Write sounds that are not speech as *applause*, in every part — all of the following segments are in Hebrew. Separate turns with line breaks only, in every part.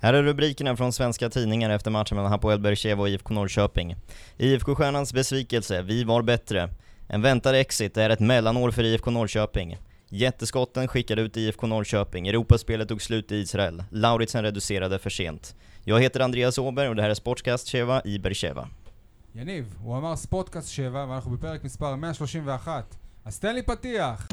Här är rubrikerna från svenska tidningar efter matchen mellan Hapoel Bercheva och IFK Norrköping. IFK-stjärnans besvikelse, vi var bättre. En väntad exit är ett mellanår för IFK Norrköping. Jätteskotten skickade ut IFK Norrköping, Europaspelet tog slut i Israel, Lauritsen reducerade för sent. Jag heter Andreas Åberg och det här är Sportcast 7 i Bercheva.
יניב, הוא אמר ספוטקאסט 7 ואנחנו בפרק מספר 131 אז תן לי פתיח!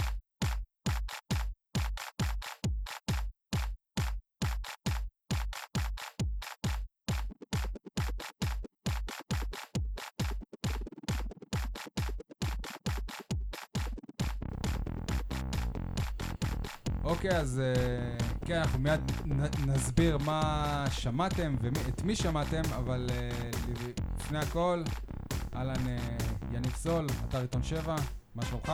אוקיי, אז אה, כן, אנחנו מיד נ- נסביר מה שמעתם ואת מי שמעתם, אבל אה, לפני הכל, אהלן אה, יניב סול, אתר עיתון 7, מה שלומך?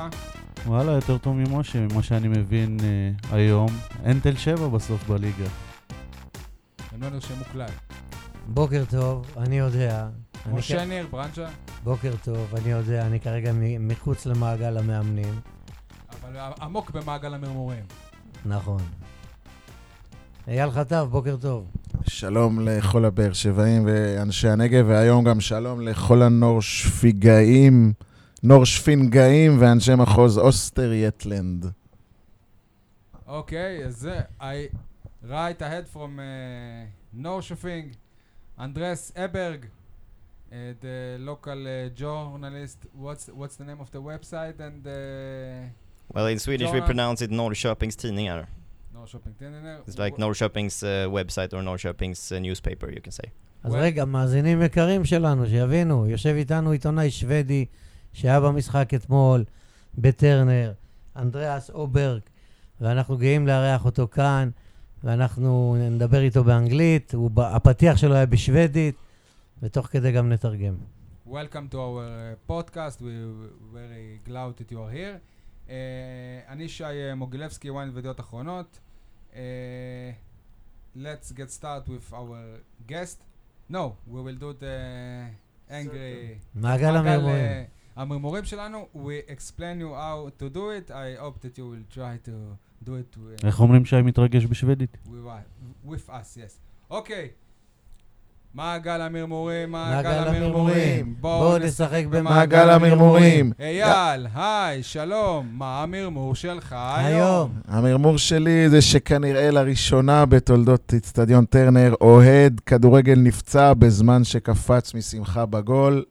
וואלה, יותר טוב ממשה, ממה שאני מבין אה, היום. אין תל שבע בסוף בליגה.
הם לא נרשמו כלל.
בוקר טוב, אני יודע. אני
כן.
משה
כ-
ניר, ברנצ'ה,
בוקר טוב, אני יודע, אני כרגע מ- מחוץ למעגל המאמנים.
אבל עמוק במעגל המרמורים.
נכון. אייל חטב, בוקר טוב.
שלום לכל הבאר שבעים ואנשי הנגב, והיום גם שלום לכל הנורשפיגאים, נורשפינגאים ואנשי מחוז אוסטר יטלנד.
אוקיי, אז זה, I right ahead from uh, Norshofing, Andres Eberg, uh, the local uh, journalist, what's, what's the name of the website and uh,
Well in Swedish we
Jonas.
pronounce it Norrköpings tidningar.
Norrköping Tenner.
It's like Norrköpings uh, website or Norrköpings uh, newspaper you can say.
אז
Well-
רגע, מאזינים יקרים שלנו, שיבינו, יושב איתנו עיתונאי שוודי שהיה במשחק אתמול בטרנר, אנדריאס אוברג, ואנחנו גאים לארח אותו כאן, ואנחנו נדבר איתו באנגלית, הוא ב- הפתיח שלו היה בשוודית, ותוך כדי גם נתרגם.
Welcome to our uh, podcast. We're very glad that you are here. Uh, אני שי uh, מוגילבסקי, ynet וידיעות אחרונות. Uh, let's get started with our guest. No, we will do the angry...
מעגל המרמורים.
מעגל, uh, המרמורים שלנו. We explain you how to do it. I hope that you will try to do it with,
איך אומרים שי מתרגש בשוודית?
with, with us, yes. אוקיי. מעגל המרמורים,
מעגל
מעגל
המרמורים,
המרמורים.
בואו נשחק
מעגל
במעגל המרמורים.
המרמורים.
אייל, היי, שלום, מה המרמור שלך היום?
היום,
המרמור שלי זה שכנראה לראשונה בתולדות אצטדיון טרנר, אוהד כדורגל נפצע בזמן שקפץ משמחה בגול.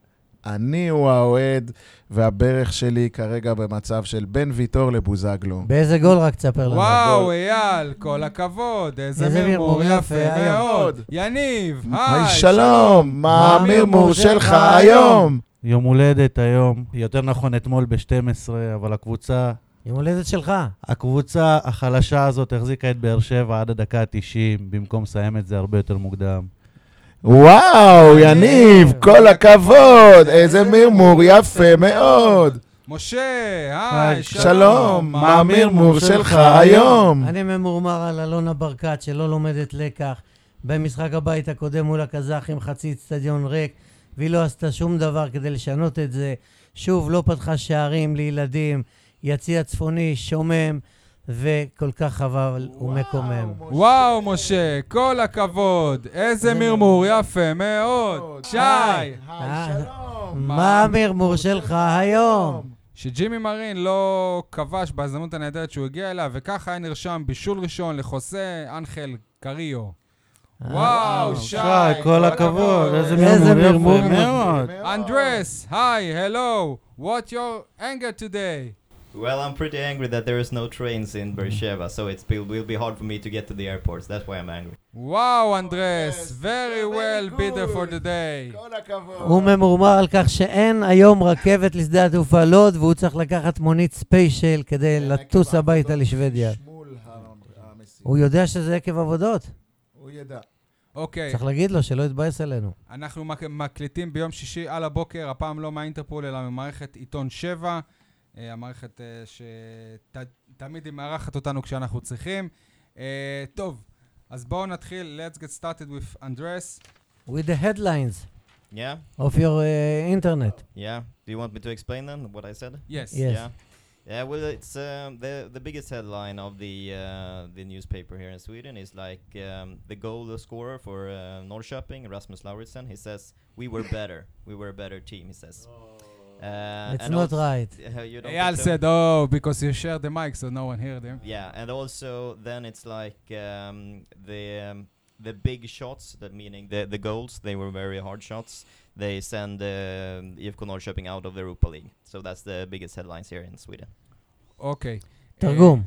אני הוא האוהד, והברך שלי כרגע במצב של בין ויטור לבוזגלו.
באיזה גול רק תספר לנו.
וואו,
גול.
אייל, כל הכבוד, איזה
איזה
מרמור
מרמור
יפה
יפה, היום.
מאוד. יניב,
היי,
היי,
שלום, מה המרמור שלך היום?
יום הולדת היום, יותר נכון אתמול ב-12, אבל הקבוצה,
יום הולדת שלך.
הקבוצה החלשה הזאת החזיקה את באר שבע עד הדקה ה-90, במקום לסיים את זה הרבה יותר מוקדם.
וואו, יניב, כל הכבוד, איזה מרמור יפה מאוד.
משה, היי,
היי,
שלום, מה המרמור שלך היום?
אני ממורמר על אלונה ברקת שלא לומדת לקח. במשחק הבית הקודם מול הקזחים חצי אצטדיון ריק, והיא לא עשתה שום דבר כדי לשנות את זה. שוב, לא פתחה שערים לילדים, יציע צפוני שומם, וכל כך חבל ומקומם.
וואו, משה, כל הכבוד, איזה
איזה
מרמור יפה מאוד. שי,
אה,
מה
מה המרמור שלך היום?
שג'ימי מרין לא כבש בהזדמנות הנהדרת שהוא הגיע אליה, וככה היה נרשם בישול ראשון לחוסה אנחל קריו.
אה,
וואו, שי,
שי, כל הכבוד, איזה
איזה
מרמור
מרמור.
יפה מאוד.
Andres, hi, hello. What your anger today?
Well, I'm pretty angry that there is no trains in Beersheba, so it will, will be hard for me to get to the airports. That's why I'm angry.
Wow, Andres,
Andres,
very
very
well bitter
good.
for the day.
כל הכבוד.
הוא ממורמר על כך שאין היום רכבת לשדה התעופה לוד, והוא צריך לקחת מונית ספיישל כדי לטוס הביתה לשוודיה.
שמול המסילה.
הוא יודע שזה עקב עבודות.
הוא ידע.
אוקיי,
צריך להגיד לו שלא יתבאס עלינו.
אנחנו מק- מקליטים ביום שישי על הבוקר, הפעם לא מהאינטרפול, אלא ממערכת עיתון 7, אה, המערכת שתמיד היא מארחת אותנו כשאנחנו צריכים. אה, טוב, אז בואו נתחיל. Let's get started with Andres.
With the headlines
Yeah?
of your uh, internet.
Yeah? Do you want me to explain then what I said?
Yes.
Yes.
Yeah. Yeah, well, it's um, the the biggest headline of the uh, the newspaper here in Sweden is like um, the goal scorer for uh, Norrköping, Rasmus Lauritsen. He says we were better. We were a better team. He says. Uh,
Oh. It's
and
not
also-
right.
Yeah, *laughs* you don't
Eyal
think so?
said, oh, because you shared the mic, so no one heard him.
Yeah, and also then it's like um, the um, the big shots, that meaning the the goals. They were very hard shots. They send um IFK Norrköping out of the Europa League. So that's the biggest headlines here in Sweden.
אוקיי.
תרגום,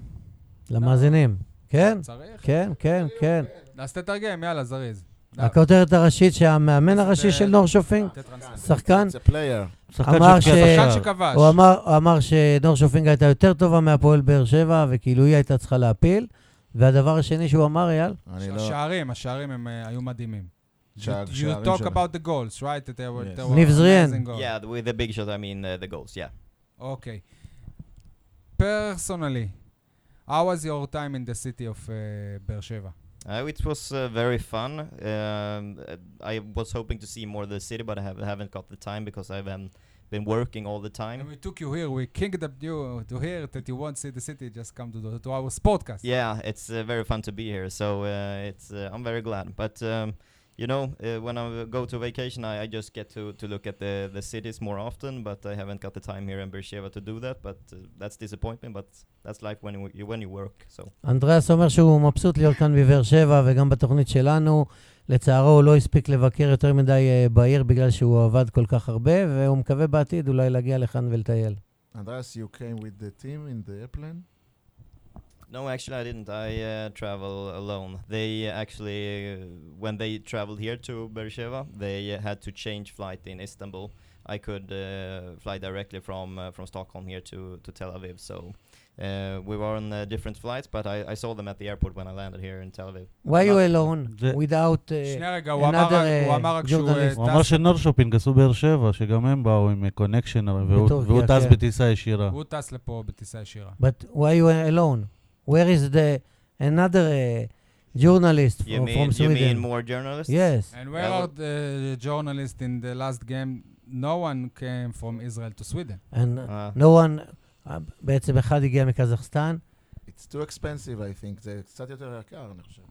למאזינים. כן,
אה, צריך?
כן, כן, כן.
אז תתרגם, יאללה, זריז.
הכותרת הראשית שהמאמן
אז
הראשי
זה-
של נור שופינג,
תטרנס.
שחקן,
זה פלייר.
שחקן
אמר
שהבקיע
ש-
את
שחקן
השער.
שכבש.
הוא אמר, הוא אמר שנור שופינג הייתה יותר טובה מהפועל באר שבע, וכאילו היא הייתה צריכה להפיל. והדבר השני שהוא אמר, אייל,
אני לא...
השערים, השערים הם אה, היו מדהימים. You
שה-
you
שערים
talk
שלהם.
about the goals, right? That they were-
Yes.
they were
ניב זריאן.
amazing goals.
Yeah, the, with the big shot, I mean uh, the goals. Yeah.
Okay. Personally, how was your time in the city of uh, Beersheba?
Uh, it was uh, very fun. Um, uh, I was hoping to see more of the city, but I have, haven't got the time because I've um, been working all the
And
time.
we took you here. We kicked up you to here that you won't see the city. Just come to the, to our podcast.
Yeah, it's uh, very fun to be here. So uh, it's uh, I'm very glad. But um, you know, uh, when I go to vacation, I, I just get to, to look at the, the cities more often. But I haven't got the time here in Beersheba to do that. But uh, that's disappointment. But that's life when you- you when you work. So
אנדריאס אומר שהוא מבסוט להיות כאן בבאר שבע וגם בתוכנית שלנו. לצערו הוא לא הספיק לבקר יותר מדי אה, בעיר בגלל שהוא עבד כל כך הרבה, והוא מקווה בעתיד אולי להגיע לכאן ולטייל.
Andreas, you came with the team in the airplane?
No, actually, I didn't. I uh, travel alone. They actually, uh, when they traveled here to Beersheba, they uh, had to change flight in Istanbul. I could uh, fly directly from uh, from Stockholm here to, to Tel Aviv. So uh, we were on uh, different flights, but I, I saw them at the airport when I landed here in Tel Aviv.
Why you alone?
זה-
without... אה,
שנייה רגע, הוא אמר
another,
רק- הוא
אה,
אמר רק שהוא...
journalist.
הוא
אה,
אמר
טס-
שנור שופינג עשו באר שבע, שגם הם באו עם קונקשן,
בטורקיה,
והוא טס
כן.
בטיסה ישירה.
הוא טס לפה בטיסה ישירה.
But why you alone? Where is the another uh, journalist
You
Oh, from,
mean
from
you
Sweden?
mean more journalists?
yes.
And where
Well-
are the journalists in the last game? No one came from Israel to Sweden.
And
Uh,
no one, uh, בעצם אחד הגיע מקזחסטן,
It's too expensive, I think. זה קצת יותר יקר, אני חושב.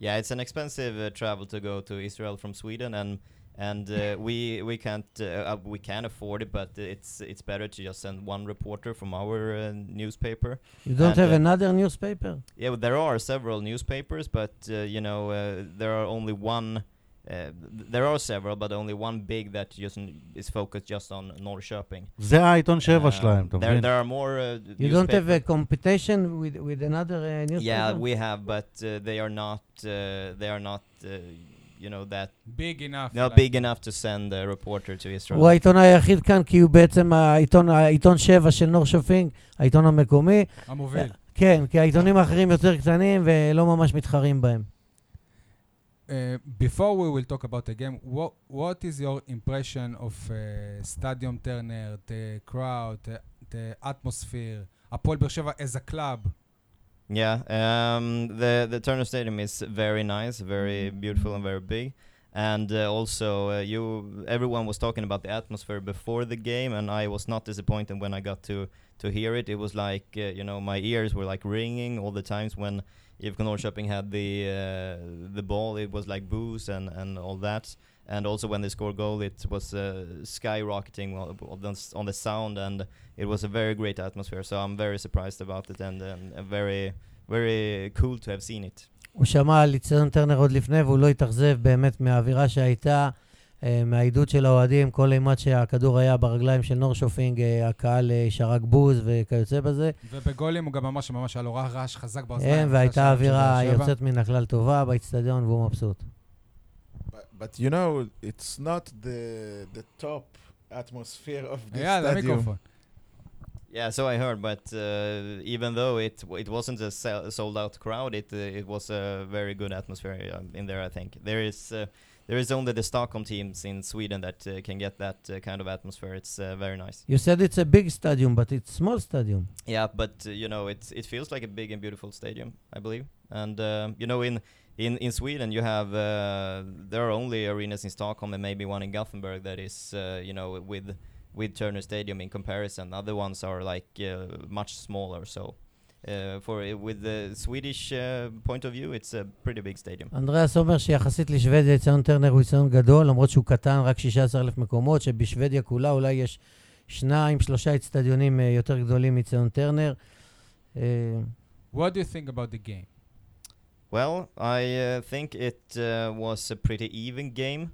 Yeah, it's an expensive uh, travel to go to Israel from Sweden, and and
*laughs*
uh, we we can't uh, uh, we can afford it, but it's it's better to just send one reporter from our uh, newspaper.
you don't
And,
have
uh,
another newspaper?
Yeah, well, there are several newspapers, but uh, you know uh, there are only one. Uh, th- there are several, but only one big that just n- is focused just on Norrköping.
זה העיתון שבע
Uh,
שלהם, אתה
there,
מבין?
there are more. Uh,
You don't have
newspaper-
a competition with, with another uh,
Yeah,
newspaper?
we have, but uh, they are not. Uh, they are not. Uh, you know that
Big enough.
not
like-
big enough to send a reporter to Israel.
הוא העיתון היחיד כאן, כי הוא בעצם העיתון, העיתון שבע של נור שופינג, העיתון המקומי.
המוביל.
כן, כי העיתונים האחרים יותר קטנים ולא ממש מתחרים בהם.
Uh, before we will talk about the game, what what is your impression of uh, Stadium Turner, the crowd, the, the atmosphere, הפועל באר שבע as a club?
Yeah, um, the the Turner Stadium is very nice, very beautiful, and very big. And uh, also, uh, you everyone was talking about the atmosphere before the game, and I was not disappointed when I got to to hear it. It was like uh, you know my ears were like ringing all the times when if Norrköping had the uh, the ball. It was like boos and and all that. And also when they scored goal, it was uh, skyrocketing on- on the, s- on the sound, and it was a very great atmosphere. So I'm very surprised about it, and, and uh, very very cool to have seen it.
הוא שמע על איצטדיון טרנר עוד לפני, והוא לא התאכזב באמת מהאווירה שהייתה, אה, מהעידוד של האוהדים, כל אימת שהכדור היה ברגליים של נור שופינג, אה, הקהל אה, שרק בוז וכיוצא בזה.
ובגולים הוא גם אמר שממש היה לו רע- רעש חזק באוזניים.
כן,
אחרי
והייתה
השער של
אווירה
באר שבע.
יוצאת מן הכלל טובה באיצטדיון, והוא מבסוט.
But, but you know, it's not the, the top atmosphere of the
יאללה,
stadium.
מיקרופון.
Yeah, so I heard, but uh, even though it it wasn't a sell- sold out crowd, it uh, it was a very good atmosphere um, in there. I think there is uh, there is only the Stockholm teams in Sweden that uh, can get that uh, kind of atmosphere. It's uh, very nice.
You said it's a big stadium, but it's small stadium.
Yeah, but uh, you know, it's it feels like a big and beautiful stadium, I believe. And uh, you know, in in in Sweden, you have uh, there are only arenas in Stockholm and maybe one in Gothenburg that is uh, you know with with Turner Stadium in comparison. Other ones are like uh, much smaller. So uh, for with the Swedish uh, point of view, it's a pretty big stadium.
אנדריאס אומר שיחסית לשוודיה, יציון טרנר הוא יציון גדול, למרות שהוא קטן, רק 16,000 מקומות, שבשוודיה כולה אולי יש שניים, שלושה אצטדיונים אה, יותר גדולים מציון טרנר. אה,
What do you think about the game?
Well, I uh, think it uh, was a pretty even game.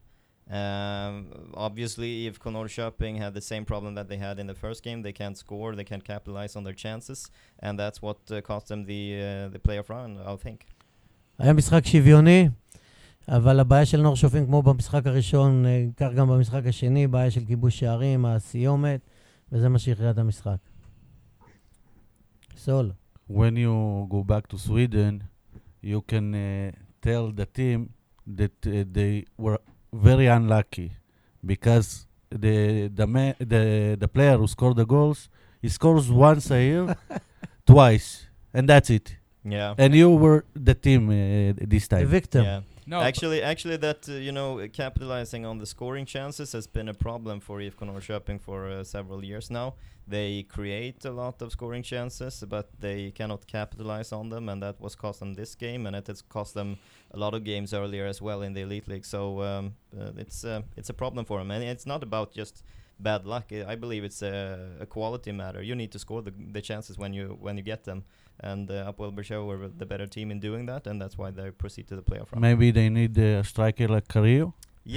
Um, obviously, if Norrköping had the same problem that they had in the first game, they can't score, they can't capitalize on their chances, and that's what uh, cost them the uh, the playoff round. I think.
היה משחק שוויוני, אבל הבעיה של נור שופין, כמו במשחק הראשון, אה, כך גם במשחק השני, בעיה של כיבוש שערים, הסיומת, וזה מה שהכריע את המשחק. סול.
when you go back to Sweden, you can uh, tell the team that uh, they were very unlucky because the the ma- the the player who scored the goals he scores once a year, twice, and that's it.
Yeah.
And you were the team uh, this
The
time.
victim.
Yeah.
No,
Actually, actually, that uh, you know, uh, capitalizing on the scoring chances has been a problem for IFK Norrköping for uh, several years now. They create a lot of scoring chances, but they cannot capitalize on them, and that was cost them this game, and it has cost them a lot of games earlier as well in the elite league. So um, uh, it's uh, it's a problem for them, and it's not about just bad luck. I I believe it's a, a quality matter. You need to score the, the chances when you when you get them, and uh, Apoel Beersheva were the better team in doing that, and that's why they proceed to the playoff round.
Maybe they need a striker like Carillo.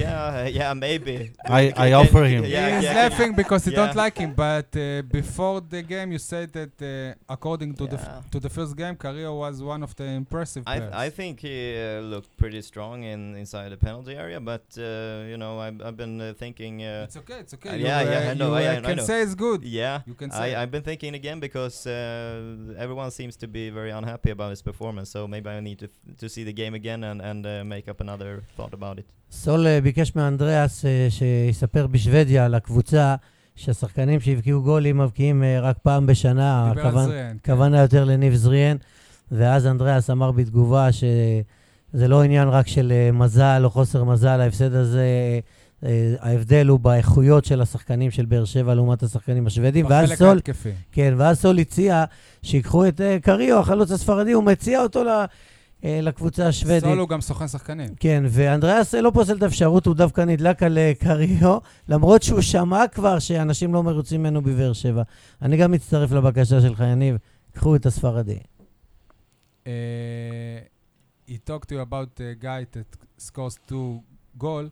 Yeah, *laughs* yeah, maybe.
I- I
Yeah,
offer
yeah,
him.
yeah,
he's
yeah,
laughing because you don't
Yeah.
like him. But uh, before the game, you said that uh, according to the
Yeah.
f- to the first game, Carrillo was one of the impressive
I,
players.
I think he uh, looked pretty strong in inside the penalty area, but uh, you know, I've, I've been uh, thinking. Uh,
it's okay. It's okay.
Uh,
you,
yeah, yeah,
uh,
I know,
you,
I-
uh,
I know, I
can
know.
say it's good.
yeah,
You can say.
I, I've been thinking again because uh, everyone seems to be very unhappy about his performance. So maybe I need to f- to see the game again and and uh, make up another thought about it. *laughs*
סול אה, ביקש מאנדריאס אה, שיספר בשוודיה על הקבוצה שהשחקנים שהבקיעו גולים מבקיעים אה, רק פעם בשנה.
דיבר על
הכוון-
זריאן, כן.
הכוונה יותר לניב זריאן, ואז אנדריאס אמר בתגובה שזה לא עניין רק של אה, מזל או חוסר מזל, ההפסד הזה, אה, ההבדל הוא באיכויות של השחקנים של באר שבע לעומת השחקנים השוודים, ואז
בחלק
סול
ההתקפי.
כן, ואז סול הציע שיקחו את אה, קריו, החלוץ הספרדי, הוא מציע אותו ל- אה, לקבוצה השוודית.
סול הוא גם סוכן שחקנים.
כן, ואנדריאס לא פוסל את האפשרות, הוא דווקא נדלק על אה, קריו, למרות שהוא שמע כבר שאנשים לא מרוצים ממנו בבאר שבע. אני גם מצטרף לבקשה שלך, יניב, קחו את הספרדי.
uh, he talked to you about a guy that scores two goal.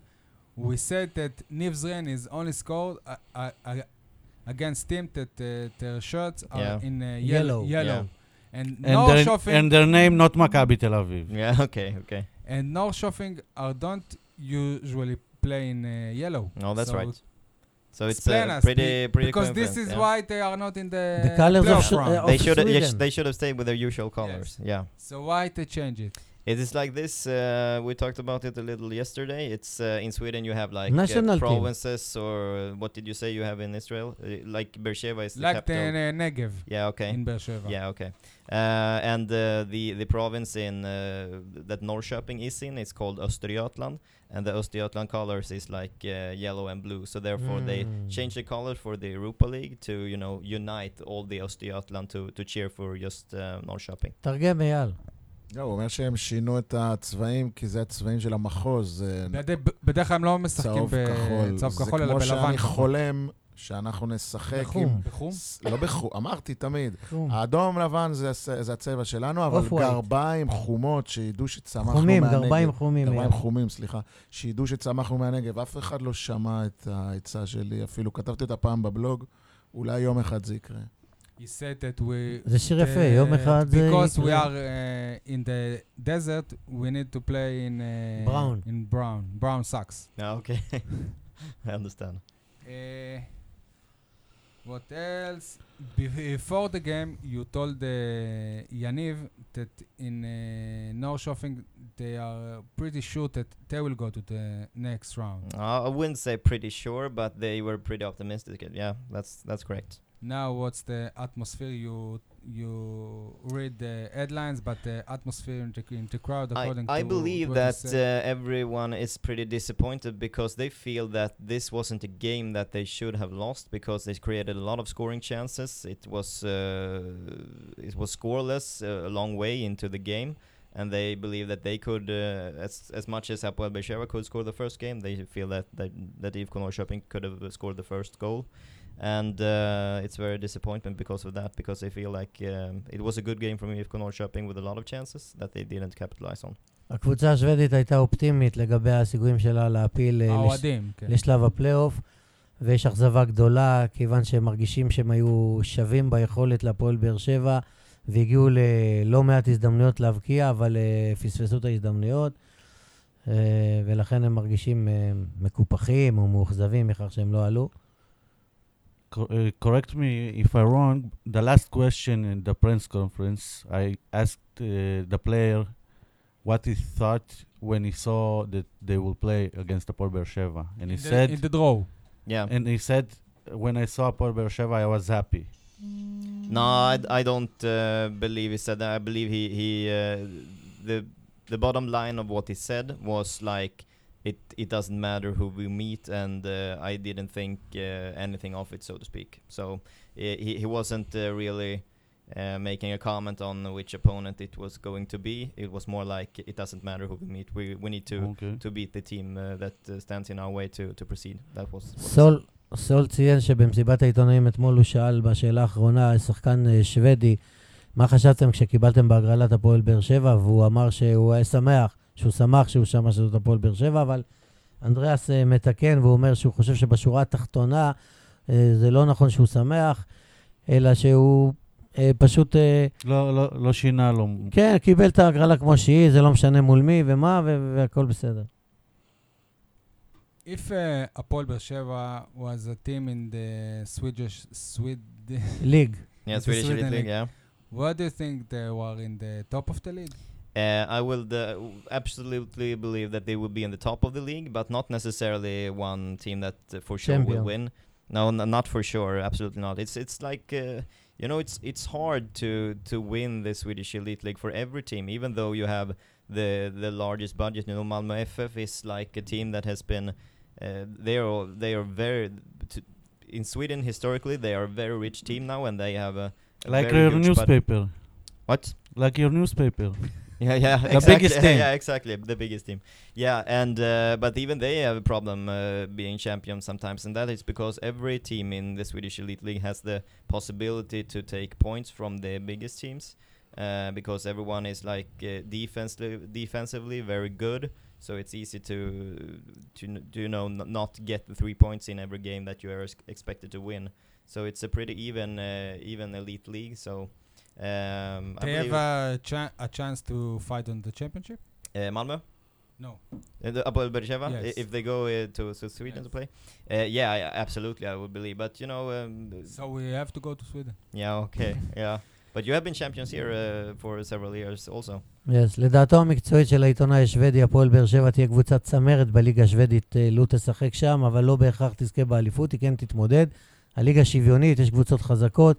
We said that Niv Zren is only scored uh, uh, uh, against team that uh, their shirts are
Yeah.
in uh, yellow.
Yellow.
yellow. And,
And,
Nor
their,
Shopping
and
and,
their name not Maccabi Tel Aviv.
Yeah. Okay. Okay.
Nor Shopping are don't usually play in uh, yellow.
No, that's
So
right. So it's
explain
uh,
us,
pretty pretty.
because this is
coincidence, yeah.
why they are not in the,
The colours of
playoff
Sho-
round.
uh,
they
of
should have
Sweden.
they should have stayed with their usual colors. Yeah.
so why they change it?
It is like this. Uh, we talked about it a little yesterday. It's uh, in Sweden you have like
National
uh,
team.
provinces or uh, what did you say you have in Israel? Uh, like Beersheba is the
Like the
capital.
uh, Negev
yeah. Okay.
in Beer Sheva.
yeah. Okay. Uh, and uh, the the province in uh, that Norrköping is in is called Östergötland, and the Östergötland colors is like uh, yellow and blue. So therefore they
Mm.
change the colors for the Europa League to you know unite all the Östergötland to to cheer for just uh, Norrköping.
תרגם אייל.
לא, הוא אומר שהם שינו את הצבעים, כי זה הצבעים של המחוז. זה
בד- בדרך כלל הם לא משחקים
צהוב כחול.
בצהוב כחול, אלא
זה כמו
בלבן.
שאני חולם שאנחנו נשחק עם...
בחום.
בחום?
ס- לא בחום, אמרתי תמיד.
חום.
האדום לבן זה הס- זה הצבע שלנו, אבל
Off-white.
גרביים חומות, שידעו שצמחנו
חומים,
מהנגב.
גרביים חומים. אייל.
גרביים חומים, סליחה. שידעו שצמחנו מהנגב. אף אחד לא שמע את העצה שלי אפילו. כתבתי אותה פעם בבלוג, אולי יום אחד זה יקרה.
He said that we...
זה שיר יפה,
that
יום אחד זה...
Because we
יקרה.
are uh, in the desert, we need to play in... Uh,
Brown.
In brown. Brown socks.
Yeah,
Ah,
okay. *laughs* I understand.
Uh, what else? Before the game, you told uh, Yaniv that in uh, North Shopping, they are pretty sure that they will go to the next round.
Uh, I wouldn't say pretty sure, but they were pretty optimistic. Yeah, that's that's correct.
Now, what's the atmosphere you you read the headlines, but the atmosphere in the, in the crowd,
I,
according
I
to
believe
what you
that
said.
uh, everyone is pretty disappointed because they feel that this wasn't a game that they should have lost because they created a lot of scoring chances. It was uh, it was scoreless uh, a long way into the game, and they believe that they could uh, as as much as Apoel Beersheva could score the first game. They feel that that that IFK Norrköping could have uh, scored the first goal. And uh, it's very disappointment because of that, because they feel like um, it was a good game from IFK Norrköping with a lot of chances that they didn't capitalize on.
הקבוצה השוודית הייתה אופטימית לגבי הסיכויים שלה להעפיל אה, לש-
האוהדים, כן.
לשלב הפלייאוף, ויש אכזבה גדולה, כיוון שהם מרגישים שהם היו שווים ביכולת להפועל באר שבע, והגיעו ללא מעט הזדמנויות להבקיע, אבל אה, פספסו את ההזדמנויות, אה, ולכן הם מרגישים אה, מקופחים או מאוכזבים מכך שהם לא עלו.
Cor- uh, correct me if I'm wrong. The last question in the press conference, I asked uh, the player what he thought when he saw that they will play against Apol Beersheva, and he
In the-
said,
in the draw.
Yeah.
and he said, when I saw Apol Beersheva, I was happy.
No, I, I don't uh, believe he said that. I believe he he uh, the the bottom line of what he said was like it it doesn't matter who we meet, and uh, I didn't think uh, anything of it, so to speak. So i- he he wasn't uh, really. Uh, making a comment on which opponent it was going to be, it was more like it doesn't matter who we meet. We we need to
okay.
to beat the team uh, that uh, stands in our way to to proceed. That was what he said.
סול, סול ציין שבמסיבת העיתונאים אתמול הוא שאל בשאלה האחרונה, שחקן אה, שוודי, מה חשבתם כשקיבלתם בהגרלת הפועל באר שבע? והוא אמר שהוא היה שמח, שהוא שמח שהוא שמע שזאת הפועל באר שבע, אבל אנדריאס אה, מתקן והוא אומר שהוא חושב שבשורה התחתונה אה, זה לא נכון שהוא שמח, אלא שהוא אה, פשוט... אה,
לא, לא, לא שינה לו.
כן, קיבל את ההגרלה כמו שהיא, זה לא משנה מול מי ומה, ו- והכל בסדר.
If uh, Apol Beersheva was a team in the Swedish Swed,
ליג.
yeah,
the
Swedish
Sweden
Elite League,
League.
yeah.
*laughs* what do you think they were in the top of the league?
Uh, I will uh, w- absolutely believe that they will be in the top of the league, but not necessarily one team that uh, for sure will
Champion.
win. No, n- not for sure. Absolutely not. It's it's like uh, you know, it's it's hard to to win the Swedish Elite League for every team, even though you have the the largest budget. You know, Malmö FF is like a team that has been uh, they are they are very t- in Sweden historically they are a very rich team now, and they have a, a
Like
very
your
huge bud-
newspaper.
What?
Like your newspaper.
Yeah, yeah,
The
exactly.
biggest team.
Yeah, exactly, the biggest team. Yeah, and uh, but even they have a problem uh, being champion sometimes, and that is because every team in the Swedish Elite League has the possibility to take points from the biggest teams, uh, because everyone is like uh, defensively, defensively very good. So it's easy to to n- to you know n- not get the three points in every game that you are ex- expected to win. So it's a pretty even uh, even elite league. So um, I
They have
believe-
a, chan- a chance to fight on the championship?
uh, Malmo.
No.
Uh, the Apoel Bercheva,
Yes.
if they go uh, to, to Sweden to play, uh, yeah, I, absolutely, I would believe. But you know, um,
So we have to go to Sweden.
yeah, okay, yeah. But you have been champions here uh, for several years, also.
Yes. לדעתו המקצועית של העיתונאי השוודי, הפועל באר שבע תהיה קבוצת צמרת בליגה השוודית, אה, לו תשחק שם, אבל לא בהכרח תזכה באליפות, היא כן תתמודד. הליגה שוויונית, יש קבוצות חזקות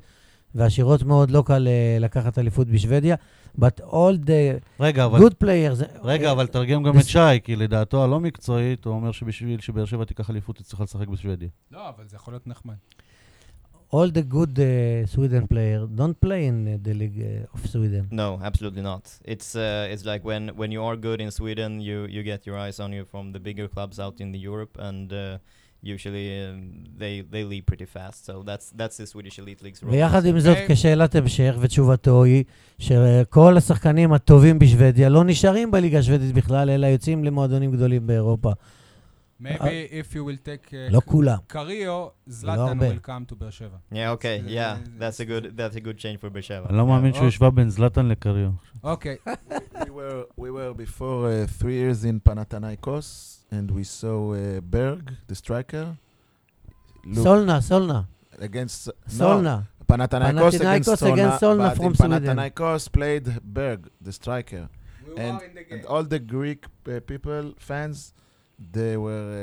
ועשירות מאוד, לא קל אה, לקחת אליפות בשוודיה. But all the
רגע, אבל...
good players...
רגע,
אה,
אבל תרגם גם
this-
את שי, כי לדעתו הלא מקצועית, הוא אומר שבשביל שבאר שבע תיקח אליפות, היא צריכה לשחק בשוודיה.
לא, אבל זה יכול להיות נחמד.
All the good uh, Sweden player don't play in uh, the league uh, of Sweden.
No, absolutely not. It's uh, it's like when, when you are good in Sweden, you, you get your eyes on you from the bigger clubs out in the Europe, and uh, usually um, they they leave pretty fast. So that's that's the Swedish elite league's role.
ויחד עם זאת,
כן.
אוקיי.
כשאלת המשך, ותשובתו היא שכל השחקנים הטובים בשוודיה לא נשארים בליגה השוודית בכלל, אלא יוצאים למועדונים גדולים באירופה.
Maybe if you will take
כן.
uh,
לא כולם.
Carillo,
לא
Zlatan
הרבה.
will come to באר שבע.
Yeah, okay,
Uh,
yeah, that's a good that's a good change for Bercheva.
אני לא מאמין שהוא השווה בין זלאטן לקריו.
אוקיי,
we were we were before uh, three years in Panathinaikos, and we saw uh, Berg, the striker, look
סולנה, סולנה,
against no,
סולנה.
Panathinaikos,
Panathinaikos
against Solna,
against Solna
but
from
in
Sweden.
Panathinaikos played Berg, the striker,
we
And-
were in the
and
game.
all the Greek uh, people fans. They were uh,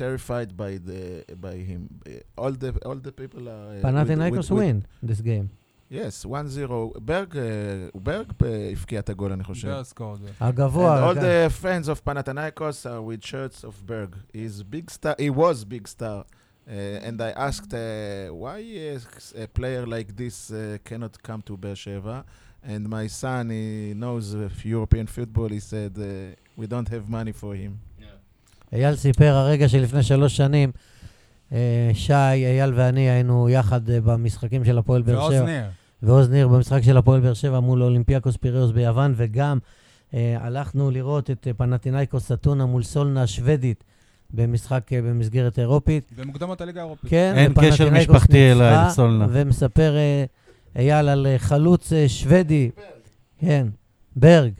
terrified by the by him. Uh, all the all the people are uh, with-
פנתנאיקוס
with- with-
ווין, this game.
Yes, 1-0. ברג, אה, ברג אה, הבקיע את הגול, אני חושב.
בר סקורד.
And
הגבוה,
all
רגע.
the fans of Panathinaikos are with shirts of Berg. He's big star. He was big star. Uh, and I asked uh, why is a player like this uh, cannot come to Beersheba. And my son, he knows of European football. He said uh, we don't have money for him.
אייל סיפר הרגע שלפני שלוש שנים, אה, שי, אייל ואני היינו יחד אה, במשחקים של הפועל באר שבע.
ואוזנר.
ועוז ניר במשחק של הפועל באר שבע מול אולימפיאקוס פיראוס ביוון, וגם אה, הלכנו לראות את אה, פנטינאיקוס אתונה מול סולנה השוודית במשחק אה, במסגרת אירופית.
במוקדמות הליגה האירופית.
כן,
אין
ופנתינייקוס
קשר משפחתי אליי,
ניצחה,
סולנה.
ומספר אה, אייל על אה, חלוץ אה, שוודי, כן, ברג,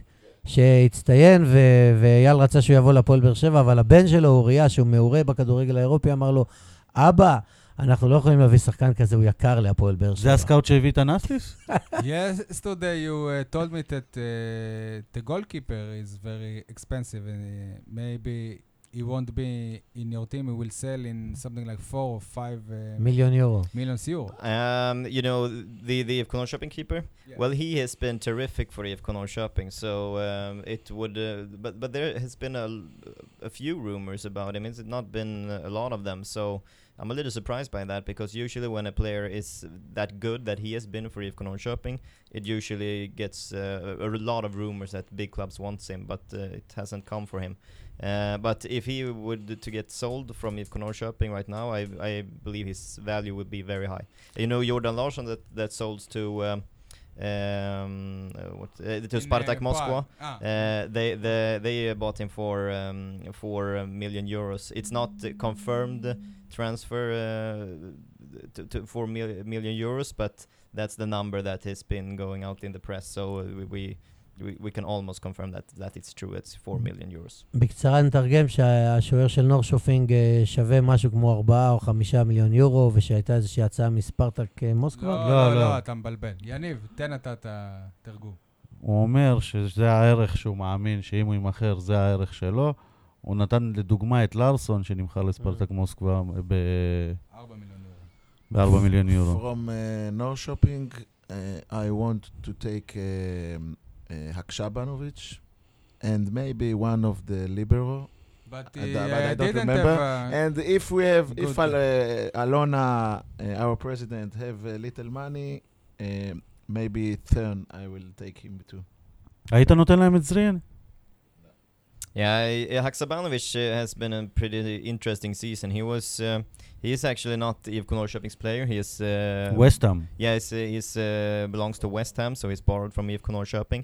שהצטיין, ו- ואייל רצה שהוא יבוא לפועל באר שבע, אבל הבן שלו, אוריה, שהוא מעורה בכדורגל האירופי, אמר לו, אבא, אנחנו לא יכולים להביא שחקן כזה, הוא יקר להפועל באר שבע.
זה הסקאוט שהביא את הנסליס?
Yesterday you uh, told me that uh, the goalkeeper is very expensive and uh, maybe he won't be in your team. He will sell in something like four or five uh,
מיליון יורו.
million euro.
Um, you know the the IFK Norrköping keeper.
Yeah.
Well, he has been terrific for IFK Norrköping. So um, it would, uh, but but there has been a, l- a few rumors about him. It's not been a lot of them. So I'm a little surprised by that because usually when a player is that good that he has been for IFK Norrköping, it usually gets uh, a a lot of rumors that big clubs wants him, but uh, it hasn't come for him. Uh, but if he would to get sold from IFK Norrköping right now, I I believe his value would be very high. You know Jordan Larsson that that sold to. Um, um, uh, what, uh, to
In,
Spartak
uh,
Moscow.
Prague. Ah.
Uh, they the they uh, bought him for um, for a million euros. It's not uh, confirmed transfer uh, to, to for mil- million euros, but that's the number that has been going out in the press. So uh, we. we we, we can almost confirm that that it's true. It's four million euros.
בקצרה נתרגם שהשוער של נורשופינג אה, שווה משהו כמו 4 או 5 מיליון יורו, ושהייתה איזושהי הצעה מספרטק אה,
לא,
מוסקבה.
לא,
לא,
לא,
לא.
אתה מבלבל. יניב, תן אתה את התרגום.
הוא אומר שזה הערך שהוא מאמין שאם הוא ימכר זה הערך שלו. הוא נתן לדוגמה את לארסון שנמכר
Mm.
לספרטק מוסקבה ב-4
ארבע מיליון יורו.
מיליון
*laughs*
יורו.
From uh, Nor Shopping, uh, I want to take um, uh, Hakshabanovic and maybe one of the libero.
But
I
he
don't- but
uh,
I don't
didn't
remember.
have... uh,
And if we have, if
Good.
Al, uh, Alona, uh, our president, have a little money, um maybe turn, I will take him too.
היית נותן להם את זריאן?
Yeah, I- uh, Haksabanovic uh, has been a pretty interesting season. He was uh, he is actually not IFK Norrköping's player. He is uh,
וסטאם.
Yeah, he's, uh, he's uh, belongs to West Ham, so he's borrowed from IFK Norrköping.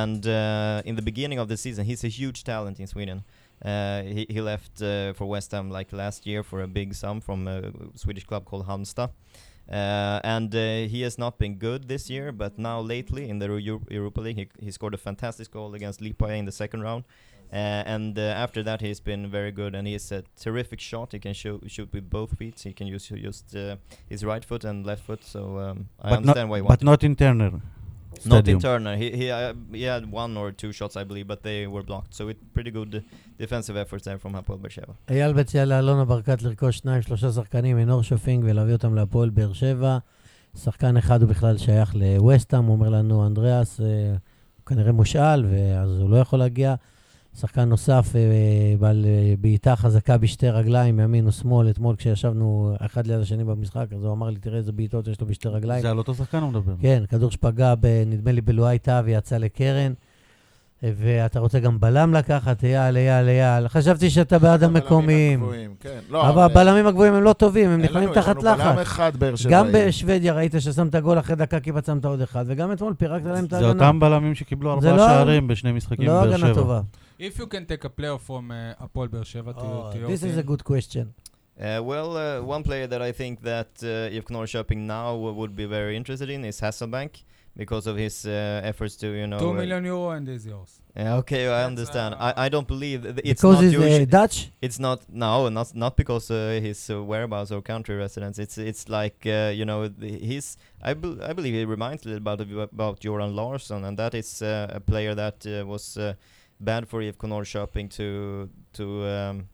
And uh, in the beginning of the season, he's a huge talent in Sweden. Uh, he, he left uh, for West Ham like last year for a big sum from a Swedish club called Halmstad. Uh, and uh, he has not been good this year, but now lately in the Euro- Europa League, he, he scored a fantastic goal against Lipaja in the second round. Uh, and uh, after that, he's been very good, and he's a terrific shot. He can shoot shoot with both feet. He can use just uh, his right foot and left foot. So um, I
But not-
understand why he
but
wanted.
not in Turner.
Not in
Stadium.
Turner. He he, uh, he had one or two shots, I believe, but they were blocked. So it pretty good uh, defensive efforts there from Hapoel Beersheba.
אייל מציע לאלונה ברקת לרכוש שניים, שלושה שחקנים מנורשופינג ולהביא אותם להפועל באר שבע. שחקן אחד הוא בכלל שייך לווסטאם, אומר לנו אנדריאס, אה, הוא כנראה מושאל, ואז הוא לא יכול להגיע. שחקן נוסף, אה, בעל אה, בעיטה חזקה בשתי רגליים, ימין ושמאל. אתמול כשישבנו אחד ליד השני במשחק, אז הוא אמר לי, תראה איזה בעיטות יש לו בשתי רגליים.
זה על אותו שחקן הוא מדבר.
כן, כדור שפגע, ב, נדמה לי, בלואי תא ויצא לקרן. אה, ואתה רוצה גם בלם לקחת, אייל, אייל, אייל. חשבתי שאתה בעד
הבלמים
המקומיים.
הגבוהים, כן. לא,
אבל הבלמים הגבוהים הם לא טובים, הם
אין לנו,
נכנעים
יש
תחת
לנו בלם
לחץ.
אחד באר שבעי.
גם בשוודיה ראית ששמת גול אחרי דקה כי פצמת עוד אחד, וגם אתמול פירקת להם את
זה
ההגנה.
אותם בלמים שקיבלו
זה
ארבעה
לא-
שערים בשני משחקים
לא
בבאר
הגנה
שבע.
טובה.
If you can take a player from uh, הפועל באר שבע, אוקיי. to-
Oh,
to your
This is a
team.
good question.
Uh, well, uh, one player that I think that uh, IFK Norrköping now w- would be very interested in is Hasselbank because of his uh, efforts to you know.
Two
uh,
million euro and is yours.
Yeah, okay, I
That's,
understand.
uh,
I, I don't believe th- it's
Because
not
he's
usually-
uh, Dutch?
It's not no, not not because uh, his uh, whereabouts or country residence. It's it's like uh, you know th- he's I, bel I believe he reminds a little about about Joran Larsson, and that is uh, E a player that uh, was uh, bad for IFK Norrköping to to um,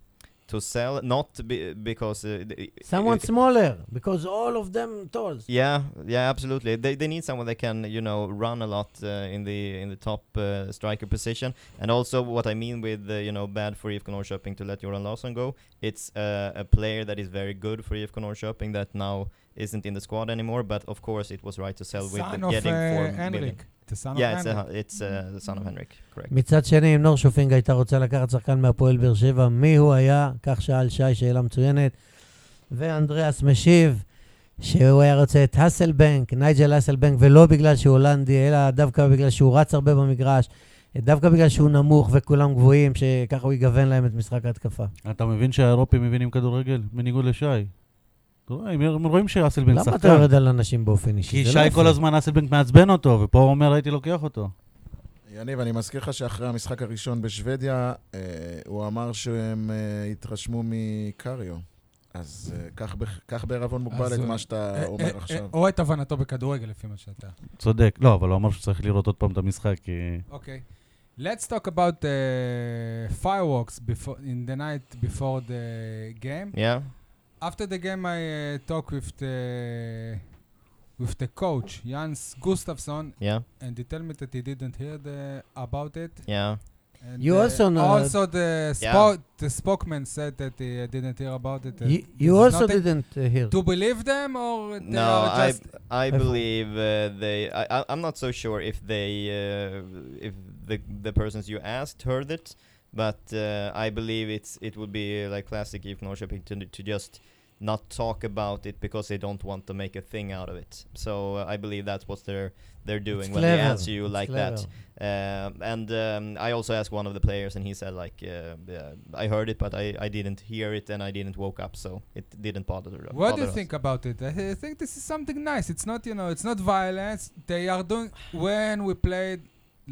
to sell, not be, because... Uh, th-
Someone
it-
smaller, because all of them tall.
Yeah, yeah, absolutely. They, they need someone that can, you know, run a lot uh, in the in the top uh, striker position. And also, what I mean with uh, you know bad for IFK Norrköping to let Joran Larsson go, it's uh, a player that is very good for IFK Norrköping that now isn't in the squad anymore. But of course, it was right to sell with
son
the
of uh,
getting four million.
Henrik. The son
Yeah,
of
it's
Henrik. Mm.
a, it's uh, the son of Henrik, correct?
מצד שני, אם נורשופינג הייתה רוצה לקחת שחקן מהפועל באר שבע, מי הוא היה? כך שאל שי, שאלה מצוינת. ואנדריאס משיב שהוא היה רוצה את האסלבנק, נייג'ל האסלבנק, ולא בגלל שהוא הולנדי, אלא דווקא בגלל שהוא רץ הרבה במגרש, דווקא בגלל שהוא נמוך וכולם גבוהים, שככה הוא יגוון להם את משחק ההתקפה.
אתה מבין שהאירופים מבינים כדורגל? בניגוד לשי. אתה רואה, הם הם רואים שאסלבנק
למה אתה
שחקן.
יורד על אנשים באופן אישי?
כי
זה לא
שי
יפה.
כל הזמן אסלבנק מעצבן אותו, ופה הוא אומר הייתי לוקח אותו.
יניב, אני מזכיר לך שאחרי המשחק הראשון בשוודיה, אה, הוא אמר שהם אה, התרשמו מקריו. אז אה, קח בח- קח בערבון
אז
מוגבל את
הוא-
מה שאתה
uh,
אה, אה,
אומר
אה,
עכשיו.
או את הבנתו בכדורגל, לפי מה שאתה.
צודק. לא, אבל הוא אמר שצריך לראות עוד פעם את המשחק, כי...
Okay. אוקיי. Let's talk about uh, fireworks before in the night before the game.
Yeah,
After the game, I uh, talk with the with the coach Jans Gustafsson,
yeah,
and he tell me that he didn't hear the, about it.
yeah.
And
You
uh,
also know-
Also, the
Yeah.
spo- the spokesman said that he uh, didn't hear about it. uh,
You-
this
You
is
also
nothing.
didn't uh, hear.
To believe them or they
No,
are
I
uh, just
I
Everyone.
believe uh, they. I, I I'm not so sure if they uh, if the the persons you asked heard it, but uh, I believe it's it would be uh, like classic if Norrköping to to just not talk about it because they don't want to make a thing out of it. So uh, I believe that's what they're they're doing when they answer you like that. Um, and um, I also asked one of the players, and he said like, uh, yeah, "I heard it, but I, I didn't hear it, and I didn't woke up, so it didn't bother."
What do
bother
you
us."
think about it? I, I think this is something nice. It's not, you know, it's not violence. They are doing when we played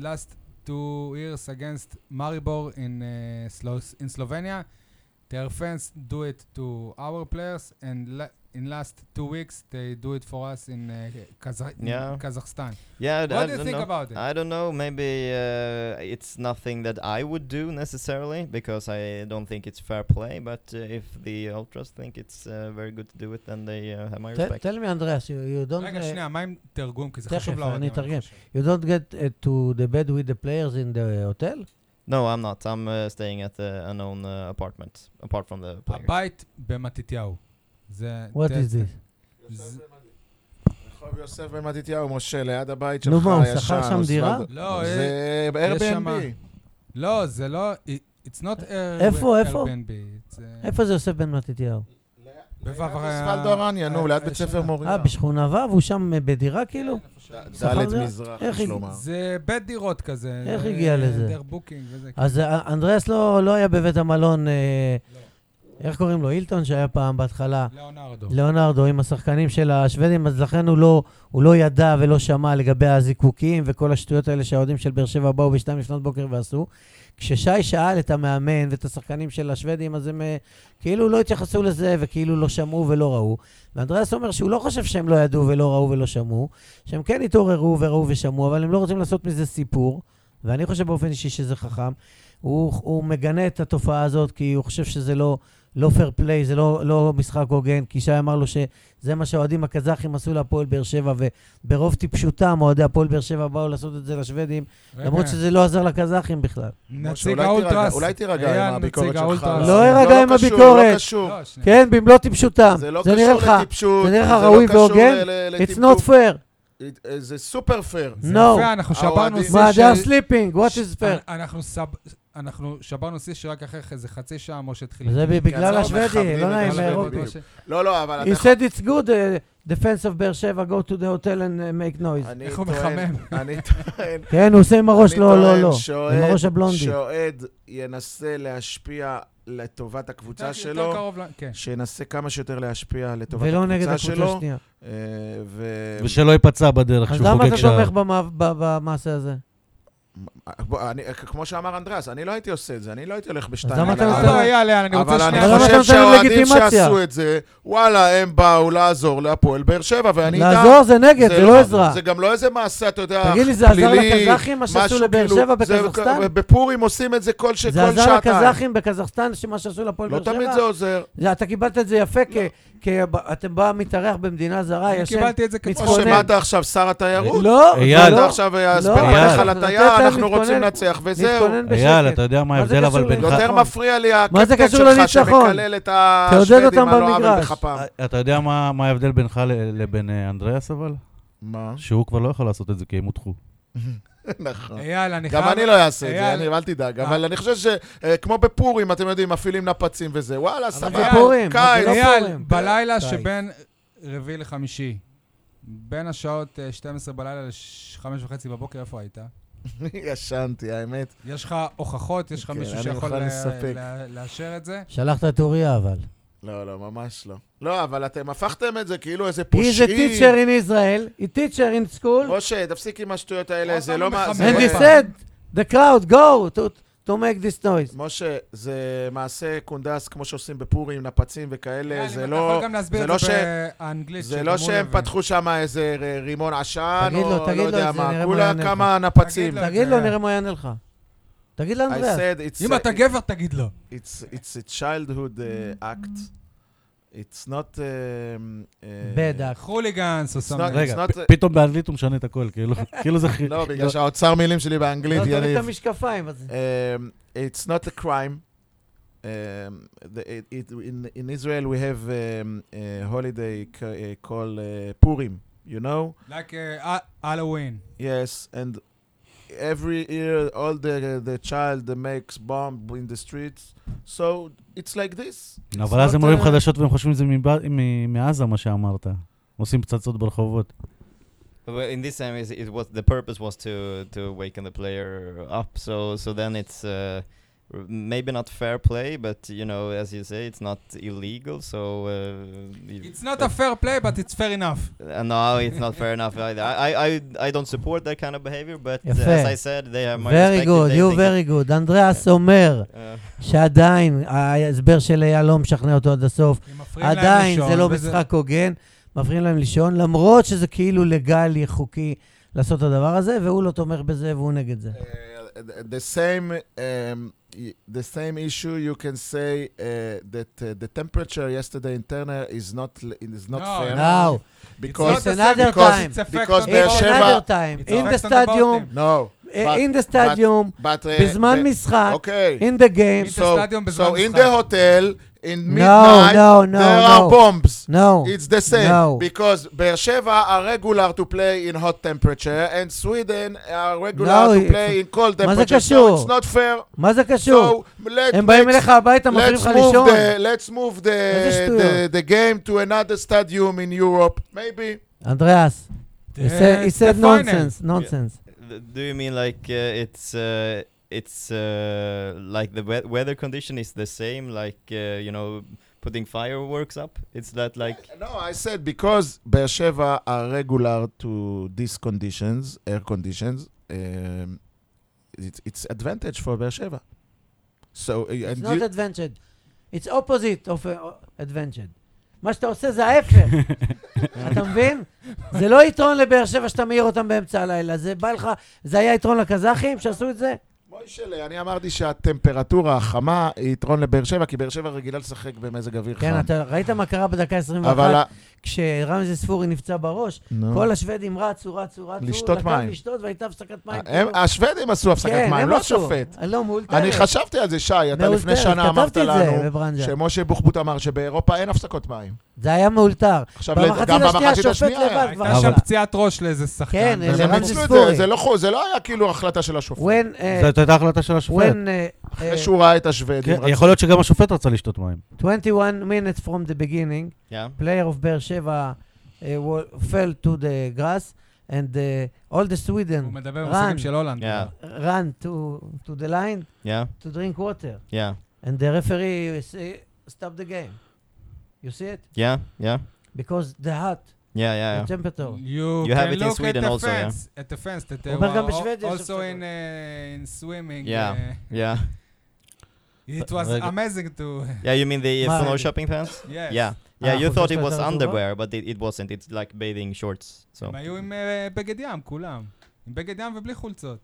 last two years against Maribor in uh, Slo- in Slovenia. Their fans do it to our players, and la- in last two weeks they do it for us in, uh, Kazakh-
Yeah.
in Kazakhstan.
Yeah, I d- I
What do you
don't
think
know.
about it?
I don't know. Maybe uh, it's nothing that I would do necessarily because I don't think it's fair play. But uh, if the ultras think it's uh, very good to do it, then they uh, have my
Tell-
respect.
Tell me, Andreas, you you don't...
רגע,
uh,
שנייה, מה עם תרגום? כי זה
תכף,
חשוב לאוהדים.
אני אתרגם.
חושב.
You don't get uh, to the bed with the players in the hotel?
No, I'm not. I'm uh, staying at uh, an own uh, apartment apart from the players.
הבית במתתיהו. זה...
What
that's-
is this?
זה-
רחוב יוסף בן מתתיהו, משה, ליד הבית שלך,
נו, מה, הוא
ישן,
שכר שם דירה?
אוסוולדו.
לא, אה,
זה
יש שמה-
Airbnb.
לא, זה לא... it- It's not Air-
איפה, איפה?
Airbnb. it's, uh,
איפה זה יוסף בן מתתיהו?
בוואבר היה-
אספלדו ארניה, נו, ליד בית
הישנה.
ספר
אה,
מוריה.
בשכונה ו' הוא שם אה, בדירה כאילו?
ד'
זה-
מזרח,
איך
יש
היא-
לומר.
זה בית דירות כזה.
איך
זה
הגיע לזה?
דר בוקינג וזה.
אז אה, אנדריאס לא לא היה בבית המלון, אה, איך קוראים לו? אילטון שהיה פעם בהתחלה.
כן, ליאונרדו.
לא, ליאונרדו עם השחקנים של השוודים, אז לכן הוא לא, הוא לא ידע ולא שמע לגבי הזיקוקים וכל השטויות האלה שהאוהדים של באר שבע באו בשתיים לפנות בוקר ועשו. כששי שאל את המאמן ואת השחקנים של השוודים, אז הם אה, כאילו לא התייחסו לזה וכאילו לא שמעו ולא ראו. ואנדריאס אומר שהוא לא חושב שהם לא ידעו ולא ראו ולא שמעו, שהם כן התעוררו וראו ושמעו, אבל הם לא רוצים לעשות מזה סיפור, ואני חושב באופן אישי שזה חכם. הוא, הוא מגנה את התופעה הזאת כי הוא חושב שזה לא... לא פייר פליי, זה לא, לא משחק הוגן, כי שי אמר לו שזה מה שהאוהדים הקזחים עשו להפועל באר שבע, וברוב טיפשותם אוהדי הפועל באר שבע באו לעשות את זה לשוודים,
רגע,
למרות שזה לא עזר לקזחים בכלל.
משה,
נציג
אולי תירגע-
האולטרס.
אולי תירגע
אייל,
עם
נציג
הביקורת שלך.
האולטרס.
לא
זה
יירגע עם
קשור,
הביקורת.
לא קשור.
לא, שנייה.
כן, במלוא טיפשותם.
זה לא
זה נראה
קשור
לך,
לטיפשות.
זה נראה לך
לא
ראוי
קשור
והוגן?
ל- ל-
it's
לטיפשות.
not fair.
It- זה סופר
*laughs*
פייר.
זה
No.
יפה, אנחנו
אה,
שברנו
האוהדים-
שיא
מה,
של-
they are sleeping, what
ש-
is fair?
אנ- אנחנו סב- אנחנו שברנו שיא שרק אחרי איזה חצי שעה משה התחיל.
זה
להתחיל.
בגלל
כי אז לא
השוודי,
מכבדים
אה,
לא
את
נעים
השוודים.
לאירופי.
האירופים. לא, לא, אבל אתה
He said it's good, uh, defense of באר שבע, go to the hotel and uh, make noise.
אני
איך הוא
טוען-
מחמם.
אני טוען
כן, הוא עושה עם הראש,
אה, אני
לא,
טוען
לא, לא. עם
שאוהד-
הראש הבלונדי.
שאוהד ינסה להשפיע לטובת
יותר-
הקבוצה
יותר
שלו,
קרוב ל- כן.
שינסה כמה שיותר להשפיע לטובת
ולא נגד
הקבוצה
הקבוצה
שלו.
השנייה.
אה, ו- כן.
ושלא ייפצע בדרך
אז
כשהוא
למה אתה
חוגג שער.
תומך במע- ב- במעשה הזה?
בוא, אני, כמו שאמר אנדרס, אני לא הייתי עושה את זה, אני לא הייתי הולך בשתיים.
למה אתה
על
נותן
הארבע.
אבא היה לאן, לא, אני רוצה
אבל אני
שנייה...
למה אתה נותן
חושב שהאוהדים
לגיטימציה?
שעשו את זה, וואלה, הם באו לעזור להפועל באר שבע, ואני איתם.
לעזור זה נגד, זה לא עזרה.
זה גם לא איזה מעשה, אתה יודע,
תגיד לי, זה עזר
פלילי,
לקזחים מה שעשו
משהו
לבאר
כאילו-
שבע
זה-
בקזחסטן?
בפורים עושים את זה כל ש-
זה
כל
עזר
שעתיים.
לקזחים בקזחסטן, שמה שעשו להפועל
לא
באר שבע?
תמיד זה לא. עוזר.
זה- אתה קיבלת את זה יפה, כי- כי ב- אתם בא מתארח במדינה זרה,
אני
ישן.
קיבלתי את זה כמו...
או
מתכונן.
שבאת עכשיו שר התיירות,
לא,
אייל.
זה
אתה
לא.
עכשיו אה, הספר
לא.
פניך
אייל.
לטייל,
אתה
אנחנו רוצים
מתכונן-
לנצח, וזהו. לא
מתכונן
אייל,
בשקט.
אתה יודע מה
מה זה
ההבדל
קשור לא,
אבל בינך...
לניצחון?
יותר מפריע לי
מה זה
הקפטן
קשור
שלך
לניצחון?
שמקלל את
תעודד
השוודים
אותם
על לא עוול
במגרש.
בכפם.
אה, אתה יודע מה מה ההבדל בינך ל- לבין אה, אנדריאס אבל?
אה,
מה?
שהוא כבר לא יכול לעשות את זה כי הם הודחו.
נכון.
אה,
אייל, אני חייב...
גם אני לא אעשה את זה,
אייל-
אני- אל תדאג.
אה.
אבל אני חושב שכמו בפורים, אתם יודעים, מפעילים נפצים וזה. וואלה,
אבל
סבבה.
זה פורים, אבל
קיץ.
זה לא
אייל,
פורים.
בלילה
די.
שבין רביעי לחמישי, בין השעות אה, 12 בלילה ל-5 וחצי בבוקר, איפה היית?
ישנתי, האמת.
יש לך הוכחות? יש לך
כן,
מישהו
אני
שיכול
מוכן
ל-
לספק.
ל- לאשר את זה?
שלחת את אוריה, אבל.
לא, לא, ממש לא. לא, אבל אתם הפכתם את זה כאילו איזה
היא זה
פושעים.
טיצ'ר אין ישראל, היא טיצ'ר אין סקול,
משה, תפסיק עם השטויות האלה,
עוד
זה
פעם
לא...
הוא
מה- זה-
and
מחמם.
he said, the crowd, go to- to make this noise.
משה, זה מעשה קונדס כמו שעושים בפורים, נפצים וכאלה,
אייל, אם
זה
אתה
לא...
יכול גם
זה
להסביר
לא
את זה באנגלית.
זה
שגם
לא
הוא
שהם
יבין.
פתחו שם איזה ר- רימון עשן,
תגיד לו,
או
תגיד
לא
לו
יודע
את זה,
מה,
נראה מה
כולה
יענה
כמה נפצים.
תגיד לו.
תגיד לו, נראה מה הוא יענה לך. תגיד
לא, I
לאנדריאס.
said it's
אם
a-
אתה גבר, תגיד לא.
it's it's a childhood uh, act. It's not um, uh,
bad act.
חוליגנס או
It's not,
סמי.
רגע,
it's not,
פ- פתאום באנגלית הוא משנה את הכל,
*laughs*
כאילו- כאילו זה... חי-
לא, בגלל שהאוצר מילים שלי באנגלית,
לא תוריד
יניב.
את המשקפיים. אז-
Um, it's not a crime. Um, the, it, it, in, in Israel, we have um, a holiday c- uh, called uh, Purim, you know?
like אה, הלואוין.
Yes, and every year, all the, the child makes bomb in the streets. So it's like this.
אבל אז הם
not,
רואים
uh,
חדשות והם חושבים שזה מבע- מ- מעזה, מה שאמרת. עושים פצצות ברחובות.
Well, in this time, is- it was the purpose was to to waken the player up. So so then it's uh, r- maybe not fair play, but you know, as you say, it's not illegal. So uh, you-
It's not a fair play, but it's fair enough.
Uh, no, it's not fair enough either. I, I, I, I don't support that kind of behavior, but uh,
Yפה.
as I said, they are my
Very
respected,
good,
they
you
think
very good. אנדריאס אומר
that, uh,
שעדיין ההסבר של אייל לא משכנע אותו עד הסוף.
כי מפריעים להם
עדיין
לישון,
זה לא
וזה-
משחק הוגן, מפריעים להם לישון, למרות שזה כאילו לגלי, חוקי, לעשות את הדבר הזה, והוא לא תומך בזה והוא נגד זה.
Uh, th- the same um, y- the same issue you can say uh, that uh, the temperature yesterday in Turner is not l- is not
No,
fair
Now,
because
It's another
because
time.
It's a fact
because
on
כן. באר
it's
the
שבע-
another time,
It's
in the
affects on the
stadium,
bottom.
no
uh,
but-
in the stadium,
but uh,
בזמן
the-
משחק,
okay
in the game.
the
so
stadium בזמן
so in
משחק.
the hotel in
No,
midnight
no, no,
there
no.
are bombs
No,
It's the same
No.
because Beersheva are regular to play in hot temperature and Sweden are regular
No,
to
it's-
play in cold
מה זה
temperature.
קשור?
So it's not fair.
מה זה קשור?
So let
הם באים
makes-
אליך הביתה, מפריעים
let's
לך
move
לישון.
the let's move
איזה
the, the
שטויות.
the game to another stadium in Europe. Maybe
אנדריאס, he said- he
It's אה, the
said
final.
nonsense, nonsense.
th- do you mean like uh, it's uh, it's uh, like the we- weather condition is the same, like uh, you know, putting fireworks up? It's that like
no. I said because Beersheva are regular to these conditions, air conditions. Um, it's it's advantage for Beersheva. So uh,
It's
and
not
you,
adventured. It's opposite of uh, adventured. מה שאתה עושה זה ההפך. *laughs* אתה מבין? זה לא יתרון לבאר שבע שאתה מעיר אותם באמצע הלילה. זה בא לך, זה היה יתרון לקזחים שעשו את זה?
מוישלה, אני אמרתי שהטמפרטורה החמה היא יתרון לבאר שבע, כי באר שבע רגילה לשחק במזג אוויר חם.
כן, אתה ראית מה קרה בדקה 21?
אבל... ה-
כשרמזי ספורי נפצע בראש,
נו.
כל השוודים רצו, רצו, רצו.
לשתות
לקח
מים.
לשתות והייתה הפסקת מים.
אה, הם- השוודים עשו הפסקת
כן,
מים,
הם
לא
עשו.
השופט.
לא, מאולתרת.
אני חשבתי על זה, שי, אתה לפני
מאולתרת,
שנה אמרת
כתבתי את זה
לנו
בברנז'ה.
שמשה בוחבוט אמר שבאירופה אין הפסקות מים.
זה היה מאולתר.
עכשיו,
במחצית
גם
השנייה
במחצית
השופט
השנייה היה.
לבד כבר
הייתה
עשה.
שם פציעת ראש לאיזה שחקן.
כן,
וזה
זה
הם
רמזי
ממש-
ניצלו את
ספורי.
זה, זה לא חו- זה לא היה כאילו החלטה של השופט.
When, uh,
זאת הייתה החלטה של השופט.
when, uh,
אחרי
אה,
uh,
שהוא ראה את
כן,
השוודים. רצה-
יכול להיות שגם השופט רצה לשתות מים.
21 אה, minutes from the
yeah.
beginning, player of Beer Sheva uh, wa- fell to the grass, and uh, all the
הוא
Sweden
מדבר
run.
במושגים של הולנד.
Yeah.
ran to, to the line
Yeah,
to drink water,
yeah,
and the referee uh, say, stop the game. You see it?
yeah, yeah.
Because the hot
Yeah, yeah, yeah.
temperature.
You,
You
can
have it in
look
Sweden
at the
also, yeah.
fence, at the fence that they
אבל
were
גם
al-
בשוודיה יש
also
הפסקות.
in, uh, in swimming.
Yeah.
uh,
Yeah.
it was
רגע.
amazing to, *laughs*
Yeah, you mean the
מה-
Equinor shopping pants?
yes.
Yeah.
אה,
Yeah, you
חושב
thought it
שהייתה
was
רטובה?
underwear, but it, it wasn't. It's like bathing shorts. So
הם היו עם אה, בגד ים, כולם. עם בגד ים ובלי חולצות.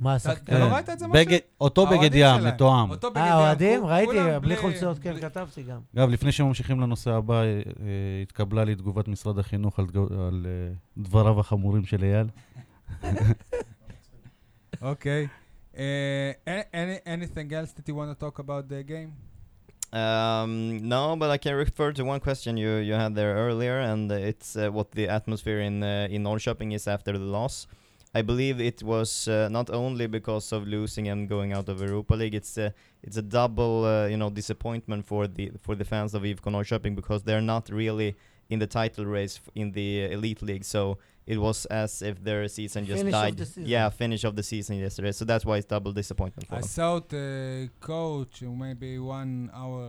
מה,
אתה-
שחקן?
אתה לא ראית את זה משהו?
בגד- אותו בגד
האוהדים
ים,
שלהם.
מתואם.
אותו בגד ים.
אה, אוהדים?
כו-
ראיתי,
כולם
בלי חולצות, כן, כתבתי גם.
אגב, לפני שממשיכים לנושא הבא, אה, אה, התקבלה לי תגובת משרד החינוך על דגו- על אה, דבריו החמורים של אייל.
Mm-hmm.
אוקיי. אה, any- any- anything else that you want to talk about the game?
Um, no, but I can refer to one question you, you had there earlier, and uh, it's uh, what the atmosphere in uh, in Norrköping is after the loss. I believe it was uh, not only because of losing and going out of Europa League. It's a it's a double uh, you know disappointment for the for the fans of IFK Norrköping because they're not really in the title race f- in the uh, elite league. So it was as if their season just
Finish of
died.
the season.
Yeah, finish of the season yesterday. So that's why it's double disappointment for
I
them.
saw the coach uh, maybe one hour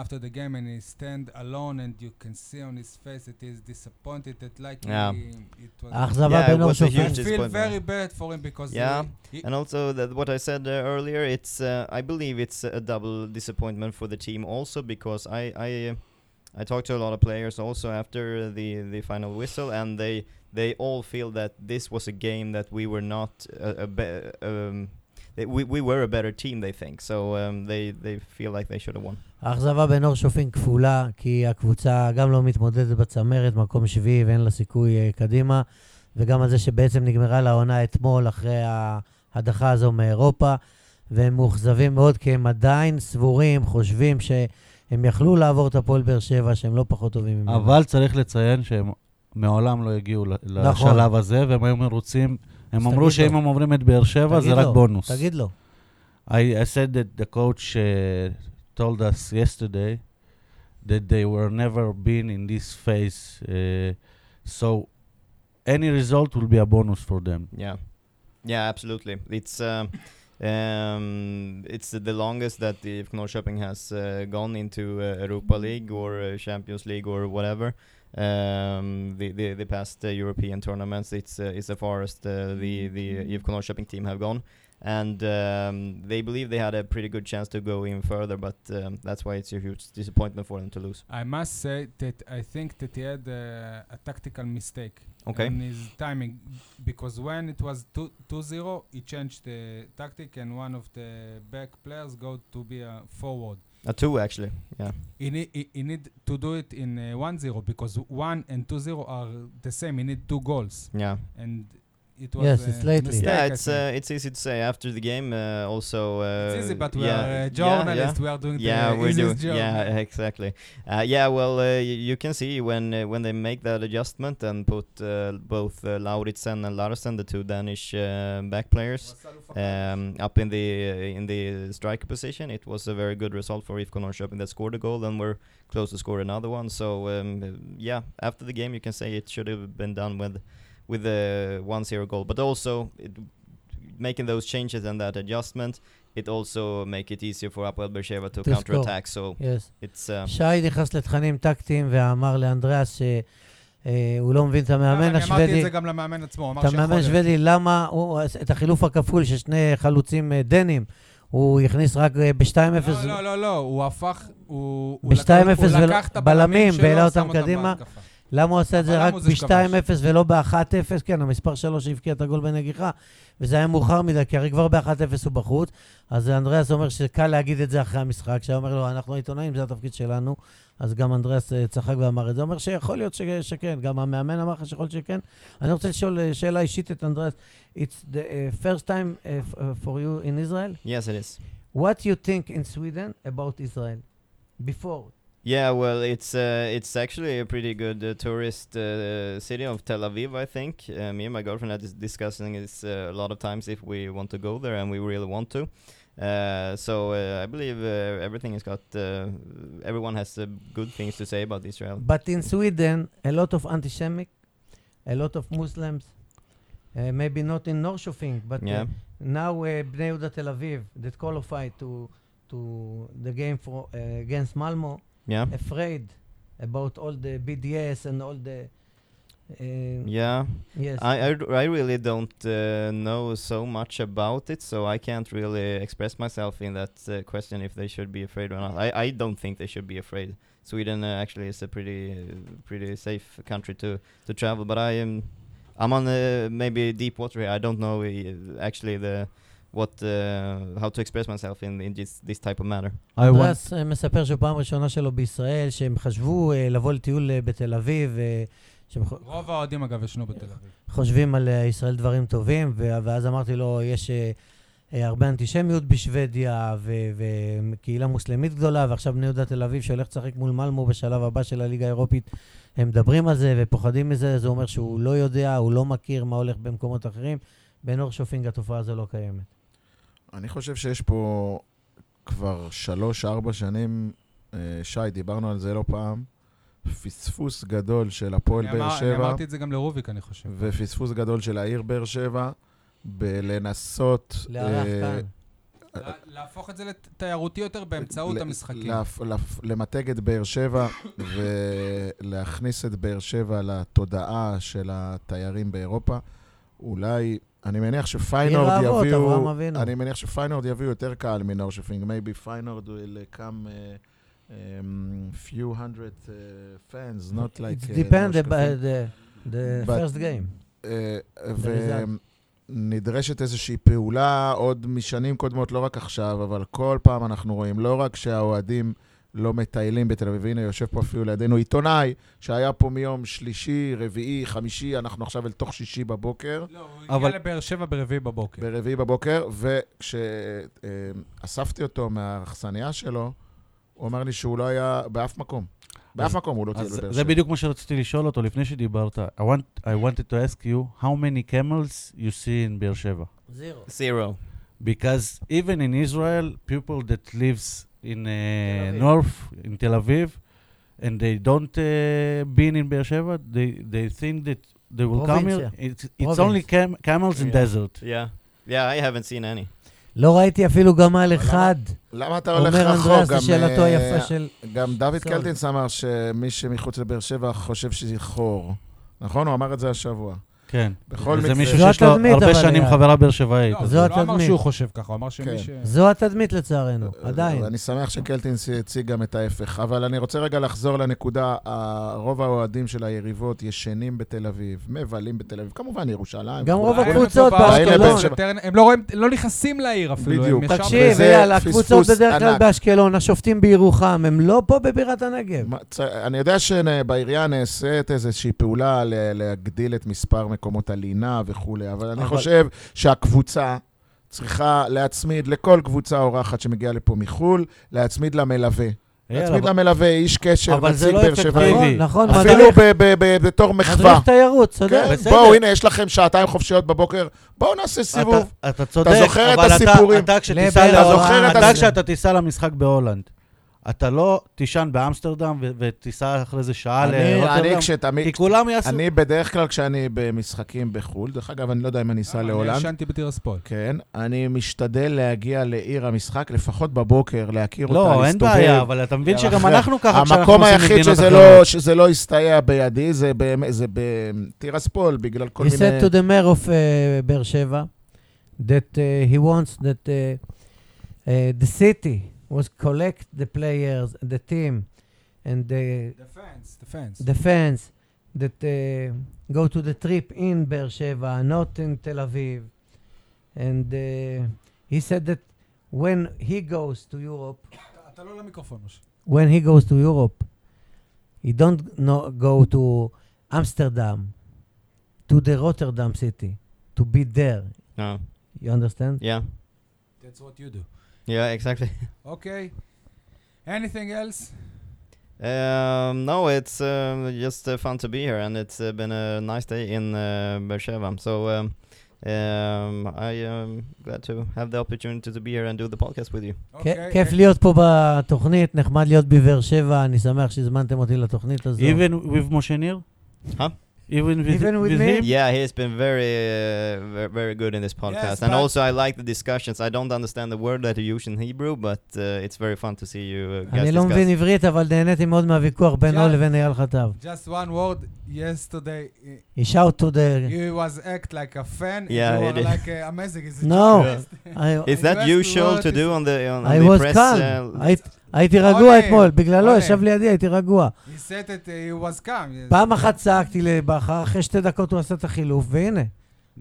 after the game, and he stand alone, and you can see on his face that he's disappointed. That like
Yeah.
he, it was.
האכזבה
Yeah, it
בין אור
was a
שופט.
I
huge
feel
disappointment.
very bad for him because uh,
Yeah.
he, he,
And also that what I said uh, earlier, it's uh, I believe it's a double disappointment for the team also because I I uh, I talked to a lot of players also after the the final whistle and they they all feel that this was a game that we were not a, a be- um that we, we were a better team they think so um, they they feel like they should have won.
האכזבה בין אור שופין כפולה, כי הקבוצה גם לא מתמודדת בצמרת, מקום שביעי ואין לה סיכוי אה, קדימה, וגם על זה שבעצם נגמרה לה העונה אתמול אחרי ההדחה הזו מאירופה, והם מאוכזבים מאוד כי הם עדיין סבורים, חושבים שהם יכלו לעבור את הפועל באר שבע, שהם לא פחות טובים ממנו.
אבל צריך לציין שהם מעולם לא הגיעו ל-
נכון.
לשלב הזה, והם היו מרוצים. הם
אז
אמרו
תגיד
שאם
לו.
הם עוברים את באר שבע, זה
תגיד
רק
לו,
בונוס.
תגיד לו.
I, I said that the coach uh, told us yesterday that they were never been in this phase, uh, so any result will be a bonus for them.
Yeah, yeah, absolutely. It's um, um, it's the longest that the IFK Norrköping has uh, gone into uh, Europa League or uh, Champions League or whatever. Um, the, the the past uh, European tournaments, it's uh, it's the farthest uh, the the IFK Norrköping team have gone, and um, they believe they had a pretty good chance to go even further, but um, that's why it's a huge disappointment for them to lose.
I must say that I think that he had uh, a tactical mistake
Okay.
in his timing because when it was 2 2-0, he changed the tactic and one of the back players go to be a forward.
Uh, two actually, yeah,
He, need, he, he need to do it in uh, 1-0 because 1 and 2-0 are the same. He need two goals
yeah.
and it was
Yes,
a
it's lately.
mistake,
Yeah,
I
it's
think.
uh, it's easy to say after the game. Uh, also, uh,
It's easy, but we
yeah,
are
yeah,
uh,
yeah.
journalists. We are doing
Yeah,
the
we're
easiest
doing.
job. *laughs*
Yeah, *laughs* exactly. Uh, yeah, well, uh, y- you can see when uh, when they make that adjustment and put uh, both uh, Lauritsen and Larsen, the two Danish uh, back players, um, up in the in the striker position. It was a very good result for IFK Norrköping that scored a goal and were close to score another one. So um, yeah, after the game, you can say it should have been done with with a 1-0 goal, but also it, making those changes and that adjustment. It also make it easier for Apoel Beersheva to
To
counter attack. So
Yes.
it's uh,
שי נכנס לתכנים טקטיים ואמר לאנדריאס שהוא לא מבין את המאמן
אני אמרתי את
השוודי.
זה גם למאמן עצמו, הוא אמר
את
שיכול
המאמן
להיות.
השוודי, למה הוא, את החילוף הכפול של שני חלוצים אה, דנים, הוא הכניס רק אה, ב-2-0.
לא, לא, לא, לא, הוא הפך, הוא... הוא
ב-2-0
לקח- הוא
ול-
לקח את
בלמים
הבלמים שלו,
והעלה
שם
אותם קדימה.
בהתקפה.
למה הוא עשה את זה
אבל
רק
למה הוא זה
ב-2-0 ולא ב-1-0? כן, המספר 3 שהבקיע את הגול בנגיחה, וזה היה מאוחר מדי, כי הרי כבר ב-1-0 הוא בחוץ. אז אנדריאס אומר שקל להגיד את זה אחרי המשחק, שהיה אומר לו, אנחנו העיתונאים, זה התפקיד שלנו. אז גם אנדריאס אה, צחק ואמר את זה. אומר שיכול להיות ש- שכן, גם המאמן אמר לך שיכול להיות שכן. אני רוצה לשאול אה, שאלה אישית את אנדריאס. It's the uh, first time uh, f- uh, for you in Israel.
yes, it is.
What you think in Sweden about Israel? Before.
Yeah, well, it's uh, it's actually a pretty good uh, tourist uh, city of Tel Aviv, I think. Uh, me and my girlfriend are dis- discussing this uh, a lot of times if we want to go there, and we really want to. Uh, so uh, I believe uh, everything has got uh, everyone has uh, good things to say about Israel.
But in Sweden, a lot of anti-Semitic, a lot of Muslims, uh, maybe not in Norrköping, but
Yeah,
uh, now uh, Bnei Yehuda Tel Aviv that qualified to to the game for uh, against Malmo,
yeah.
afraid about all the BDS and all the Uh,
Yeah,
yes.
I, I, I really don't uh, know so much about it, so I can't really express myself in that uh, question if they should be afraid or not. I, I don't think they should be afraid. Sweden uh, actually is a pretty uh, pretty safe country to, to travel, but I am I'm on uh, maybe deep water here. I don't know uh, actually the what uh, how to express myself in, in this this type of manner.
I want,
אנדריאס אה, מספר שפעם ראשונה שלו בישראל, שהם חשבו אה, לבוא לטיול אה, בתל אביב, אה, שהם ח-
רוב האוהדים אגב ישנו בתל אביב.
חושבים על אה, ישראל דברים טובים, ו- ואז אמרתי לו, יש אה, אה, הרבה אנטישמיות בשוודיה, ו- וקהילה מוסלמית גדולה, ועכשיו בני יהודה תל אביב שהולך לשחק מול מלמו בשלב הבא של הליגה האירופית, הם מדברים על זה ופוחדים מזה, זה אומר שהוא לא יודע, הוא לא מכיר מה הולך במקומות אחרים. בנור שופינג התופעה הזו לא קיימת.
אני חושב שיש פה כבר שלוש-ארבע שנים, אה, שי, דיברנו על זה לא פעם, פספוס גדול של הפועל
אני
באר
אמר- אני
שבע,
אמרתי את זה גם לרוביק, אני חושב.
ופספוס גדול של העיר באר שבע, בלנסות...
לארח
אה,
כאן.
Euh,
לה- להפוך את זה לתיירותי יותר באמצעות
ל-
המשחקים.
להפ- להפ- למתג את באר שבע *coughs* ולהכניס את באר שבע לתודעה של התיירים באירופה. אולי, אני מניח שפיינורד
עיר האבות, אברהם
יביאו...
אבינו.
אני מניח שפיינורד יביאו יותר קהל מנור שפינג. מייבי פיינורד will come uh, um, few hundred uh, fans, not like...
It depends
uh,
uh,
נור שפינג.
about the, the
But-
first game.
אה, ונדרשת איזושהי פעולה עוד משנים קודמות, לא רק עכשיו, אבל כל פעם אנחנו רואים, לא רק שהאוהדים לא מטיילים בתל אביב, הנה יושב פה אפילו לידינו עיתונאי שהיה פה מיום שלישי, רביעי, חמישי, אנחנו עכשיו אל תוך שישי בבוקר.
לא, הוא
Ah,
אבל-
הגיע לבאר שבע ברביעי
כן.
בבוקר.
ברביעי בבוקר, וכשאספתי אותו מהאכסניה שלו, הוא אמר לי שהוא לא היה באף מקום. באף
אז-
מקום הוא לא טיול
אז
בבאר
זה
שבע.
בדיוק מה שרציתי לשאול אותו לפני שדיברת. I, want, I wanted to ask you, how many camels you see in באר שבע?
זירו.
Zero.
because even in Israel, people that lives in uh,
Aviv.
north in Tel Aviv, and they don't uh, been in Beersheba, they they think that they will come here.
Province,
It's, it's
Province.
only cam- camels in
Yeah.
desert.
Yeah. Yeah, I haven't seen any.
לא ראיתי אפילו גמל אחד.
למה אתה לא הולך
אומר
רחוק?
אנדריאס,
גם,
זו שאלתו
אה,
היפה של...
גם דוד
סול.
קלטינס אמר שמי שמחוץ לבאר שבע חושב שזה חור. נכון? הוא אמר את זה השבוע.
כן.
בכל
זה
מקרה,
מישהו
זו
שיש לו
התדמית,
הרבה
אבל
שנים
יעד.
חברה באר שבעית.
לא, הוא
זו
לא אמר
התדמית.
שהוא חושב ככה, הוא אמר שמי
כן.
ש...
זו התדמית לצערנו, עדיין.
אה, אני שמח שקלטינס הציג גם את ההפך. אבל אני רוצה רגע לחזור לנקודה, ה- רוב האוהדים של היריבות ישנים בתל אביב, מבלים בתל אביב, כמובן ירושלים.
גם רוב
וכו'.
אולי הם
הקבוצות
בבאר
באשקלון.
שבע,
באשקלון.
לא טרנר- הם לא רואים, לא נכנסים לעיר אפילו.
בדיוק.
הם ישר-
תקשיב, אה,
וזה
יאללה,
פספוס
הקבוצות בדרך כלל
ענק.
באשקלון, השופטים בירוחם, הם לא פה בבירת
כן.
הנגב.
מה, צ- אני יודע שבעירייה נעשית איזושהי פעולה ל- להגדיל את מספר מקומות הלינה וכולי, אבל אני
אבל-
חושב שהקבוצה צריכה להצמיד לכל קבוצה אורחת שמגיעה לפה מחו"ל, להצמיד לה מלווה. להצמיד לה מלווה, איש קשר,
אבל זה
נציג
לא
באר שבעי.
אפקטיבי.
נכון, נכון,
אפילו
מדריך-
ב- ב- ב- בתור מחווה.
מדריך תיירות, צודק.
כן,
בסדר.
בואו, הנה, יש לכם שעתיים חופשיות בבוקר, בואו נעשה סיבוב.
אתה, אתה צודק,
זוכר את
אבל אתה-
הסיפורים?
אתה, כשתיסע
לבאר
אתה
להולנד-
זוכר את
אתה
הס-
כשאתה תיסע למשחק בהולנד, אתה לא תישן באמסטרדם ו- ותיסע אחרי זה שעה
אני- אני
לרוטרדם,
כשתמיד...
כי כולם יעשו...
אני בדרך כלל כשאני במשחקים בחו"ל, דרך אגב, אני לא יודע אם אני אסע
אני
להולנד,
ישנתי בטירספול.
כן, אני משתדל להגיע לעיר המשחק, לפחות בבוקר, להכיר אותה,
לא, אין
להסתובב.
בעיה, אבל אתה מבין שגם
אחרי-
אנחנו ככה, כשאנחנו
המקום
עושים
היחיד
מדינות
שזה
אחרות.
לא, שזה לא הסתייע בידי זה באמת- זה בטירספול, בגלל
He
כל
said to
מיני...
the mayor of uh, Beer Sheva that uh, he wants that uh, uh, the city was collect the players, the team, and אה, the
דפנס, דפנס.
the fans that uh, go to the trip in Beer Sheva, not in Tel Aviv. And uh, he said that when he goes to Europe,
אתה לא למיקרופון, משה.
when he goes to Europe, he don't no, go to Amsterdam, to the Rotterdam city, to be there.
No.
You understand?
Yeah.
That's what you do.
Yeah, exactly.
אוקיי. anything else?
Um, no, it's um, just uh, fun to be here, and it's uh, been a nice day in uh, Beersheba. So um, um, I am glad to have the opportunity to be here and do the podcast with you.
אוקיי.
כיף להיות פה בתוכנית, נחמד להיות בבאר שבע, אני שמח שהזמנתם אותי לתוכנית הזו.
Even with משה ניר?
Huh?
Even with,
Even with me?
him?
Yeah, he's been very, uh, ver- very good in this podcast,
Yes,
and
but-
also I like the discussions. I don't understand the word that you use in Hebrew, but uh, it's very fun to see you uh, guys
אני לא
discuss.
מבין עברית, אבל נהניתי מאוד מהוויכוח בינו
Yeah.
לבין אייל חטב.
Just one word. Yesterday, eh,
He shout to the...
you was act like a fan.
Yeah,
you
he
were
did.
like eh, amazing. It's
No.
just-
I-
Is that
Invest
usual
word
to
is-
do on the on
I
the
was
press?
calm.
uh,
הייתי- הייתי
עונה.
רגוע אתמול, בגללו
עונה.
ישב לידי, הייתי רגוע.
He said that eh, he was calm.
פעם אחת צעקתי לבכר, אחרי שתי דקות הוא עשה את החילוף, והנה.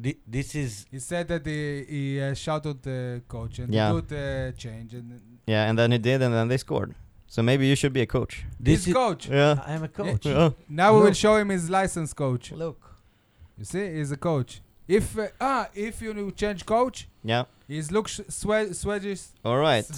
Thi- This is
He said that he, he uh, shouted the coach and
Yeah.
do the change. And
yeah, and then he did, and then they scored. So maybe you should be a coach.
this
his
is
coach.
Yeah.
I'm a coach.
Yeah.
Now we
Look.
will show him his license coach.
Look.
You see, he's a coach. If uh, ah, if you change coach,
Yeah.
he's look Swedish. Swedish.
All right.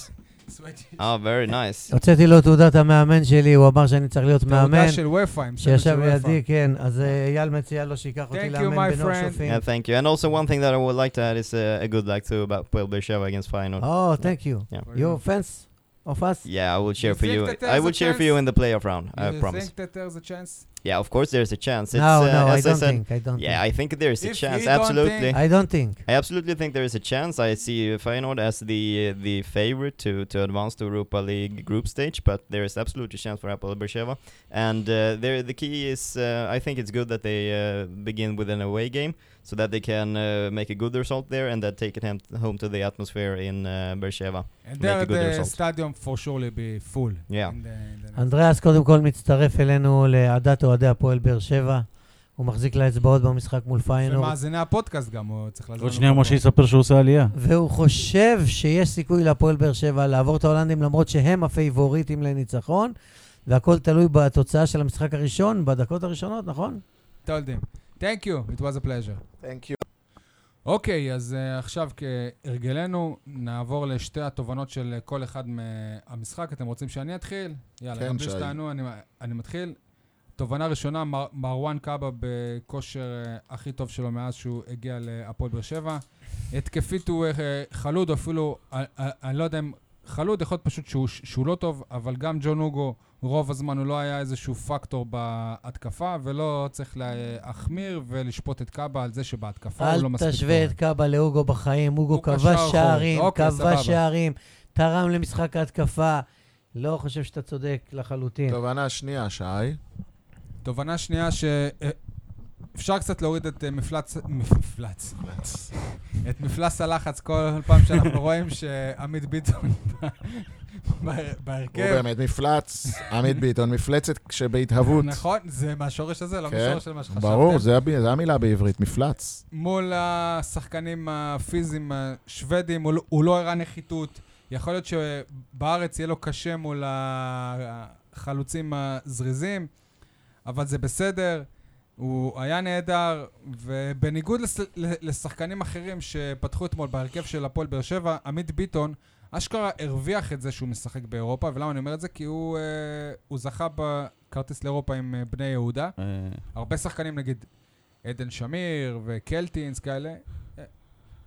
Swedish.
Oh, very nice.
הוצאתי לו תעודת המאמן שלי, הוא אמר שאני צריך להיות מאמן.
תעודה של וופא, עם סמל של
שישב
וופא.
לידי, כן, אז אה, אייל מציע לו שייקח אותי
Thank you,
לאמן
my
בנוער
friend.
שופטים.
Yeah, thank you. And also one thing that I would like to add is uh, a good luck to about Puel Bercheva against Feyenoord.
Oh, thank you.
Yeah.
You fans of us?
Yeah, I will cheer
You
for
think
you.
that
I
there's
will
a
cheer for you
chance?
in the playoff round. I
you
promise.
think that there's a chance?
Yeah, of course there's a chance. It's,
No,
uh,
no,
as
I
I
don't
said,
think. I don't think.
Yeah, I think there is a
If
chance.
you don't
Absolutely,
think-
I,
I don't think.
absolutely think there is a chance. I see Feyenoord as the the favorite to to advance to Europa League group stage, but there is absolutely a chance for Apple Bercheva. And uh, there, the key is, uh, I think it's good that they uh, begin with an away game so that they can uh, make a good result there and that take it hem- home to the atmosphere in uh, Bercheva.
And
Make
there
a good
the
result.
stadium for surely be full.
Yeah.
In the, in the
אנדריאס קודם כל מצטרף אלינו לעדת אוהדי הפועל באר שבע. הוא מחזיק לה אצבעות במשחק מול פיינורד.
ומאזיני הפודקאסט גם, הוא צריך לעזור.
עוד
לנו
שנייה
פה.
משה יספר שהוא עושה עלייה.
והוא חושב שיש סיכוי להפועל באר שבע לעבור את ההולנדים למרות שהם הפייבוריטים לניצחון. והכל תלוי בתוצאה של המשחק הראשון, בדקות הראשונות, נכון?
told him. Thank you, it was a pleasure.
Thank you.
אוקיי, אז אה, עכשיו כהרגלנו, נעבור לשתי התובנות של אה, כל אחד מהמשחק. אתם רוצים שאני אתחיל? יאללה,
כן,
גם בלי
שי.
שתענו, אני, אני מתחיל. תובנה ראשונה, מר, מרואן קאבה בכושר אה, הכי טוב שלו מאז שהוא הגיע להפועל באר שבע. התקפית הוא אה, חלוד, אפילו, אה, אה, אני לא יודע אם חלוד, יכול להיות פשוט שהוא, שהוא לא טוב, אבל גם ג'ון הוגו, רוב הזמן הוא לא היה איזשהו פקטור בהתקפה, ולא צריך להחמיר ולשפוט את קאבה על זה שבהתקפה הוא לא
אל
מספיק טוב.
תשווה את קאבה להוגו בחיים. הוגו
הוא
כבש
קשר אחורי.
שערים,
אוקיי, סבבה.
כבש שערים, תרם למשחק ההתקפה. לא חושב שאתה צודק לחלוטין.
תובנה שנייה, שי.
תובנה שנייה ש... אה, אפשר קצת להוריד את אה, מפלץ... מפלץ. את מפלס הלחץ כל פעם שאנחנו רואים שעמית ביטון בה-
הוא
בהרכב.
באמת מפלץ, עמית ביטון, מפלצת שבהתהוות.
נכון, זה מהשורש הזה, לא
כן,
מהשורש של מה שחשבתם.
ברור, זה הב- זה המילה בעברית, מפלץ.
מול השחקנים הפיזיים השוודים, הוא לא- הוא לא הראה נחיתות. יכול להיות שבארץ יהיה לו קשה מול החלוצים הזריזים, אבל זה בסדר. הוא היה נהדר, ובניגוד לס- ל- לשחקנים אחרים שפתחו אתמול בהרכב של הפועל באר שבע, עמית ביטון אשכרה הרוויח את זה שהוא משחק באירופה, ולמה אני אומר את זה? כי הוא, אה, הוא זכה בכרטיס לאירופה עם אה, בני יהודה.
אה,
הרבה שחקנים, נגיד עדן שמיר וקלטינס כאלה, אה,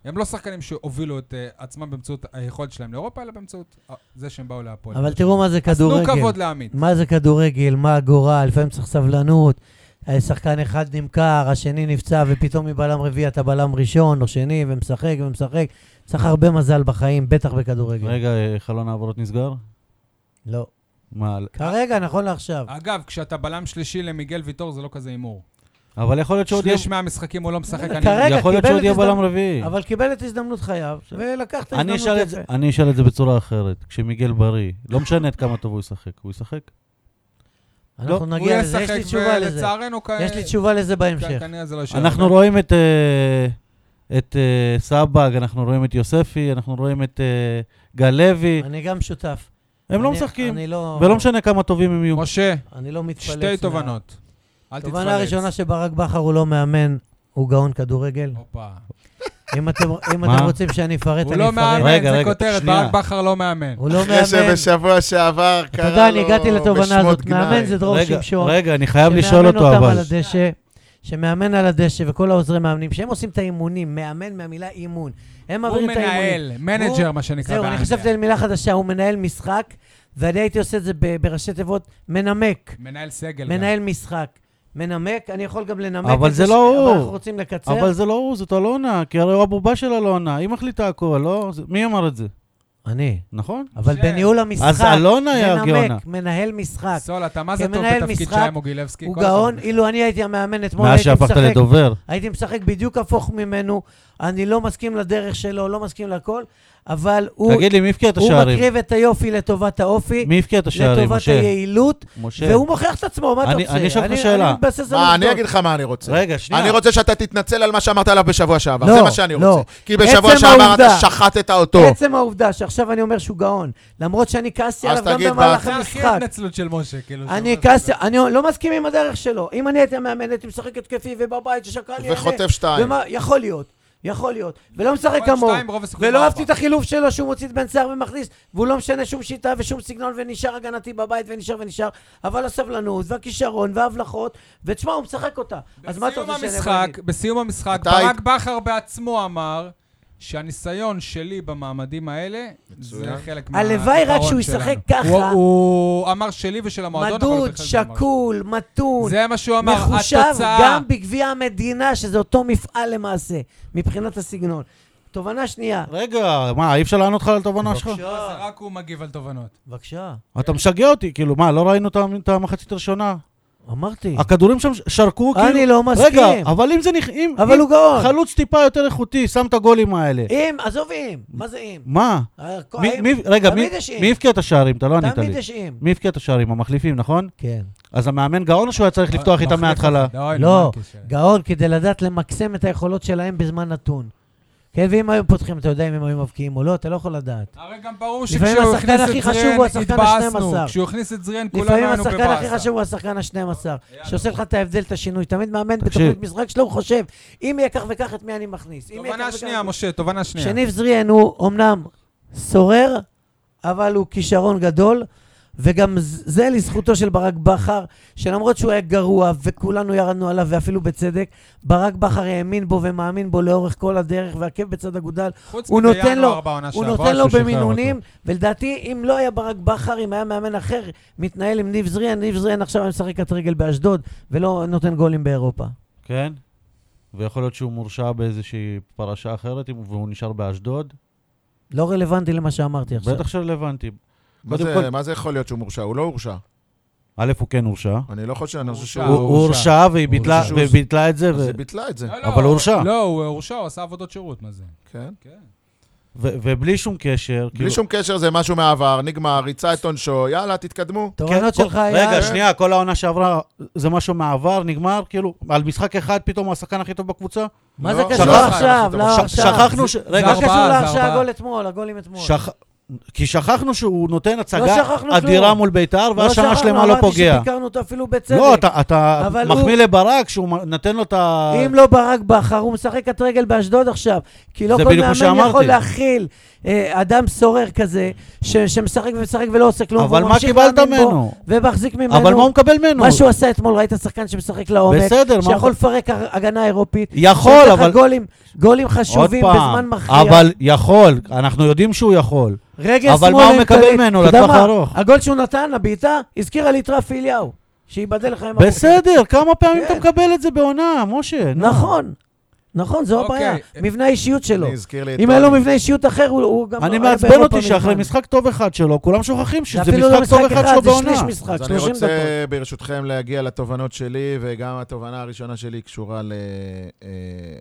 הם לא שחקנים שהובילו את אה, עצמם באמצעות היכולת שלהם לאירופה, אלא באמצעות אה, זה שהם באו להפועל.
אבל תראו מה זה כדורגל.
תנו כבוד לעמית.
מה זה כדורגל, מה הגורל, לפעמים צריך סבלנות. אה, שחקן אחד נמכר, השני נפצע, ופתאום מבלם רביעי אתה בלם ראשון או שני, ומשחק ומשחק. צריך הרבה מזל בחיים, בטח בכדורגל.
רגע, אה, חלון העברות נסגר?
לא.
מה, על-
כרגע, נכון לעכשיו.
אה,
אגב, כשאתה בלם שלישי למיגל ויטור זה לא כזה הימור.
אבל יכול להיות שעוד יהיה...
שליש מהמשחקים הוא לא משחק.
בסדר,
אני-
כרגע- רגע,
יכול להיות
קיבל
שעוד
את
יהיה
הזדמנות.
בלם רביעי.
אבל קיבל את הזדמנות חייו, ולקח את
אה. אני
ההזדמנות
אשאל את זה-
יפה.
אני אשאל את זה בצורה אחרת. כשמיגל בריא, לא משנה עד כמה טוב הוא ישחק, הוא ישחק? לא,
הוא
אנחנו נגיע לזה, יש לי
ישחק,
תשובה לזה.
ולצערנו כ-
יש לי תשובה לזה
כ-
בהמשך.
כנראה זה לא יישאר.
אנחנו רואים את, אה, את אה, סבג, אנחנו רואים את יוספי, אנחנו רואים את אה, גל לוי,
אני גם שותף.
הם לא
אני-
משחקים,
אני לא-
ולא משנה כמה טובים הם יהיו.
משה,
אני לא מתפלץ.
שתי
מה-
תובנות. אל תתפלץ.
תובנה ראשונה שברק בכר הוא לא מאמן, הוא גאון
אוקיי.
כדורגל.
הופה.
אם אתם אם
מה?
אתם רוצים שאני אפרט,
הוא
אני
לא
אפרט.
מאמן,
רגע,
זה
רגע,
כותרת,
שנייה.
ברק בכר לא מאמן.
הוא לא
אחרי
מאמן.
שבשבוע שעבר קרא
אתה
לו
יודע, אני הגעתי לתובנה
בשמות
הזאת. מאמן
גנאי.
זה דרור
רגע,
שמשון.
רגע, אני חייב לשאול
שמאמן
אותו
אותם
אבל.
על הדשא, שמאמן על הדשא וכל העוזרי מאמנים, שהם עושים את האימונים, מאמן מהמילה אימון. הם
הוא
מעבירים את האימונים.
מנהל, מנג'ר, מה שנקרא.
זהו, אני
באנגליה.
חשבתי על מילה חדשה, הוא מנהל משחק, ואני הייתי עושה את זה ב- בראשי תיבות, מנמק.
מנהל סגל. גם.
מנהל משחק. מנמק, אני יכול גם לנמק
אבל
את
זה לא
ש-
הוא.
אבל אנחנו רוצים לקצר.
אבל זה לא הוא, זאת אלונה, כי הרי הוא הבובה של אלונה, היא מחליטה הכל, לא? זה- מי אמר את זה?
אני.
נכון?
אבל
כן.
בניהול המשחק,
אז אלונה היא הגאונה.
מנמק, מנהל משחק.
סול, אתה מה זה טוב
כמנהל
בתפקיד
משחק,
שהיה
כן,
מוגילבסקי?
הוא
כל הכבוד.
גאון, אילו אני הייתי המאמן אתמול,
מאז
הייתי
שהפכת
משחק
לדובר.
הייתי משחק בדיוק הפוך ממנו, אני לא מסכים לדרך שלו, לא מסכים לכל, אבל הוא,
תגיד לי, מי הבקיע את
הוא
השערים?
מקריב את היופי לטובת האופי,
מי הבקיע את השערים,
לטובת
משה?
היעילות,
משה.
והוא מוכיח את עצמו, מה אתה
אני-
רוצה?
אני אשאל אותך
אני
שאלה.
מתבסס על
מה, אני
עובדות.
אגיד לך מה אני רוצה.
רגע,
אני
שנייה.
רוצה שאתה תתנצל על מה שאמרת עליו בשבוע שעבר,
לא,
זה מה שאני
לא.
רוצה. כי בשבוע
עצם
שעבר אתה
העובדה.
שחטת אותו.
עצם העובדה שעכשיו אני אומר שהוא גאון, למרות שאני כעסתי
אז
עליו גם
תגיד,
במהלך
זה הכי
המשחק.
התנצלות של משה, כאילו. זה
אני
אומר-
כעסתי, אני לא מסכים עם הדרך שלו. אם אני הייתי מאמן, הייתי משחק התקפי ובבית ששקרן יענה.
וחוטף שתיים.
ומה- יכול להיות, יכול להיות. ולא משחק
אבל
כמוהו.
שתיים, רוב הסיכויים לא
ולא
ארבע.
אהבתי את החילוף שלו שהוא מוציא את בן סער ומכניס, והוא לא משנה שום שיטה ושום סגנון ונשאר הגנתי בבית ונשאר ונשאר. אבל הסבלנות והכישרון וההבלחות, ותשמע, הוא משחק אותה. אז מה אתה
בסיום
רוצה שאני אבוא
המשחק,
להגיד?
בסיום המשחק,
אתה היית-
ברק בכר בעצמו אמר שהניסיון שלי במעמדים האלה, זה
מצוין.
חלק מהזיכרון שלנו.
הלוואי רק שהוא ישחק ככה.
הוא- הוא אמר שלי ושל המועדון, אבל הוא
מדוד,
בכלל זה אמר.
שקול, מתון.
זה מה שהוא אמר,
מחושב
התוצאה...
גם בגביע המדינה, שזה אותו מפעל למעשה, מבחינת הסגנון. תובנה שנייה.
רגע, מה, אי אפשר לענות לך על התובנה שלך?
לא, זה רק הוא מגיב על תובנות.
בבקשה,
אתה משגע אותי, כאילו, מה, לא ראינו את ה- את המחצית הראשונה?
אמרתי.
הכדורים שם ש- שרקו, כאילו...
כן. אני לא מסכים.
רגע, אבל אם זה נכ... אם-
אבל
אם
הוא גאון.
חלוץ טיפה יותר איכותי, שם את הגולים האלה.
אם, עזוב אם. מה זה אם?
מה?
הכל-
מי-
אם-
מי- רגע, מי-
תמיד יש אם.
מי הבקיע את השערים? אתה לא ענית
תמיד
לי.
יש אם.
מי הבקיע את השערים? המחליפים, נכון?
כן.
אז המאמן גאון או שהוא היה צריך לפתוח איתם
מחליף
מההתחלה?
אותו. אין,
לא,
מה
אה.
הקשר?
גאון כדי לדעת למקסם את היכולות שלהם בזמן נתון. כן, ואם היו פותחים, אתה יודע אם הם היו מבקיעים או לא, אתה לא יכול לדעת.
הרי גם ברור
לפעמים
שכשהוא
השחקן
הכניס
הכי
את
חשוב הוא השחקן
זריאן, התבאסנו.
ה-12.
כשהוא הכניס את זריאן, כולנו
לפעמים
היינו
השחקן הכי
בבאסה.
חשוב הוא השחקן ה-12, שעושה לך את ההבדל, את השינוי. תמיד מאמן
תקשיב.
בתוכנית משחק שלו, הוא חושב, אם יהיה כך וכך, את מי אני מכניס. אם יהיה כך
תובנה
וכך-
שנייה, משה, תובנה שנייה.
שניב זריאן הוא אמנם סורר, אבל הוא כישרון גדול, וגם ז- זה לזכותו של ברק בכר, שלמרות שהוא היה גרוע וכולנו ירדנו עליו, ואפילו בצדק, ברק בכר האמין בו ומאמין בו לאורך כל הדרך, והעקב בצד אגודל.
חוץ
הוא נותן לו,
מבינואר בעונה
הוא
שעברה,
נותן
שהוא
לו
שחרר
במינונים, ולדעתי, אם לא היה ברק בכר, אם היה מאמן אחר, מתנהל עם ניב זריאן, ניב זריאן עכשיו היה משחק את רגל באשדוד, ולא נותן גולים באירופה.
כן. ויכול להיות שהוא מורשע באיזושהי פרשה אחרת, אם- והוא נשאר באשדוד?
לא רלוונטי למה שאמרתי עכשיו.
בטח שרלוונטי.
מה זה-
קודם כל-
מה זה יכול להיות שהוא מורשע? הוא לא הורשע.
א', הוא כן
אה,
הורשע.
אני לא חושב, אני חושב
הורשע.
הוא
שהוא...
הוא הורשע והיא ביטלה-
הורשע.
והיא ביטלה את זה, ו-
אז
אה,
היא ביטלה את זה,
לא, לא,
אבל הוא הורשע.
לא, הוא הורשע, הוא עשה עבודות שירות, מה זה?
כאילו-
כן.
כן.
ו- ובלי שום קשר.
בלי
כאילו-
שום קשר, זה משהו מהעבר, נגמר, ריצה את עונשו, יאללה, תתקדמו.
כן,
תורנות
כל-
שלך היה...
רגע, שנייה, כל העונה שעברה, זה משהו מהעבר, נגמר, כאילו, על משחק אחד פתאום הוא השחקן הכי טוב בקבוצה?
מה זה
לא,
קשור
שכח-
עכשיו?
שכח-
לא
ש-
עכשיו.
שכחנו ש... רגע,
מה
זה
לא קשור
ארבעה, זה
לעכשיו
ארבעה.
הגול אתמול? הגולים אתמול.
שכ... כי שכחנו שהוא נותן הצגה
לא שכחנו
אדירה
כלום.
מול בית"ר,
לא
ואז שנה
שכחנו,
שלמה לא פוגע.
אמרתי שביקרנו אותו אפילו בצדק.
לא, אתה, אתה
אבל
מחמיא לברק שהוא מ- נותן לו את ה...
אם לא ברק בכר, הוא משחק את רגל באשדוד עכשיו. כי לא
זה
כל
בדיוק מה
מאמן
שאמרתי.
יכול להכיל אה, אדם סורר כזה, ש- שמשחק ומשחק ולא עושה כלום.
אבל
והוא
מה
ממשיך
קיבלת
להאמין בו,
ממנו?
ומחזיק ממנו.
אבל מה הוא מקבל ממנו?
מה שהוא עשה אתמול, ראית שחקן שמשחק לעומק,
בסדר, מה-
שיכול לפרק הר- הגנה אירופית,
יכול,
שנותן לך
אבל...
גולים, גולים
עוד
חשובים בזמן
פעם,
מכריע. כן,
אבל יכול, אנחנו יודעים שהוא יכול.
רגל
אבל
שמאל
מה הוא
עם
מקבל
כרית.
ממנו?
אתה יודע
לטווח
מה?
הארוך.
הגול שהוא נתן, הבעיטה, הזכירה לי את רפי אליהו, שייבדל לחיים ארוכים.
בסדר, כמה פעמים
כן.
אתה מקבל את זה בעונה, משה? נו.
נכון, נכון, זו
אוקיי.
הבעיה, מבנה האישיות שלו.
אני הזכיר לי את...
אם היה לו מבנה אישיות אחר, הוא- הוא גם...
אני
היה
מעצבן
באירופה
אותי שאחרי
מזמן.
משחק טוב אחד שלו, כולם שוכחים
זה
שזה
אפילו
משחק
לא משחק
טוב אחד
אחד,
שלו
זה שליש
בעונה.
משחק,
אז אני
30
רוצה,
דקות.
ברשותכם, להגיע לתובנות שלי, וגם התובנה הראשונה שלי קשורה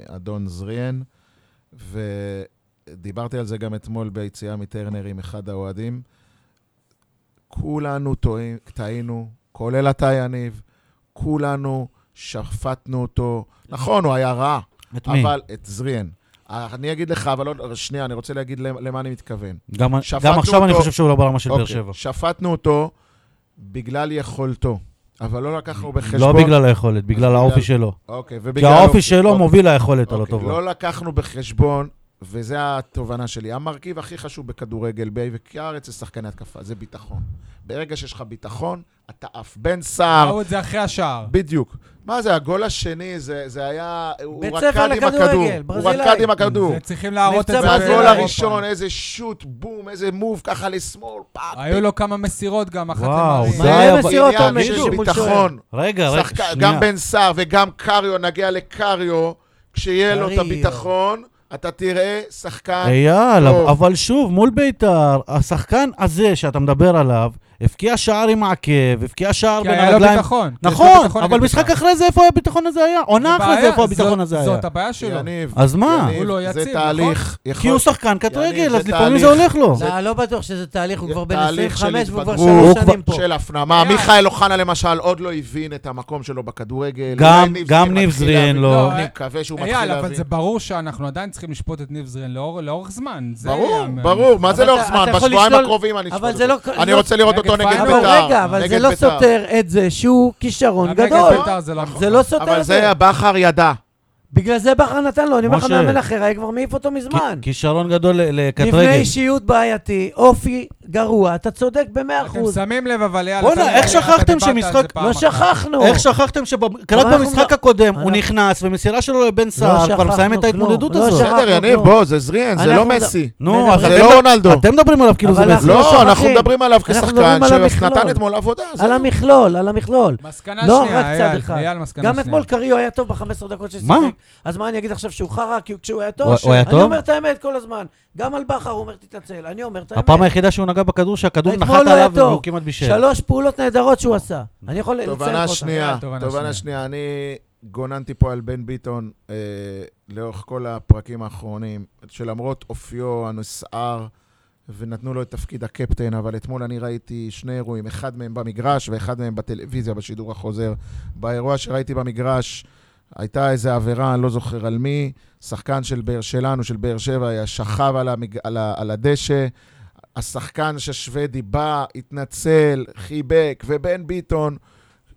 לאדון זריאן, ודיברתי על זה גם אתמול ביציאה מטרנר עם אחד האוהדים. כולנו טועים- טעינו, כולל אתה, יניב, כולנו שפטנו אותו. נכון, הוא היה רע,
את מי?
אבל את זריאן. אני אגיד לך, אבל עוד שנייה, אני רוצה להגיד למ- למה אני מתכוון.
גם
שפטנו
גם עכשיו אני
אותו.
חושב שהוא לא ברמה של באר
אוקיי,
שבע.
שפטנו אותו בגלל יכולתו, אבל לא לקחנו
לא
בחשבון...
בגלל היכולת, בגלל האופי
בגלל-
שלו.
אוקיי, ובגלל...
כי האופי
אוקיי,
שלו
אוקיי.
מוביל ליכולת הלא
אוקיי,
טובה.
לא לקחנו בחשבון וזו התובנה שלי. המרכיב הכי חשוב בכדורגל, בעיקר אצל שחקני התקפה, זה ביטחון. ברגע שיש לך ביטחון, אתה עף. בן סער,
ראו את זה אחרי השער.
בדיוק. מה זה, הגול השני, זה, זה היה... הוא
בית
רקד
ספר
עם
לכדורגל,
הכדור. הוא
ברזילאי.
רקד עם הכדור.
זה צריכים להראות את
מבצע
זה.
ברזילאי.
והגול
באירופה.
הראשון, איזה שוט, בום, איזה מוב, ככה לשמאל, פאק.
היו לו כמה מסירות גם, אחת
וואו,
למעלה.
זה היה
עניין
מסירות עומק
של
שמול
ביטחון.
רגע, רגע,
שחק... גם בן סער וגם קריו, נגיע לקריו, כשיהיה לו את
קריו.
הביטחון, אתה תראה שחקן...
אייל,
טוב.
אבל שוב, מול ביתר, השחקן הזה שאתה מדבר עליו, הבקיע שער עם העקב, הבקיע שער
כי
בין
היה לו
הרגליים.
ביטחון. כי יש לו
נכון,
ביטחון
אבל
נגד
משחק
בית"ר.
אחרי זה, איפה הביטחון הזה היה? עונה
זה
אחרי זה,
בעיה,
איפה הביטחון
זאת-
הזה היה?
זאת הבעיה שלו.
יניב,
אז מה?
יניב,
הוא לא יציב,
זה
נכון?
תהליך.
כי
יכול-
הוא שחקן
יניב,
כדורגל, אז
זה
לפעמים זה
תהליך.
הולך לו.
זה-
לא, לא בטוח שזה תהליך, הוא
זה
כבר בן
תהליך של
25 והוא כבר
התבגרות.
שלוש
הוא
שנים פה.
של הפנמה.
היה.
מיכאל אוחנה למשל עוד לא הבין את המקום שלו בכדורגל.
גם-
אולי
גם
זרין
ניב
מתחיל
זרין
להבין.
לא.
אני מקווה שהוא מתחיל
אייל, אבל
להבין.
זה ברור שאנחנו עדיין צריכים לשפוט את ניב זרין לאור- לאורך זמן. זה
ברור,
ה-
ברור, מה זה
אבל
לאורך
אתה-
זמן?
אתה יכול
בשבועיים
לשלול-
הקרובים אני
אבל
אשפוט
זה
אותו.
לא-
אני
לא-
רוצה לראות אותו
נגד
נגד
פייל.
בית"ר.
אבל רגע, אבל זה
נגד
לא
בית"ר.
סותר את זה שהוא
גם
כישרון
נגד
נכון, גדול.
בית"ר זה לא
זה
נכון.
לא סותר
אבל
את זה.
זה, בכר ידע.
בגלל זה בכר נתן לו, אני אומר לך,
משה.
מאמן אחר היה כבר מעיף אותו מזמן.
כי- כישרון גדול ל-
מבנה
לקטרגל.
אישיות בעייתי, אופי גרוע, אתה צודק במאה
אתם
אחוז.
שמים לב, אבל אייל...
בואנה,
אתה-
איך
אתה
שכחתם
דיברת על זה
שמשחק-
פעם
לא
אחת.
שכחנו.
איך שכחתם שרק
אנחנו
במשחק
לא-
הקודם הוא
אנחנו- לא
נכנס, ומסירה שלו לבן סער, כבר
שכחנו
מסיים את
כלום.
ההתמודדות
לא
הזאת.
שכחנו.
בסדר, יניב,
כלום.
בוא, זה זריאן, זה לא
אנחנו-
מסי.
נו, אז
זה
אתם-
לא רונלדו.
אתם מדברים עליו כאילו זה
אבל
בן
אנחנו
סער.
לא
לא, אנחנו
שוכחים.
מדברים עליו
אנחנו מדברים
כשחקן
על
שנתן
המכלול.
אתמול עבודה. לא
על
זהו.
המכלול, על המכלול.
מסקנה
לא
שנייה,
רק צד
אייל, אייל,
אחד.
מסקנה
גם
שנייה.
אתמול קריו היה טוב ב-15 דקות ששיחק.
מה?
אז מה אני אגיד עכשיו שהוא חרא? כי הוא- כשהוא היה
הוא-
טוב?
הוא היה
אני
טוב?
אומר את האמת כל הזמן. גם על בכר הוא אומר תתנצל, אני אומר את האמת.
הפעם היחידה שהוא נגע בכדור, שהכדור
אתמול
נחת
לא היה
עליו
טוב.
והוא כמעט בישל.
שלוש פעולות נהדרות שהוא עשה. אני יכול לציין אותן.
תובנה שנייה,
תובנה שנייה.
תובנה שנייה. אני גוננתי פה על בן ביטון אה, לאורך כל הפרקים האחרונים, שלמרות אופיו הנסער, ונתנו לו את תפקיד הקפטן, אבל אתמול אני ראיתי שני אירועים, אחד מהם במגרש ואחד מהם בטלוויזיה, בשידור החוזר. באירוע שראיתי במגרש הייתה איזו עבירה, אני לא זוכר על מי, שחקן של באר שלנו, של באר שבע, היה שכב על, המג... על, ה... על הדשא. השחקן ששוודי בא, התנצל, חיבק, ובן ביטון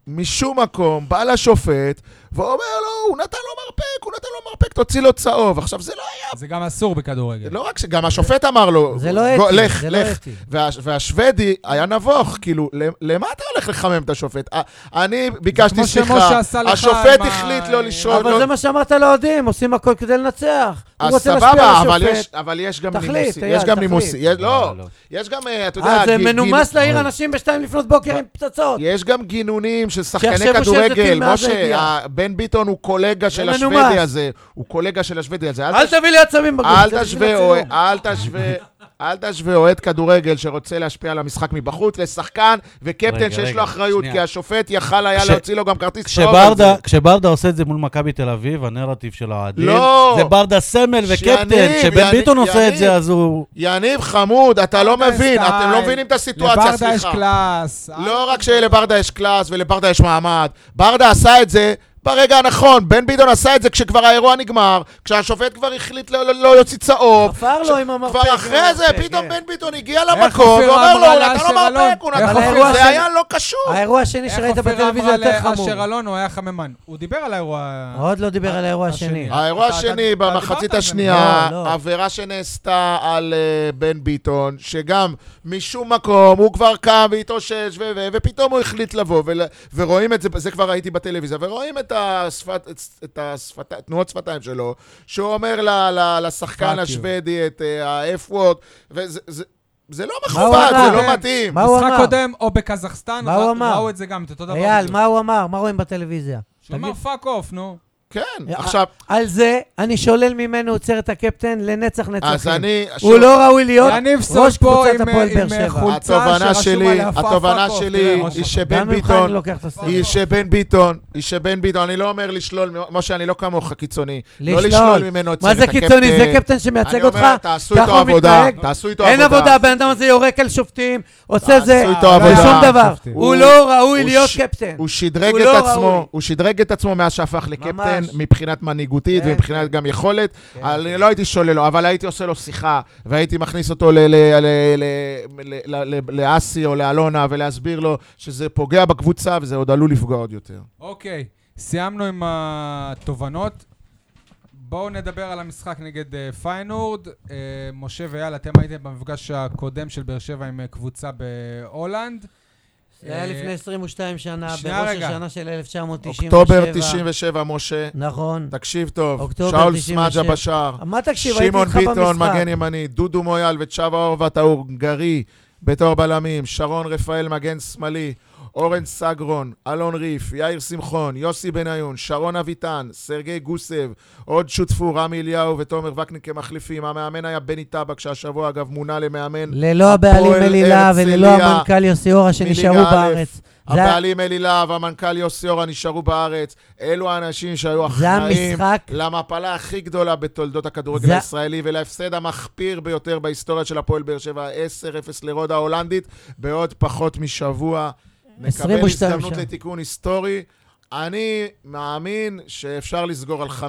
משום מקום בא לשופט ואומר לו, הוא נתן לו מרפק, הוא נתן לו מרפק, תוציא לו צהוב. עכשיו, זה לא
זה גם אסור בכדורגל.
לא רק שגם השופט אמר לו,
זה לא
"גו-
אתי,
לך,
זה לא
לך.
אתי.
וה- והשוודי היה נבוך, כאילו, למ- למה אתה הולך לחמם את השופט? א- אני ביקשתי
כמו שמשה
סליחה,
עשה לך
השופט
עם ה-
החליט לא לשאול.
אבל
לא-
זה מה שאמרת לאוהדים, עושים הכל כדי לנצח. הוא
אז
רוצה להשפיע
סבבה,
על
אבל יש-
השופט.
אבל יש גם
תחליט,
נימוסים.
אייל,
יש גם
תחליט.
נימוסים. יש- לא,
לא, לא.
יש גם, אה, אתה יודע,
אה, זה
גי-
מנומס
גינ-
להעיר אנשים בשתיים לפנות בוקר עם פצצות.
יש גם גינונים של שחקני
שיחשבו שזה טיל
כדורגל.
מעזה
משה,
הגיע.
ה- בן ביטון הוא קולגה של השוודי
מנומס.
הזה. הוא קולגה של השוודי הזה.
אל
אל
תביא לי עצבים בגוף.
אל
זה בשביל
תשווה,
הצילום.
אוה- אל תשווה, אל תשווה אוהד כדורגל שרוצה להשפיע על המשחק מבחוץ לשחקן וקפטן
רגע,
שיש
רגע,
לו אחריות,
שנייה.
כי השופט יכל היה
כש-
להוציא לו גם כרטיס צהוב על זה.
כשברדה, כשברדה עושה את זה מול מכבי תל אביב, הנרטיב של האוהדים,
לא.
זה ברדה סמל וקפטן,
שיניב,
כשבן
יניב,
ביטון עושה את
יניב.
זה אז הוא...
יניב חמוד, אתה לא
ברדה יש
מבין,
סטייל.
אתם לא מבינים את הסיטואציה,
לברדה יש
סליחה.
קלאס. אה,
לא רק שלברדה יש קלאס ולברדה יש מעמד, ברדה עשה את זה ברגע הנכון, בן ביטון עשה את זה כשכבר האירוע נגמר, כשהשופט כבר החליט לא- לא לא להוציא צהוב.
עפר לו עם המרפק.
כבר אחרי זה, לא
כן.
פתאום בן ביטון הגיע
איך
למקום
אופירה
ואומר לו, לא
אמרה
הוא נתן לו
לאשר אלון?
מרפק, הוא
איך
נתן לו
אופירה
מרפק, זה
אמרה-
היה לא קשור.
האירוע השני
איך
שראית
אופירה
בטלוויזיה
אמרה
יותר חמור.
לאשר אלון, הוא היה חממן. הוא דיבר על האירוע...
עוד לא דיבר על האירוע השני.
אה, השני.
האירוע
אתה-
השני,
אתה- אתה
במחצית
דיברת על זה,
השנייה,
לא, לא.
עבירה שנעשתה על אה, בן ביטון, שגם משום מקום הוא כבר קם והתאושש, ו- ו- ופתאום הוא החליט לבוא, ול- ורואים את זה, זה כבר ראיתי בטלוויזיה, ורואים את השפת- את השפת- תנועות שפתיים שלו, שהוא אומר ל- ל- לשחקן
Fuck you.
השוודי את ה-F-Walk, וזה זה- זה לא
מה הוא
מכובד, זה
אמר?
לא מתאים.
מה הוא
משחק
אמר?
קודם או בקזחסטן,
מה הוא
רא-
אמר?
ראו את זה גם, את אותו דבר.
אייל,
בדיוק.
מה הוא אמר? מה רואים בטלוויזיה?
שהוא אמר
תגיד.
פאק אוף, נו.
כן,
אה,
עכשיו,
על זה אני שולל ממנו עצרת הקפטן לנצח נצחים.
אז אני...
אה, הוא
שוב,
לא ראוי להיות
יניב סול
ראש
פה
קבוצת
עם
הפועל באר
עם אה,
שבע.
חולצה
התובנה
שרשום
שלי-
עליה פאק
התובנה
אוף.
שלי
תראה, ראש
היא
חכם.
שבן
גם לא ממך
ביטון-
אני לוקח את הסרט.
היא שבן ביטון, היא שבן ביטון, אני לא אומר לשלול, משה, אני לא כמוך קיצוני. לא לשלול ממנו את
מה
צוות
זה קיצוני? זה
הקפטן.
קפטן שמייצג
אני
אותך?
אומר, תעשו
ככה
איתו
הוא
עבודה,
מתנהג?
תעשו איתו
אין עבודה, הבן אדם הזה יורק על שופטים, עושה
תעשו
זה,
איתו עבודה.
ושום דבר.
שופטים.
הוא
הוא-
לא ראוי
הוא
להיות
ש-
קפטן.
הוא שדרג
הוא
את
לא ראוי.
עצמו, הוא שדרג את עצמו מאז שהפך לקפטן,
ממש.
מבחינת מנהיגותית
כן.
ומבחינת גם יכולת.
כן.
אני לא הייתי שולל לו, אבל הייתי עושה לו שיחה, והייתי מכניס אותו ל- ל- ל- ל- ל- ל- ל- לאסי או לאלונה, ולהסביר לו שזה פוגע בקבוצה וזה עוד עלול לפגוע עוד יותר.
אוקיי, סיימנו עם התובנות. בואו נדבר על המשחק נגד אה, פיינורד. אה, משה ואייל, אתם הייתם במפגש הקודם של באר שבע עם אה, קבוצה בהולנד.
זה היה
אה,
לפני 22 שנה,
שנייה,
בראש
רגע.
השנה של 1997.
אוקטובר 97, משה.
נכון.
תקשיב טוב,
אוקטובר
שאול
97.
סמאג'ה בשער,
מה תקשיב, הייתי
שמעון
איתך במשחק.
ביטון, מגן ימני, דודו מויאל וצ'אבה אורבט ההונגרי בתור בלמים, שרון רפאל, מגן שמאלי, אורן סגרון, אלון ריף, יאיר שמחון, יוסי בניון, שרון אביטן, סרגי גוסב, עוד שותפו רמי אליהו ותומר וקנין כמחליפים. המאמן היה בני טבק, שהשבוע אגב מונה למאמן.
ללא הבעלים
הפועל
אלי להב וללא
הרצליה,
המנכ"ל יוסי אורה שנשארו
מליגה א'.
בארץ. זה ה-
הבעלים אלי להב, המנכ"ל יוסי אורה נשארו בארץ. אלו האנשים שהיו
זה
אחראים
המשחק,
למפלה הכי גדולה בתולדות הכדורגל
זה-
הישראלי ולהפסד המחפיר ביותר בהיסטוריה של הפועל באר שבע, 10-0 לרודה ההולנדית, בעוד פחות משבוע. נקבל
22
הזדמנות
שם.
לתיקון היסטורי. אני מאמין שאפשר לסגור על 5-0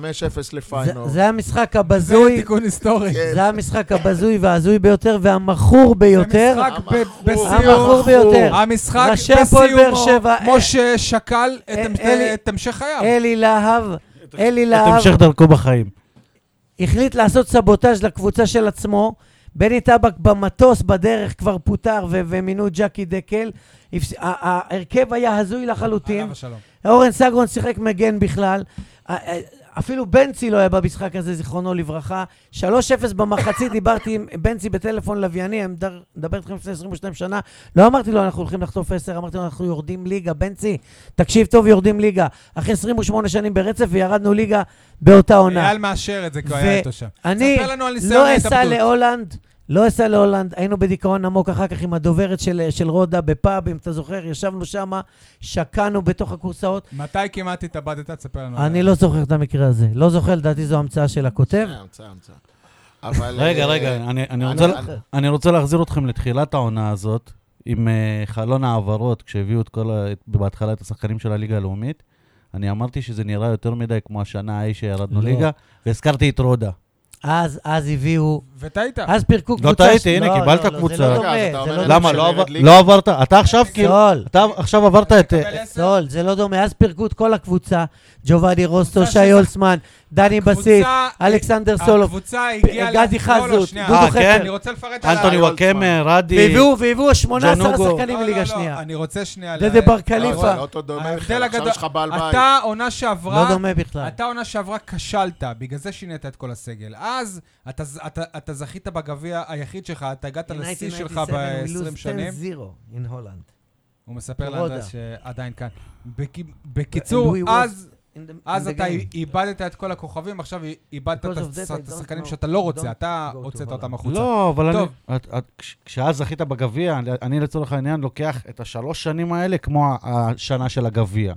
זה-
לפיינור.
זה המשחק
זה
הבזוי,
תיקון היסטורי.
כן.
זה המשחק הבזוי וההזוי ביותר והמכור ביותר.
זה משחק ב-
המכור.
בסיום.
המכור ביותר.
המשחק
ראשי הפועל באר שבע,
בסיומו, משה שקל את
אה,
המש-
אלי-
את המשך חייו.
אלי להב, אלי
את
להב
המשך דרכו בחיים.
החליט לעשות סבוטאז' לקבוצה של עצמו. בני טבק במטוס בדרך כבר פוטר ו- ומינו את ג'קי דקל. הפס- ה- ה- ההרכב היה הזוי לחלוטין.
עליו השלום.
אורן סגרון שיחק מגן בכלל. אפילו בנצי לא היה במשחק הזה, זיכרונו לברכה. 3-0
*coughs*
במחצית, דיברתי עם בנצי בטלפון לווייני, אני מדבר- מדבר איתכם לפני 22 שנה. לא אמרתי לו, אנחנו הולכים לחטוף 10, אמרתי לו, אנחנו יורדים ליגה. בנצי, תקשיב טוב, יורדים ליגה. אחרי 28 שנים ברצף וירדנו ליגה באותה עונה.
אייל מאשר את זה, כי הוא
ו-
היה איתו שם.
אני
ספר לנו על ניסיון
לא אסע
ההתאבדות.
להולנד, לא אסע להולנד, היינו בדיכאון עמוק אחר כך עם הדוברת של, של רודה בפאב, אם אתה זוכר, ישבנו שם, שקענו בתוך הכורסאות.
מתי כמעט התאבדת? תספר לנו. על
אני
זה.
לא זוכר את המקרה הזה. לא זוכר, לדעתי זו המצאה של הכותב.
אה, המצאה, המצאה. אבל...
רגע,
אה,
רגע, אני- אני
אני-
רוצה
אני-
אני רוצה להחזיר אתכם לתחילת העונה הזאת, עם אה, חלון העברות, כשהביאו את כל ה... את- בהתחלה את השחקנים של הליגה הלאומית. אני אמרתי שזה נראה יותר מדי כמו השנה ההיא שירדנו
לא.
ליגה, והזכרתי את רודה.
אז, אז הביאו,
וטעית.
אז פירקו
לא
קבוצה...
טעיתי,
ש-
הנה,
לא,
קיבלת
לא, לא,
קבוצה.
זה לא
רגע, אז
דומה,
אתה אומר
זה לא
לי
דומה.
למה?
של
לא
ירד
עבר-
ליגה.
לא עברת? אתה עכשיו כאילו...
סול,
אתה עכשיו עברת את... אה,
אבל עשר-
סול, זה לא דומה. אז פירקו את כל הקבוצה. ג'ובאני רוסטו,
קבוצה
שי
של-
הולצמן, דני בסיס,
הקבוצה-
אלכסנדר סולוב.
הקבוצה הגיעה... ל-
גדי
לא, לא,
אה, חזות,
שנייה.
דודו
אה,
חקר.
כן?
אני רוצה לפרט על...
אנטוני
ה-
אה,
וואקמה, רדי...
והביאו, והביאו 18
ג'נוגו.
שחקנים
לא, לא,
מליגה
לא,
שנייה.
אני רוצה שנייה...
דדה
ל-
בר
לא, זה
קליפה.
לא אותו דומה
ההבדל
בכלל, עכשיו
הגדול-
יש לך בעל בית.
אתה עונה שעברה...
לא דומה בכלל.
אתה עונה שעברה כשלת, בגלל זה שינית את כל הסגל. אז אתה, אתה, אתה זכית בגביע היחיד שלך, אתה הגעת לשיא שלך ב-20 שנים.
in Holland.
הוא מספר
רודה.
לאנדרס שעדיין כאן. בק, בקיצור,
And we
אז,
In the-
אז
in the
אתה
game.
איבדת את כל הכוכבים, עכשיו איבדת
Because
את
of that,
הש-
I
את
don't
השחקנים
know.
שאתה לא רוצה,
Don't
אתה
go to
הוצאת
Holland.
אותם החוצה.
לא, אבל אני...
טוב.
את- את- כש- כשאז זכית בגביע, אני- אני לצורך העניין לוקח את השלוש שנים האלה כמו ה- השנה של הגביע.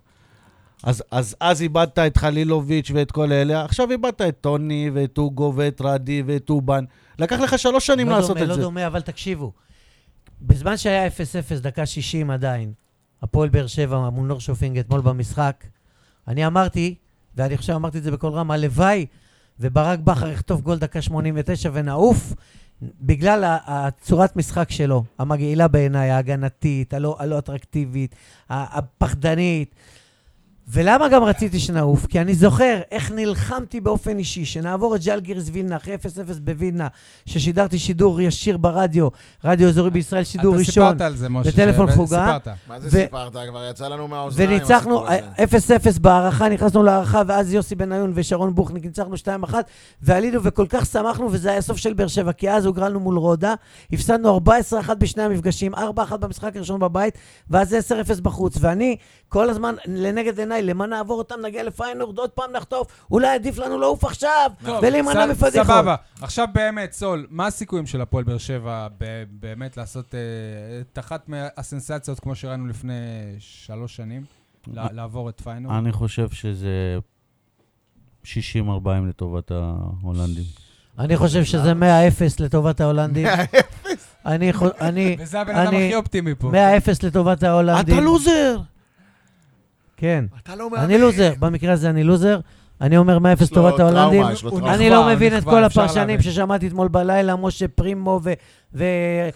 אז, אז אז איבדת את חלילוביץ' ואת כל אלה, עכשיו איבדת את טוני ואת אוגו ואת רדי ואת אובן. לקח לך שלוש שנים
לא
לעשות
דומה,
את
לא
זה.
דומה, אבל תקשיבו. בזמן שהיה 0-0, דקה 60 עדיין, הפועל באר שבע מול נורשופינג אתמול במשחק, אני אמרתי, ואני חושב אמרתי את זה בקול רם, הלוואי וברק בכר יחטוף גול דקה 89 ונעוף בגלל ה- הצורת משחק שלו, המגעילה בעיניי, ההגנתית, הלא, הלא אטרקטיבית, ה- הפחדנית. ולמה גם רציתי שנעוף? כי אני זוכר איך נלחמתי באופן אישי, שנעבור את ג'לגירס וילנה אחרי 0-0 בווילנה, ששידרתי שידור ישיר ברדיו, רדיו אזורי בישראל, שידור
אתה
ראשון.
סיפרת על זה, משה.
בטלפון
ו-
חוגה.
סיפרת.
מה זה
ו-
סיפרת? כבר יצא לנו מהאוזניים.
וניצחנו אה,
הסיפור הזה.
0-0 בהערכה, נכנסנו להערכה, ואז יוסי בניון ושרון בוכניק ניצחנו 2-1, ועלינו וכל כך שמחנו, וזה היה סוף של באר שבע, כי אז הוגרלנו מול רודה, הפסדנו 14-1 בשני המפגשים, 4-1 במשחק הראשון בבית, ואז 10-0 בחוץ, ואני כל הזמן לנגד עיניי, למה נעבור אותם, נגיע לפיינורד, עוד פעם נחטוף, אולי עדיף לנו לעוף עכשיו,
טוב,
ולהימנע
ס-
מפדיחות.
סבבה. עכשיו באמת, סול, מה הסיכויים של הפועל באר שבע ב- באמת לעשות אה, את אחת מהסנסציות, כמו שראינו לפני שלוש שנים, ל- לעבור את פיינור?
אני חושב שזה 60-40 לטובת ההולנדים.
אני חושב שזה 100-0 לטובת ההולנדים. 100-0? אני, חו- אני,
וזה הבן אדם
אני-
הכי אופטימי פה.
100-0 לטובת ההולנדים.
אתה לוזר!
כן.
אתה לא מאמין.
אני לוזר, במקרה הזה אני לוזר. אני אומר 1-0
יש לו
לטובת
טראומה,
ההולנדים.
יש לו
הוא
טראומה.
אני
נכווה,
לא
הוא
מבין את
נכווה,
כל
אפשר
הפרשנים
להבין.
ששמעתי אתמול בלילה, משה פרימו ו... ו...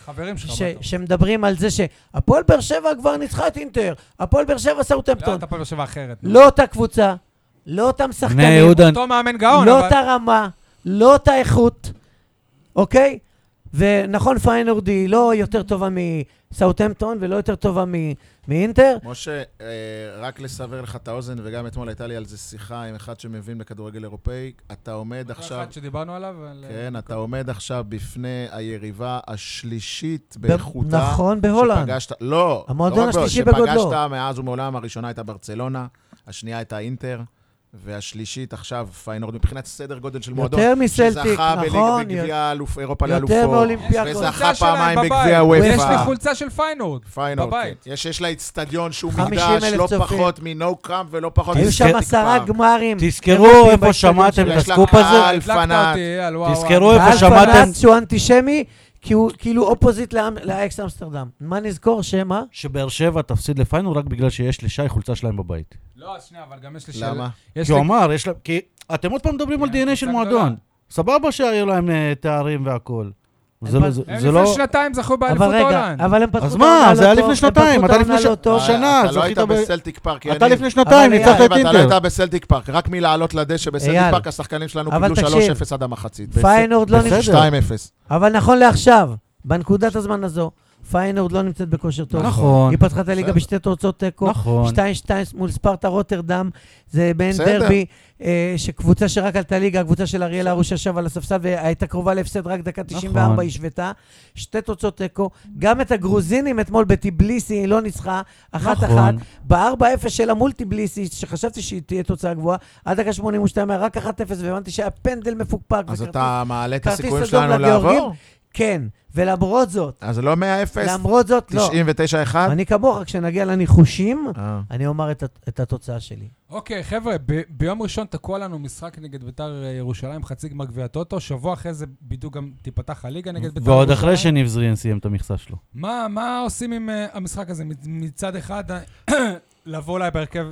חברים שלך.
ש...
בטוח.
שמדברים על זה שהפועל באר שבע כבר ניצחה את אינטר, הפועל באר שבע
לא,
סאוטמפטון.
אתה פה באר שבע אחרת. נו.
לא אותה קבוצה, לא אותם
בני
שחקנים,
יהודה,
אותו מאמן גאון,
לא
אבל-
את הרמה, לא את האיכות, אוקיי? ונכון, פיינורד היא לא יותר טובה מסאוטהמפטון ולא יותר טובה מ- מאינטר.
משה, אה, רק לסבר לך את האוזן, וגם אתמול הייתה לי על זה שיחה עם אחד שמבין בכדורגל אירופאי, אתה עומד
אותו
עכשיו...
אחד שדיברנו עליו, על...
כן, אתה עומד עכשיו בפני היריבה השלישית
ב-
באיכותה.
נכון, בהולנד.
שפגשת, לא,
המועדון
לא רק בהולנד,
השלישי בגודלו.
שפגשת מאז ומעולם, הראשונה הייתה ברצלונה, השנייה הייתה אינטר, והשלישית עכשיו פיינורד, מבחינת סדר גודל של מועדון.
יותר מסלטיק,
שזכה
נכון?
בליג- בגביע אלוף- אירופה
יותר
לאלופות.
מאולימפיאקוס.
חולצה
וזכה
שלהם
פעמיים
בבית.
בגביע
יש לי
הוופא.
חולצה של פיינורד.
פיינורד, כן.
בבית.
יש, יש לה איצטדיון שהוא
50,000
מקדש, לא
צופים.
פחות מנו קראמפ ולא פחות
היו שם
מסטטיק
עשרה
פארק.
גמרים.
תזכרו
הם
איפה
מופיעים
שמעתם
באצטדיון
את
יש לה
הסקופ
קהל.
הזה.
הדלקת
פנאט.
אותי, על וואו.
תזכרו
וואו.
איפה
ואלפא
שמעתם-
נאס שהוא אנטישמי, כי הוא כאילו אופוזיט לאם- לאקס אמסטרדם. מה נזכור שמה?
שבאר שבע תפסיד לפיינור רק בגלל שיש לשי חולצה שלהם בבית.
לא, שנייה, אבל גם יש לי שאלה.
למה?
יש
כי הוא
לי-
אמר, יש להם... כי אתם עוד פעם מדברים על
כן,
דנ"א של
קבוצה
מועדון.
גדולה.
סבבה שהיו להם אה, תארים והכול. זה
הם
לא-
פ-
זה-
הם
זה לא...
לפני שנתיים זכו באליפות
אבל רגע,
הולנד.
אבל הם פתחו
אז
את העונה לא טוב.
מה, זה היה לפני
הם פתחו
שנתיים,
את
אתה
העונה
לפני ש-
לא טוב.
אה, שנה,
אתה לא
זכית
היית
ב-
בסלטיק פארק,
אתה
יניב.
לפני שנתיים
אבל
ניצחת
אייל,
תקשיב,
את
אתה לא
אינטר.
היית בסלטיק פארק, רק מלעלות לדשא בסלטיק
אייל.
פארק, השחקנים שלנו
אבל
קיבלו 3-0
תקשיב,
עד המחצית.
פיינורד לא נמצא,
בסדר.
2-0.
אבל נכון לעכשיו, בנקודת הזמן הזו, פיינורד לא נמצאת בכושר טוב.
נכון,
היא פתחה את הליגה
בסדר.
בשתי תוצאות תיקו.
נכון.
2-2 מול ספרטה רוטרדם, זה מעין
בסדר.
דרבי, אה, שקבוצה שרק עלתה ליגה, הקבוצה של אריאל הרוש ישב על הספסל והייתה קרובה להפסד רק דקה 94
נכון.
השוותה. שתי תוצאות תיקו, גם את הגרוזינים אתמול בטיבליסי היא לא ניצחה, אחת-אחת.
נכון.
ב-4-0 שלה מול טיבליסי, שחשבתי שהיא תהיה תוצאה גבוהה, עד דקה 82 היה רק 1-0, והבנתי שהיה פנדל מפוקפק.
אז
וכרטיס-
אתה מעלה את
כרטיס
הסיכויים
אדום
שלנו
לגאורגים?
לעבור?
כן, ולמרות זאת,
אז לא 100-0,
למרות זאת, לא.
99-1?
אני כמוך, כשנגיע לניחושים,
אה.
אני אומר את הת- את התוצאה שלי.
אוקיי, חבר'ה, ב- ביום ראשון תקוע לנו משחק נגד ביתר אה, ירושלים, חצי גמר גביע טוטו, שבוע אחרי זה בדיוק גם תיפתח הליגה נגד ביתר ירושלים.
נכון. ועוד אחרי שניב זריאן סיים את המכסה שלו.
מה, מה עושים עם אה, המשחק הזה? מצ- מצד אחד, אה, *coughs* לבוא אולי בהרכב...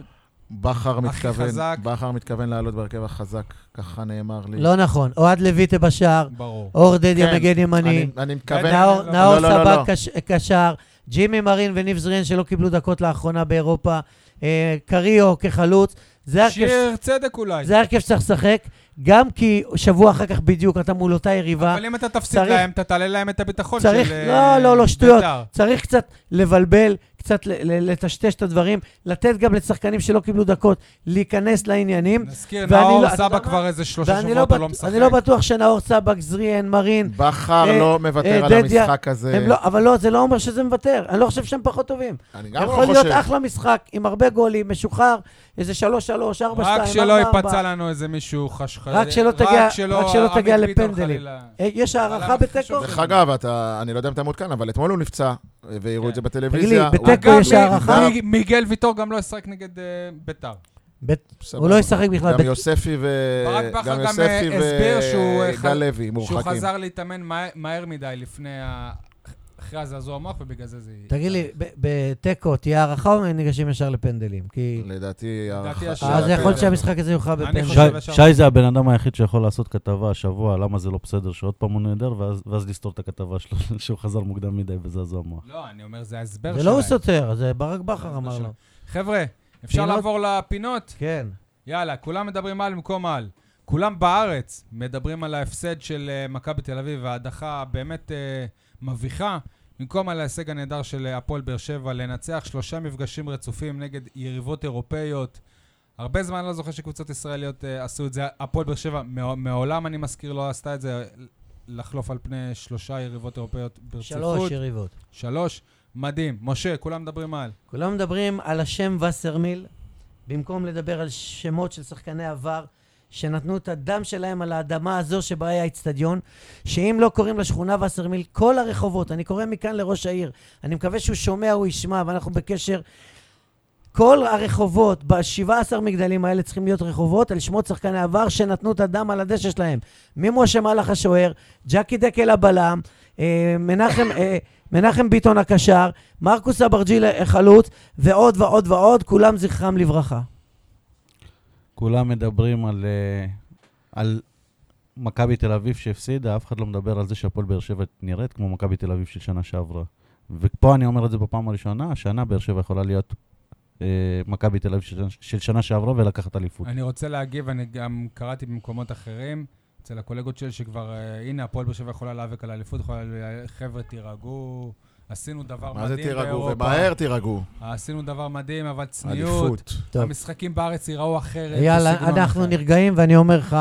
בכר מתכוון,
חזק.
בכר מתכוון לעלות בהרכב החזק, ככה נאמר לי.
לא נכון, אוהד לויטה בשער,
ברור.
אור דדיה
כן,
מגן ימני,
אני- אני מקווה...
נאור-
לא,
נאור
לא, לא,
סבג
לא.
קש- קשר, ג'ימי מרין וניב זריאן שלא קיבלו דקות לאחרונה באירופה, אה, קריו כחלוץ, זה הרכב
שיר צדק אולי.
זה ההרכב שצריך לשחק, גם כי שבוע אחר כך בדיוק אתה מול אותה יריבה,
אבל אם אתה תפסיד
צריך-
להם, אתה תעלה להם את הביטחון של...
צריך-
אה,
לא, לא, לא, שטויות.
בית"ר.
צריך קצת לבלבל, קצת ל- ל- לטשטש את הדברים, לתת גם לשחקנים שלא קיבלו דקות להיכנס לעניינים.
נזכיר,
ואני לא-
נאור
אתה
סבא
יודע מה?
כבר איזה שלושה
ואני לא,
שבועות הוא לא
בט...
משחק.
אני לא בטוח שנאור סבק, זריאן, מרין,
בכר
אה,
לא מוותר
אה,
על
דדיה,
המשחק הזה.
הם לא, אבל לא, זה לא אומר שזה מוותר. אני לא חושב שהם פחות טובים.
אני גם
יכול
לא
להיות
חושב.
אחלה משחק, עם הרבה גולים, משוחרר, איזה 3-3, 4-2, 4-4.
רק שלא ייפצע לנו איזה מישהו חשחש.
רק שלא תגיע- רק שלא
עמית
תגיע
ביטון
לפנדלים.
חלילה.
אה, יש הערכה
עליו הכי
בתיקו?
חשוב.
דרך אגב, אתה, אני לא יודע אם אתה מעודכן, אבל אתמול הוא נפצע, והראו את זה
כן.
בטלוויזיה.
תגיד לי,
הוא-
בתיקו
אגב,
יש
מי-
הערכה?
מי- מיגל ויטור גם לא ישחק נגד אה, ביתר.
בית-
סבבה.
הוא לא ישחק בכלל.
גם
בית-
יוספי ו...
ברק בכר גם,
גם
אה,
יוספי
הסביר שהוא, אה,
וגל
חז-
לוי
שהוא
מורחקים.
חזר להתאמן מה- מהר מדי לפני ה... אחרי הזעזוע המוח, ובגלל זה זה...
תגיד לי, ב- בתיקו תהיה הערכה או הם ניגשים ישר לפנדלים? כי
לדעתי,
לדעתי
הערכה
השאלה
אז
הפנדלים.
יכול להיות שהמשחק הזה יוכרע
אני
בפנדלים.
חושב- ישר.
שי- שי זה הבן אדם היחיד שיכול לעשות כתבה השבוע, למה זה לא בסדר, שעוד פעם הוא נהדר, ואז- ואז לסתור את הכתבה שלו, *laughs* שהוא חזר מוקדם מדי בזעזוע מוח.
לא, אני אומר, זה ההסבר
זה
שלהם.
לא הוא סותר, זה ברק בכר
ההסבר
אמר לו.
שלהם. חבר'ה, אפשר
פינות?
לעבור לפינות?
כן.
יאללה, כולם מדברים על במקום על. כולם בארץ מדברים על ההפסד של אה, מכבי תל אביב, ההדחה באמת אה, מביכה, במקום על ההישג הנהדר של אה, הפועל באר שבע, לנצח שלושה מפגשים רצופים נגד יריבות אירופאיות. הרבה זמן לא זוכר שקבוצות ישראליות אה, עשו את זה. הפועל באר שבע מע- מעולם, אני מזכיר, לא עשתה את זה, אה, לחלוף על פני שלושה יריבות אירופאיות ברציפות.
שלוש יריבות.
שלוש. מדהים. משה, כולם מדברים על.
כולם מדברים על השם וסרמיל, במקום לדבר על שמות של שחקני עבר, שנתנו את הדם שלהם על האדמה הזו שבה היה האיצטדיון, שאם לא קוראים לשכונה וסרמיל, כל הרחובות, אני קורא מכאן לראש העיר, אני מקווה שהוא שומע, הוא ישמע, ואנחנו בקשר. כל הרחובות ב-17 מגדלים האלה צריכים להיות רחובות על שמות שחקני עבר שנתנו את הדם על הדשא שלהם. ממשה מלאך השוער, ג'קי דקל הבלם, אה, מנחם, אה, מנחם ביטון הקשר, מרקוס אברג'יל החלוץ, ועוד ועוד ועוד, כולם זכרם לברכה.
כולם מדברים על, אה, על מכבי תל אביב שהפסידה, אף אחד לא מדבר על זה שהפועל באר שבע נראית כמו מכבי תל אביב של שנה שעברה. ופה אני אומר את זה בפעם הראשונה, השנה באר שבע יכולה להיות אה, מכבי תל אביב של, של שנה שעברה ולקחת אליפות.
אני רוצה להגיב, אני גם קראתי במקומות אחרים, אצל הקולגות שלי שכבר, אה, הנה, הפועל באר שבע יכולה להיאבק על האליפות, יכולה, ל- חבר'ה, תירגעו, עשינו דבר
מה זה
מדהים
תירגעו?
באירופה.
ומהר תירגעו.
עשינו דבר מדהים, אבל צניעות.
אליפות.
טוב.
המשחקים בארץ ייראו אחרת.
יאללה,
בסגנון
אנחנו
אחר.
נרגעים, ואני אומר לך,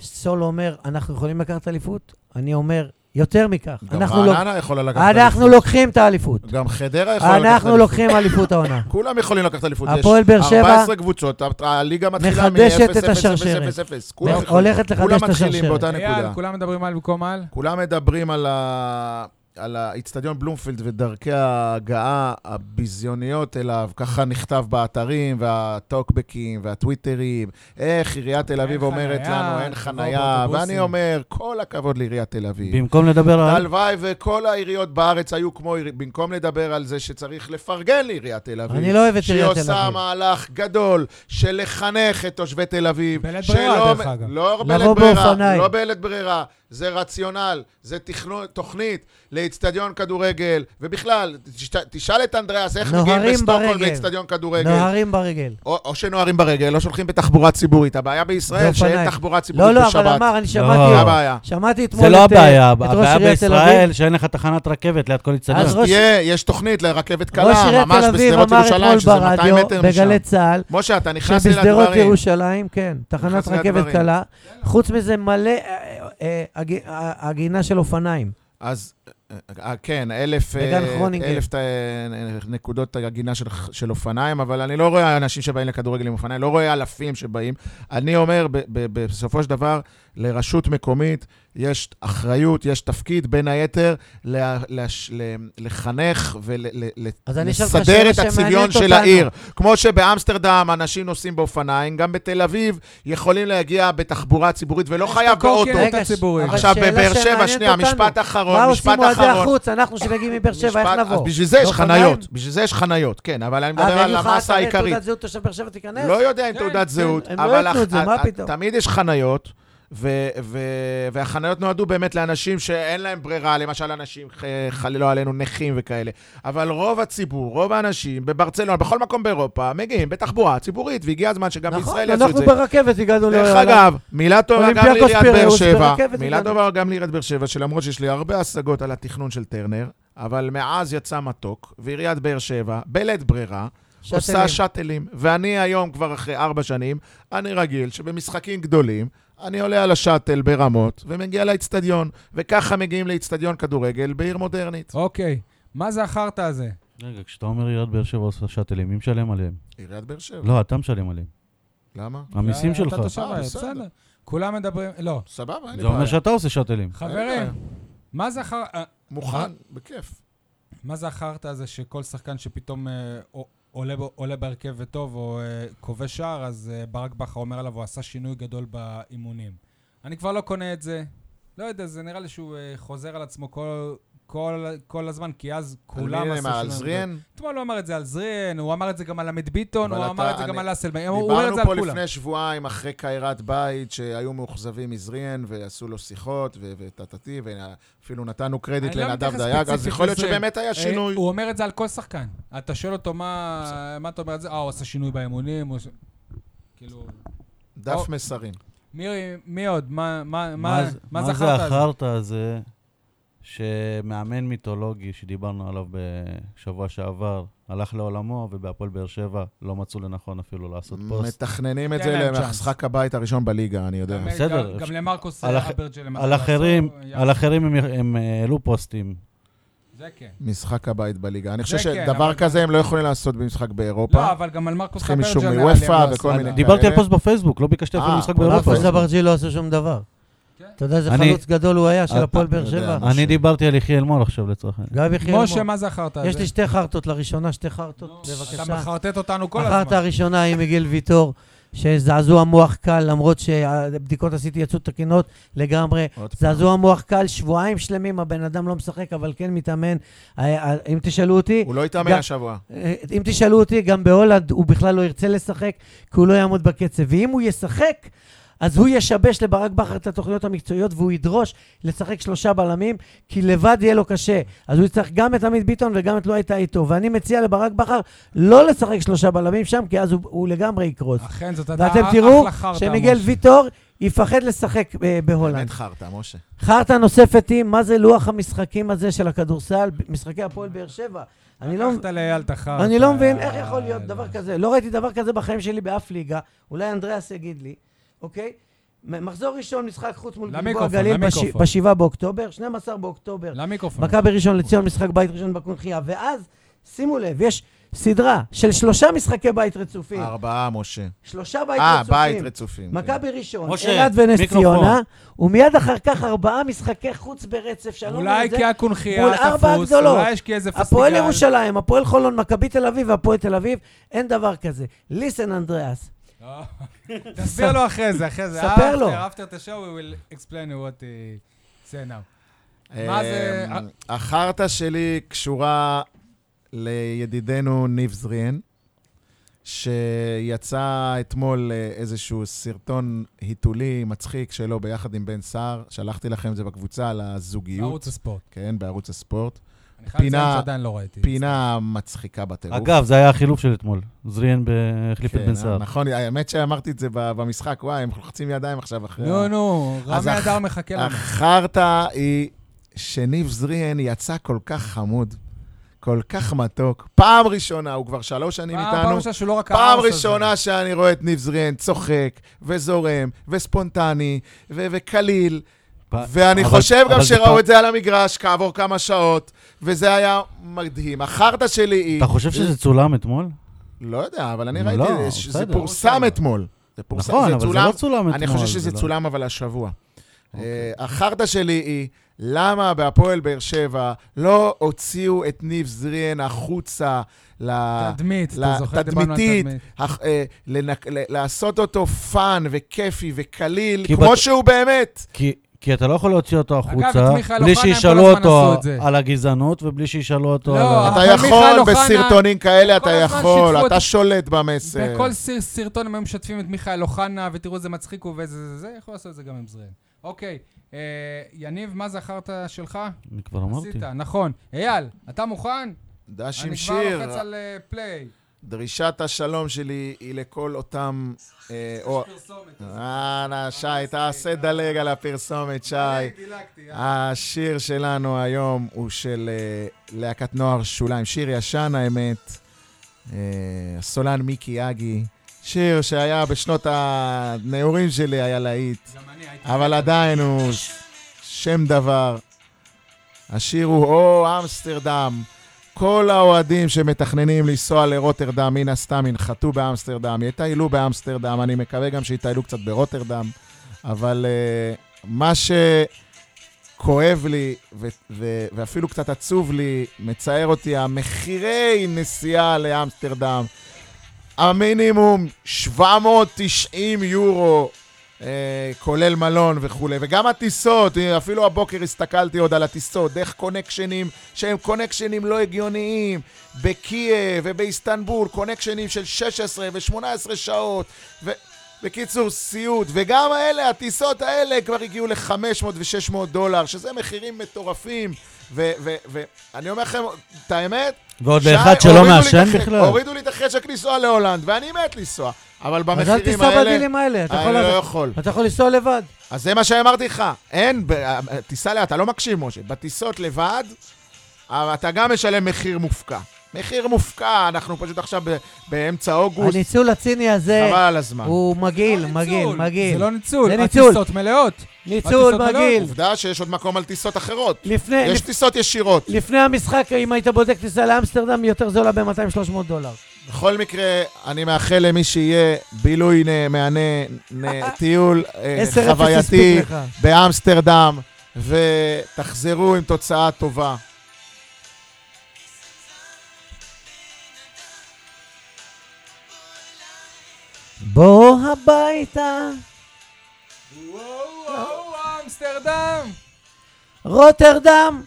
סול אומר, אנחנו יכולים לקחת אליפות? אני אומר, יותר מכך,
גם
אנחנו לא-
רעננה יכולה לקחת
אנחנו לוקחים את האליפות.
גם חדרה יכולה לקחת אליפות.
אנחנו לוקחים אליפות
*laughs*
העונה.
כולם יכולים לקחת אליפות. יש
הפועל באר שבע
14 קבוצות, הליגה מתחילה
מחדשת את
מ-0, 0, 0,
השרשרת.
0, 0. כולם
הולכת
יכולים.
לחדש
כולם
את
מתחילים
השרשרת.
באותה נקודה.
אייל, כולם מדברים על במקום על?
כולם מדברים על ה... על האיצטדיון בלומפילד ודרכי ההגעה הביזיוניות אליו, ככה נכתב באתרים, והטוקבקים, והטוויטרים, איך עיריית תל אביב
אין
אומרת
חנייה,
לנו, אין
תבואו
חנייה,
באוטובוסים."
ואני אומר, כל הכבוד לעיריית תל אביב.
במקום לדבר על...
הלוואי וכל העיריות בארץ היו כמו, עיר- במקום לדבר על זה שצריך לפרגן לעיריית תל אביב.
אני לא אוהב את עיריית תל
שהיא עושה
אביב.
מהלך גדול של לחנך את תושבי תל אביב.
בלית
שלא-
ברירה, דרך אגב.
לא
לבוא
בלית ברירה,
באופניים.
לא בלית ברירה. זה רציונל, זה תכנו- תוכנית לאיצטדיון כדורגל, ובכלל, תש- תשאל את אנדריאס איך מגיעים
נוהרים
בסטוקהולם
ברגל.
לאיצטדיון כדורגל.
נוהרים ברגל.
או או שנוהרים ברגל, או שהולכים בתחבורה ציבורית. הבעיה בישראל
באופניים.
שאין תחבורה ציבורית
לא, לא, אבל
בשבת.
אמר, אני
זה
שמעתי...
הבעיה.
שמעתי אתמול
זה לא
את, אה,
הבעיה,
את ראש
הבעיה
עיריית תל אביב.
בישראל שאין לך תחנת רכבת ליד כל איצטדיון.
אז ראש-
תהיה, יש תוכנית לרכבת
ראש
קלה,
עיריית
ממש
תל אביב
בשדרות
אמר אתמול
ירושלים, שזה 200
ברדיו,
מטר משם.
בגלי צה"ל,
משה, אתה נכנס לי
שבשדרות
לדברים.
ירושלים, כן, תחנת
נכנס לי
רכבת
לדברים.
קלה. חוץ מזה מלא אה, אה, הג- אה, הגינה של אופניים.
אז אה, אה, כן, אלף,
בגן
אה,
חרונינגר.
אלף ת- אה, נקודות הגינה של, של אופניים, אבל אני לא רואה אנשים שבאים לכדורגל עם אופניים, לא רואה אלפים שבאים. אני אומר, ב, ב, בסופו של דבר, לרשות מקומית יש אחריות, יש תפקיד, בין היתר, ל, לש, ל, לחנך
אז אני אשאל אותך
ולסדר
שאלה
את הצביון
שמעניינת
של
אותנו.
העיר. כמו שבאמסטרדם אנשים נוסעים באופניים, גם בתל אביב יכולים להגיע בתחבורה ציבורית, ולא חייב באוטו.
קורקינט.
רגע,
הציבורית.
אבל
כן, עכשיו,
שאלה
בבאר שבע,
שמעניינת
שנייה,
אותנו.
משפט
מה
אחרון,
עושים
משפט
מועדי
אחרון.
החוץ? אנחנו שמגיעים מבאר שבע, איך
משפט-
נבוא?
אז בשביל זה יש
באופניים?
חניות, בשביל זה יש חניות, כן, אבל אני מדבר
אה,
על
ויגידו לך,
המסה
"אתה תעודת
העיקרית.
זהות תושב באר שבע תיכנס?
לא יודע אם
כן,
תעודת
כן,
זהות,
הם לא
אבל
יתנו את זה,
הח-
מה
ה- ה-
פתאום?
תמיד יש חניות. ו- ו- והחניות נועדו באמת לאנשים שאין להם ברירה, למשל אנשים, ח- חלילה עלינו, נכים וכאלה. אבל רוב הציבור, רוב האנשים בברצלונה, בכל מקום באירופה, מגיעים בתחבורה ציבורית, והגיע הזמן שגם בישראל
נכון,
יעשו את
אנחנו
זה.
ברכבת הגענו
דרך
לעולם.
אגב, מילה טובה גם
לא אולימפיאקוס
לעיריית באר
פיראוס
שבע.
ברכבת
מילה
הגענו.
טובה גם לעיריית באר שבע, שלמרות שיש לי הרבה השגות על התכנון של טרנר, אבל מאז יצא מתוק, ועיריית באר שבע, בלית ברירה,
שאטלים.
עושה שאטלים. ואני היום, כבר אחרי ארבע שנים, אני רגיל שבמשחקים גדולים, אני עולה על השאטל ברמות ומגיע לאיצטדיון, וככה מגיעים לאיצטדיון כדורגל בעיר מודרנית.
אוקיי, מה זה החרטא הזה?
רגע, כשאתה אומר עיריית באר שבע עושה שאטלים, מי משלם עליהם?
עיריית באר שבע,
לא, אתה משלם עליהם.
למה?
המיסים שלך.
אתה תושב
אה,
העיר,
בסדר.
בסדר. כולם מדברים, לא.
סבבה, אין לי
זה אומר
בעיה.
שאתה עושה שאטלים.
אין
חברים,
בעיה.
מה זה החרטא? אה,
מוכן, בכיף.
מה זה החרטא הזה שכל שחקן שפתאום אה, א- עולה ב- עולה בהרכב וטוב או אה, כובש שער, אז אה, ברק בכר אומר עליו, הוא עשה שינוי גדול באימונים. אני כבר לא קונה את זה. לא יודע, זה נראה לי שהוא אה, חוזר על עצמו כל- כל- כל הזמן, כי אז
על
כולם
מי
עשו
נאמר?
שינוי
על
גדול.
זריאן?
אתמול הוא אמר את זה על זריאן, הוא אמר את זה גם על עמית ביטון,
אבל
הוא
אתה-
אמר את זה גם
אני-
על אסל, מאיר, הוא אומר את
דיברנו
זה
פה
על כולם.
לפני שבועיים, אחרי קיירת בית, שהיו מאוכזבים מזריאן, ועשו לו שיחות, ו- וטטטי, ואפילו נתנו קרדיט
אני לא
לנדב
מתייחס
דייג, אז
ספציפית
יכול להיות
לזה.
שבאמת היה
אה,
שינוי.
הוא אומר את זה על כל שחקן. אתה שואל אותו מה מה אתה אומר על זה, אה, הוא עשה שינוי באימונים, הוא... עושה-" כאילו...
דף מסרים.
מירי, מי עוד? מה, מה,
מה
מה,
זה-
מה
מה זה
זכרת? על זה?
החרטא הזה שמאמן מיתולוגי שדיברנו עליו בשבוע שעבר, הלך לעולמו, ובהפועל באר שבע לא מצאו לנכון אפילו לעשות פוסט.
מתכננים את
תן
זה
להם
למשחק הבית הראשון בליגה, אני יודע.
גם-
בסדר,
גם-
אפשר-
גם למרקוס
על אח-
אברג'ה למטה.
על אחרים,
לעצור,
על אחרים הם- הם אה, העלו פוסטים.
זה כן.
משחק הבית בליגה. אני
זה
חושב
כן,
שדבר
אבל-
כזה הם לא יכולים לעשות במשחק באירופה.
לא, אבל גם על מרקוס
צריכים
אברג'ה.
אישור
נראה לי
מוופא
הם לא
וכל
עשו.
מיני.
דיברתי על
כאלה.
פוסט בפייסבוק, לא ביקשתי אפילו
אה,
משחק
פה
באירופה.
רפוס אברג'י לא עשה שום דבר.
כן.
אתה יודע איזה
אני-
חלוץ גדול הוא היה של
אה,
הפועל
אה,
באר
אני יודע.
שבע?
אני דיברתי על יחיאל מול עכשיו לצורך העניין.
גבי חילמון.
משה, מה זכרת? על
כן, יש
זה?
לי שתי חרטות לראשונה, שתי חרטות,
נו, אתה
בבקשה.
מחרטט אותנו כל
החרטה
הזמן.
הראשונה היא מגיל ויטור, שזעזוע מוח קל, למרות שהבדיקות עשיתי יצאו תקינות לגמרי.
עוד פעם.
זעזוע מוח קל, שבועיים שלמים הבן אדם לא משחק, אבל כן מתאמן. אה, אה, אם תשאלו אותי,
הוא לא התאמן
גם-
השבוע.
אה, אם תשאלו אותי, גם בהולנד הוא בכלל לא ירצה לשחק, כי הוא לא יעמוד בקצב. ואם הוא ישחק, אז הוא ישבש לברק בכר את התוכניות המקצועיות והוא ידרוש לשחק שלושה בלמים, כי לבד יהיה לו קשה. אז הוא יצטרך גם את עמית ביטון וגם את לא הייתה איתו. ואני מציע לברק בכר לא לשחק שלושה בלמים שם, כי אז הוא, הוא לגמרי יקרוס.
אכן, זאת הייתה
ואתם
אחלה
תראו
חרטא,
שמיגל
משה.
ויטור יפחד לשחק אה, בהולנד.
באמת חרטא, משה.
חרטא נוספת היא, מה זה לוח המשחקים הזה של הכדורסל, משחקי הפועל באר שבע. אני לא...
לקחת לאייל את החרטא.
אני לא
אה,
מבין איך יכול להיות דבר כזה. לא ראיתי דבר כזה בחיים שלי באף ליגה. אולי אנדריאס יגיד לי, אוקיי? מ- מחזור ראשון, משחק חוץ מול גלבוע
למיקרופון,
גליל
למיקרופון.
ב-7 באוקטובר, 12 באוקטובר.
למיקרופון.
מכבי ראשון לציון, משחק בית ראשון בקונחייה. ואז, שימו לב, יש סדרה של שלושה משחקי בית רצופים.
ארבעה, משה.
שלושה בית
אה, בית
רצופים.
רצופים. כן.
מכבי ראשון,
משה,
אילת ונס
מיקרופון.
ציונה, ומיד אחר כך ארבעה משחקי חוץ ברצף, שאני לא מבין
אולי
את זה.
כי הקונכייה
מול
תפוס,
ארבע הגדולות.
אולי יש כי איזה פסטיגל.
הפועל ירושלים, הפועל חולון, מכבי תל אביב והפועל תל אביב, אין דבר כזה. ליסן אנדריאס.
לא. תסביר לו אחרי זה, אה, אחרי זה.
ספר לו.
After after the show, we will explain what he say now.
אה,
מה זה-
החרטא שלי קשורה לידידנו ניב זריאן, שיצא אתמול אה, איזשהו סרטון היתולי מצחיק שלו ביחד עם בן סער. שלחתי לכם את זה בקבוצה על הזוגיות,
ערוץ הספורט.
כן, בערוץ הספורט.
אני חייב
פינה-
לציין שעדיין לא ראיתי.
פינה מצחיקה בטירוף.
אגב, זה היה החילוף של אתמול. זריאן ב- החליף את
אה, אוקיי. כן,
בן סער.
נכון, האמת שאמרתי את זה ב- במשחק, וואי, הם לוחצים ידיים עכשיו אחרי... ה-
נו, נו,
אז
רמי
הח-
אדר מחכה לנו.
החרטא היא שניב זריאן יצא כל כך חמוד, כל כך מתוק. פעם ראשונה, הוא כבר שלוש שנים
פעם- פעם
איתנו.
ראשונה שהוא לא רק
פעם
הארס הזה.
ראשונה שאני רואה את ניב זריאן צוחק, וזורם, וספונטני, ו- וקליל.
פ-
ואני
אבל-
חושב גם
אבל זה
שראו
פ-
את זה על המגרש כעבור כמה שעות, וזה היה מדהים. החרטא שלי היא...
אתה חושב שזה צולם אתמול?
לא יודע, אבל אני
לא,
ראיתי, זה- זה
בסדר.
פורסם אתמול. זה פורסם,
נכון,
זה
אבל זה
צולם.
לא צולם אתמול.
אני חושב שזה
זה לא-
צולם אבל השבוע.
אוקיי.
אה, החרטא שלי היא, למה בהפועל באר שבע לא הוציאו את ניב זריאן החוצה ל-
תדמית, אתה זוכר? דיברנו על
לתדמיתית,
תדמית.
הח- אה, לנק- ל- לעשות אותו פאן וכיפי וקליל,
כי
כמו
בת-
שהוא באמת.
כי, כי אתה לא יכול להוציא אותו החוצה,
את מיכאל
בלי
אוחנה הם כל
שישאלו
הזמן
אותו
עשו את זה.
על הגזענות ובלי שישאלו אותו
לא,
על... ה-
אתה
אבל מיכאל
יכול
אוחנה,
בסרטונים כאלה, אתה
כל הזמן שיתפו
יכול,
את-
אתה שולט במסר.
בכל סיר- סרטון הם היו משתפים את מיכאל אוחנה, ותראו איזה מצחיק הוא ואיזה זה זה, יכול לעשות את זה גם עם זריאן. אוקיי, אה, יניב, מה זכרת שלך?
אני כבר אמרתי.
עשית, נכון. אייל, אתה מוכן?
דש עם
אני כבר
שיר,
לוחץ על אה, פליי.
דרישת השלום שלי היא לכל אותם... אה, או-
פרסומת.
אנא, שי, תעשה דלג על הפרסומת, שי.
היי, אה. דילגתי, אה.
השיר שלנו היום הוא של אה, להקת נוער שוליים, שיר ישן האמת, אה, הסולן מיקי אגי, שיר שהיה בשנות הנעורים שלי, היה להיט,
גם אני הייתי...
אבל עדיין הוא שם דבר. השיר הוא או אמסטרדם. כל האוהדים שמתכננים לנסוע לרוטרדם, מן הסתם ינחתו באמסטרדם, יטיילו באמסטרדם, אני מקווה גם שיטיילו קצת ברוטרדם, אבל uh, מה שכואב לי ו- ו- ואפילו קצת עצוב לי, מצער אותי, המחירי נסיעה לאמסטרדם, המינימום 790 יורו. אה, כולל מלון וכולי, וגם הטיסות, אה, אפילו הבוקר הסתכלתי עוד על הטיסות, דרך קונקשנים שהם קונקשנים לא הגיוניים, בקייב ובאיסטנבול, קונקשנים של 16 ו-18 שעות, ו... בקיצור, סיוט, וגם האלה, הטיסות האלה כבר הגיעו ל-500 ו-600 דולר, שזה מחירים מטורפים, ואני ו- ו- אני אומר לכם את האמת,
ועוד
שי,
לאחד שלא
הורידו לי את הח-
מעשן בכלל.
הורידו לי את החשק לנסוע להולנד, ואני מת לנסוע, אבל
אז אל
במחירים
תיסע
האלה...
בדילים האלה, אתה
אני
יכול...
לא יכול.
אתה יכול לנסוע לבד.
אז זה מה שאמרתי לך. אין, ב- טיסה לאט, אתה לא מקשיב, משה. בטיסות לבד, אבל אתה גם משלם מחיר מופקע. מחיר מופקע, אנחנו פשוט עכשיו ב- באמצע אוגוסט,
הניצול הציני הזה
חבל על הזמן.
הוא מגעיל,
לא
מגעיל,
ניצול,
מגעיל.
זה לא ניצול,
זה ניצול.
הטיסות מלאות.
ניצול
הטיסות מלאות.
מגעיל.
עובדה שיש עוד מקום על טיסות אחרות.
לפני-
יש טיסות ישירות.
לפני המשחק, אם היית בודק טיסה לאמסטרדם, היא יותר זולה ב-200-300 דולר.
בכל מקרה, אני מאחל למי שיהיה בילוי נה- מהנה, נה- טיול אה,
10-0
חווייתי
הספיק לך.
באמסטרדם, ותחזרו עם תוצאה טובה.
בוא הביתה,
וואו, וואו, אמסטרדם!
רוטרדם,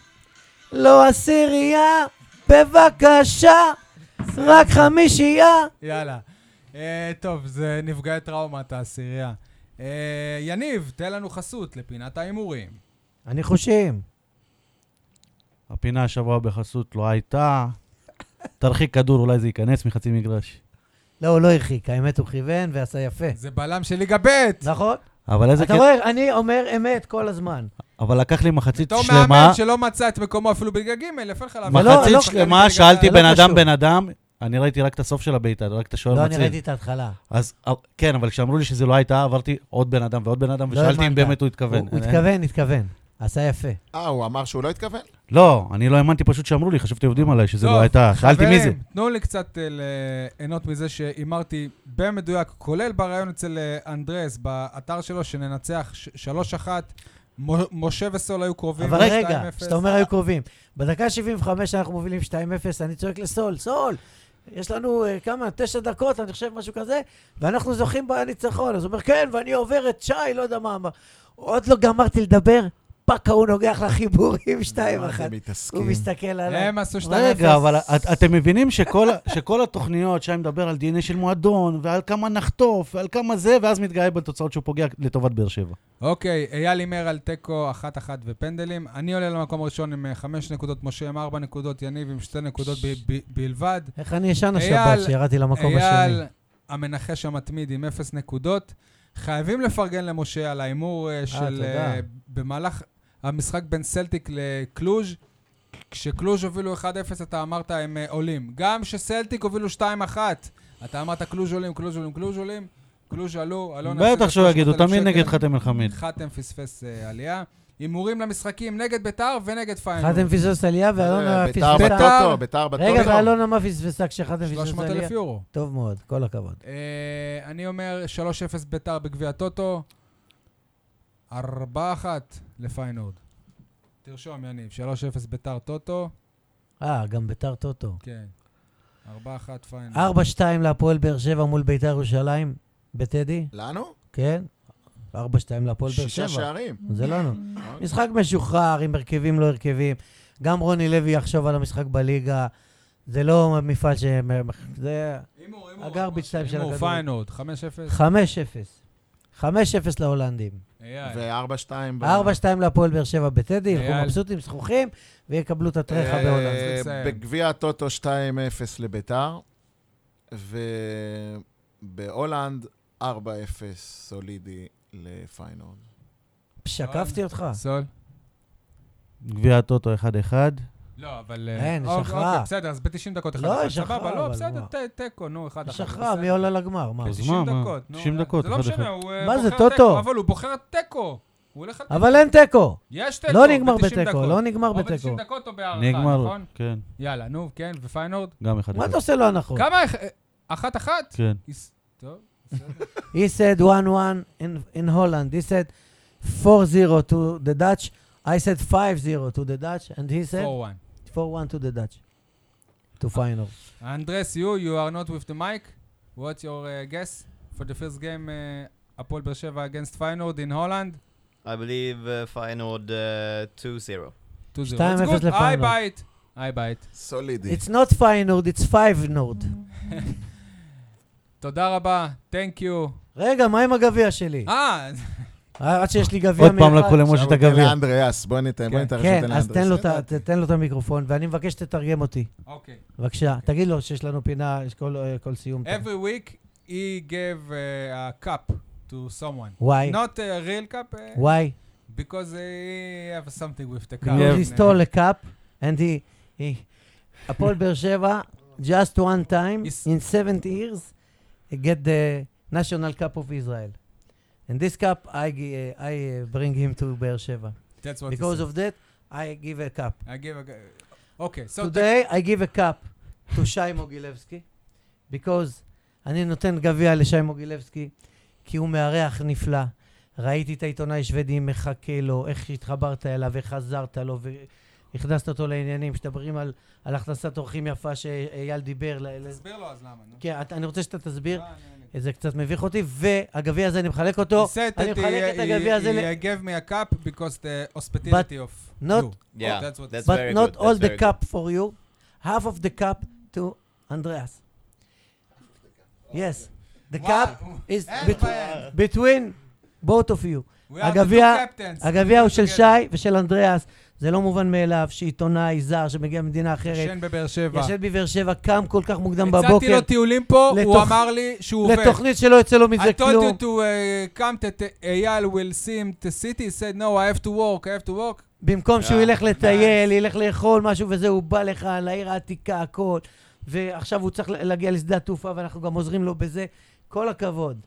לא עשירייה, בבקשה, רק חמישייה.
יאללה. אה, טוב, זה נפגעי טראומה, אתה עשירייה. אה, אה, יניב, תן לנו חסות לפינת ההימורים.
הניחושים.
הפינה השבוע בחסות לא הייתה. תרחיק כדור, אולי זה ייכנס מחצי מגרש.
לא, הוא לא הרחיק, האמת הוא כיוון ועשה יפה.
זה בלם של ליגה ב'.
נכון?
אבל איזה
כן-
אתה
קטע,
רואה, אני אומר אמת כל הזמן.
אבל לקח לי מחצית
בתור
שלמה,
מאמן שלא מצא את מקומו אפילו בליגה ג', איפה לך להבין?
לא-
מחצית
לא-
שלמה, שאלתי
לא
בן אדם,
קשור.
בן אדם, אני ראיתי רק את הסוף של הבעיטה, רק את השוער
לא, אני ראיתי
מציל.
את ההתחלה.
אז אה, כן, אבל כשאמרו לי שזה לא הייתה, עברתי עוד בן אדם ועוד בן אדם,
לא
ושאלתי אם
האמנת.
באמת הוא
הוא
התכוון. אה,
הוא התכוון, התכוון. עשה יפה.
אה, הוא אמר שהוא לא התכוון?
לא, אני לא האמנתי פשוט שאמרו לי, חשבתי עובדים עליי שזה
טוב,
לא הייתה. שאלתי מי זה.
חברים, תנו לי קצת אה, ליהנות מזה שהימרתי במדויק, כולל בריאיון אצל אה, אנדרס, באתר שלו, שננצח ש- 3-1. מו- משה וסול היו קרובים.
אבל רגע,
2-0.
כשאתה אומר היו קרובים. בדקה 75 אנחנו מובילים 2-0, אני צועק לסול, סול, יש לנו אה, כמה, תשע דקות, אני חושב, משהו כזה, ואנחנו זוכים בניצחון. אז הוא אומר, כן, ואני עובר את שי, לא יודע מה אמר. עוד לא גמרתי לדבר, פאק ההוא נוגח לחיבורים 2-1.
מה זה
אה, הוא
מתעסקים?
מסתכל עליי.
הם עשו 2-0.
רגע, אבל את- אתם מבינים שכל *laughs* שכל התוכניות שי מדבר על דנ"א של מועדון, ועל כמה נחטוף, ועל כמה זה, ואז מתגאה בתוצאות שהוא פוגע לטובת באר שבע.
אוקיי, אייל הימר על תיקו 1-1 ופנדלים. אני עולה למקום ראשון עם 5 נקודות, משה עם 4 נקודות, יניב עם 2 נקודות ב- ב- בלבד.
איך אני ישן
אייל,
השבת שירדתי למקום השני?
אייל, המנחש המתמיד עם 0 נקודות. חייבים לפרגן למשה על ההימור אה, של...
תודה.
אה, במהלך המשחק בין סלטיק לקלוז', כשקלוז' הובילו 1-0, אתה אמרת הם אה, עולים. גם כשסלטיק הובילו 2-1, אתה אמרת קלוז' עולים, קלוז' עולים, קלוז' עולים. קלוז' עלו, אלונה...
בטח שהוא יגיד, הוא
300,000
תמיד נגד
שקל.
חתם אל
כן.
חמיד.
חתם פספס אה, עלייה. הימורים למשחקים נגד ביתר ונגד פיינל.
חתם פספס עלייה
אה,
ואלונה
ביתר
פספסה...
בטוטו, ביתר בטוטו.
רגע, ואלונה מה פספסה כשחתם פספס
300
עלייה?
אלף יורו.
טוב מאוד, כל הכבוד.
אה, אני אומר 3-0 ביתר בגביע הטוטו, 4-1 לפיינורד. תרשום, יניב, 3-0 ביתר טוטו,
אה, גם ביתר טוטו.
כן. 4-1 פיינורד.
4-2 להפועל באר שבע מול ביתר ירושלים, בטדי,
לנו?
כן? 4-2 להפועל באר
שישה
שבע.
שערים.
זה לנו.
אוקיי.
משחק משוחרר, עם הרכבים לא הרכבים. גם רוני לוי יחשוב על המשחק בליגה. זה לא מפעל ש... זה
הימור, הימור.
הגרביץ' טיים של
הימור,
הכדור.
פיינורד, 5-0.
5-0. 5-0 להולנדים.
אייל.
ו-4-2.
4-2 להפועל באר שבע בטדי,
אייל.
ילכו מבסוטים זכוכים ויקבלו את הטרחה בהולנד.
זה לסיים.
אה, בגביע הטוטו 2-0 לביתר, ובהולנד 4-0 סולידי לפיינורד.
שקפתי אותך.
סול?
גביע הטוטו 1-1.
לא, אבל...
אין, יש
אוקיי,
הכרעה.
אוקיי, בסדר, אז ב-90 דקות אחד.
לא,
אחד,
יש הכרעה,
סבבה, לא,
אבל
בסדר,
מה?
ת- תיקו, נו, 1-1.
יש הכרעה, מי
בסדר.
עולה לגמר? מה?
אז
90
מה, מה?
אה, דקות, נו.
90 דקות,
זה לא
אחד,
משנה,
אחד.
הוא אה,
מה זה,
בוחר
טוטו?
תיקו, אבל הוא בוחר תיקו. הוא הולך על תיקו.
אבל אין תיקו.
יש תיקו.
לא נגמר
ב-90
בתיקו,
דקות.
לא נגמר
או
בתיקו.
ב-90 דקות או בהערכה,
נגמר,
נכון?
כן,
יאללה, נו, כן, ופיינורד?
גם 1-1.
מה אתה עושה לו הנחות?
כמה? אה, אחת-אחת?
כן.
איס- טוב, בסדר.
He said 1-1 in, in Holland. He said 4-0 to the Dutch. I said 5-0 to the Dutch. And he said
4-1.
4-1 to the Dutch. To final.
Andres, you, you are not with the mic. What's your uh, guess for the first game, uh, הפועל באר שבע against פיינורד in Holland?
I believe uh, Feyenoord uh, 2-0.
2-0. It's
2-0
good. I
לפיינורד.
buy it. I buy it.
סולידי.
It's not פיינורד, it's five נורד.
תודה רבה, thank you.
רגע, מה עם הגביע שלי?
אה,
עד שיש לי גביע
עוד פעם
מיוחד.
לקחו למשה את
עכשיו הוא ייתן
הגביע.
לאנדריאס, בוא ניתן, בוא
כן.
ניתן
כן,
רשות
אז תן לו
לאנדריאס.
את ה- ת- תן לו את המיקרופון, ואני מבקש שתתרגם אותי.
אוקיי.
בבקשה, תגיד לו שיש לנו פינה, יש כל אה, כל סיום.
Every week he gave uh, a cup to someone.
וואי,
Not a real cup, uh,
וואי.
because he have something with the cup.
because he stole a cup and he, he הפועל באר שבע, just one time
Yes.
in 70 years, get the national cup of Israel. And this cup I, gi- I uh, bring him to באר שבע.
That's what he
Because
said.
of that, I give a cup.
I give a... אוקיי, so
Today I give a cup to שי מוגילבסקי, because אני נותן גביע לשי מוגילבסקי, כי הוא מארח נפלא. ראיתי את העיתונאי השוודי מחכה לו, איך התחברת אליו, איך עזרת לו, והכנסת אותו לעניינים. כשמדברים על, על הכנסת אורחים יפה שאייל דיבר, ל- ל-
תסביר לו אז למה, נו.
כן, את- אני רוצה שאתה תסביר,
אה, אני-
זה קצת מביך אותי, והגביע הזה, אני מחלק
He
אותו,
said
אני
that he,
מחלק את
he,
הגביע הזה ל...
he gave me a cup because the hospitality of
not-
you.
Yeah,
Oh, that's what
that's-
but
very
not
good,
all
that's
the
very
cup for you. Half of the cup to Andreas. Yes, the
Wow.
cup is
And
bet-
man.
between בואו
*laughs*
תופיעו.
We are the
הגביע-
two captains.
הגביע הוא של
Together.
שי ושל אנדריאס. זה לא מובן מאליו שעיתונאי זר שמגיע ממדינה אחרת,
ישן בבאר שבע.
ישב בבאר שבע, קם כל כך מוקדם
הצעתי
בבוקר,
לו טיולים פה, הוא
לתוך-
אמר לי שהוא עובד.
לתוכנית שלא יוצא לו
I
מזה
told you
כלום.
to uh, come to t- Eyal will see him to city, he said no, I have to work, I have to work.
במקום שהוא
Yeah,
ילך לטייל,
nice.
ילך לאכול משהו וזה, הוא בא לך לעיר העתיקה, הכל. ועכשיו הוא צריך להגיע לשדה התעופה, ואנחנו גם עוזרים לו בזה. כל הכבוד.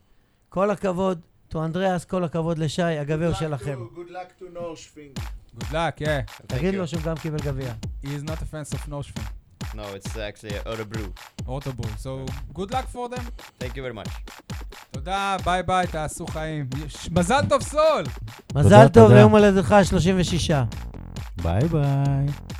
כל הכבוד. טו אנדריאס, כל הכבוד לשי, הגביע הוא שלכם.
Good luck to Norshfing.
Good luck, yeah.
תגיד לו שהוא גם קיבל גביע.
He is not a fan of Norshvin,
No, it's actually Örebro.
Autoball. So, good luck for them.
Thank you very much.
תודה, ביי ביי, תעשו חיים. יש- מזל טוב סול!
מזל טוב
תודה.
ליום הולדתך ה-36.
ביי ביי.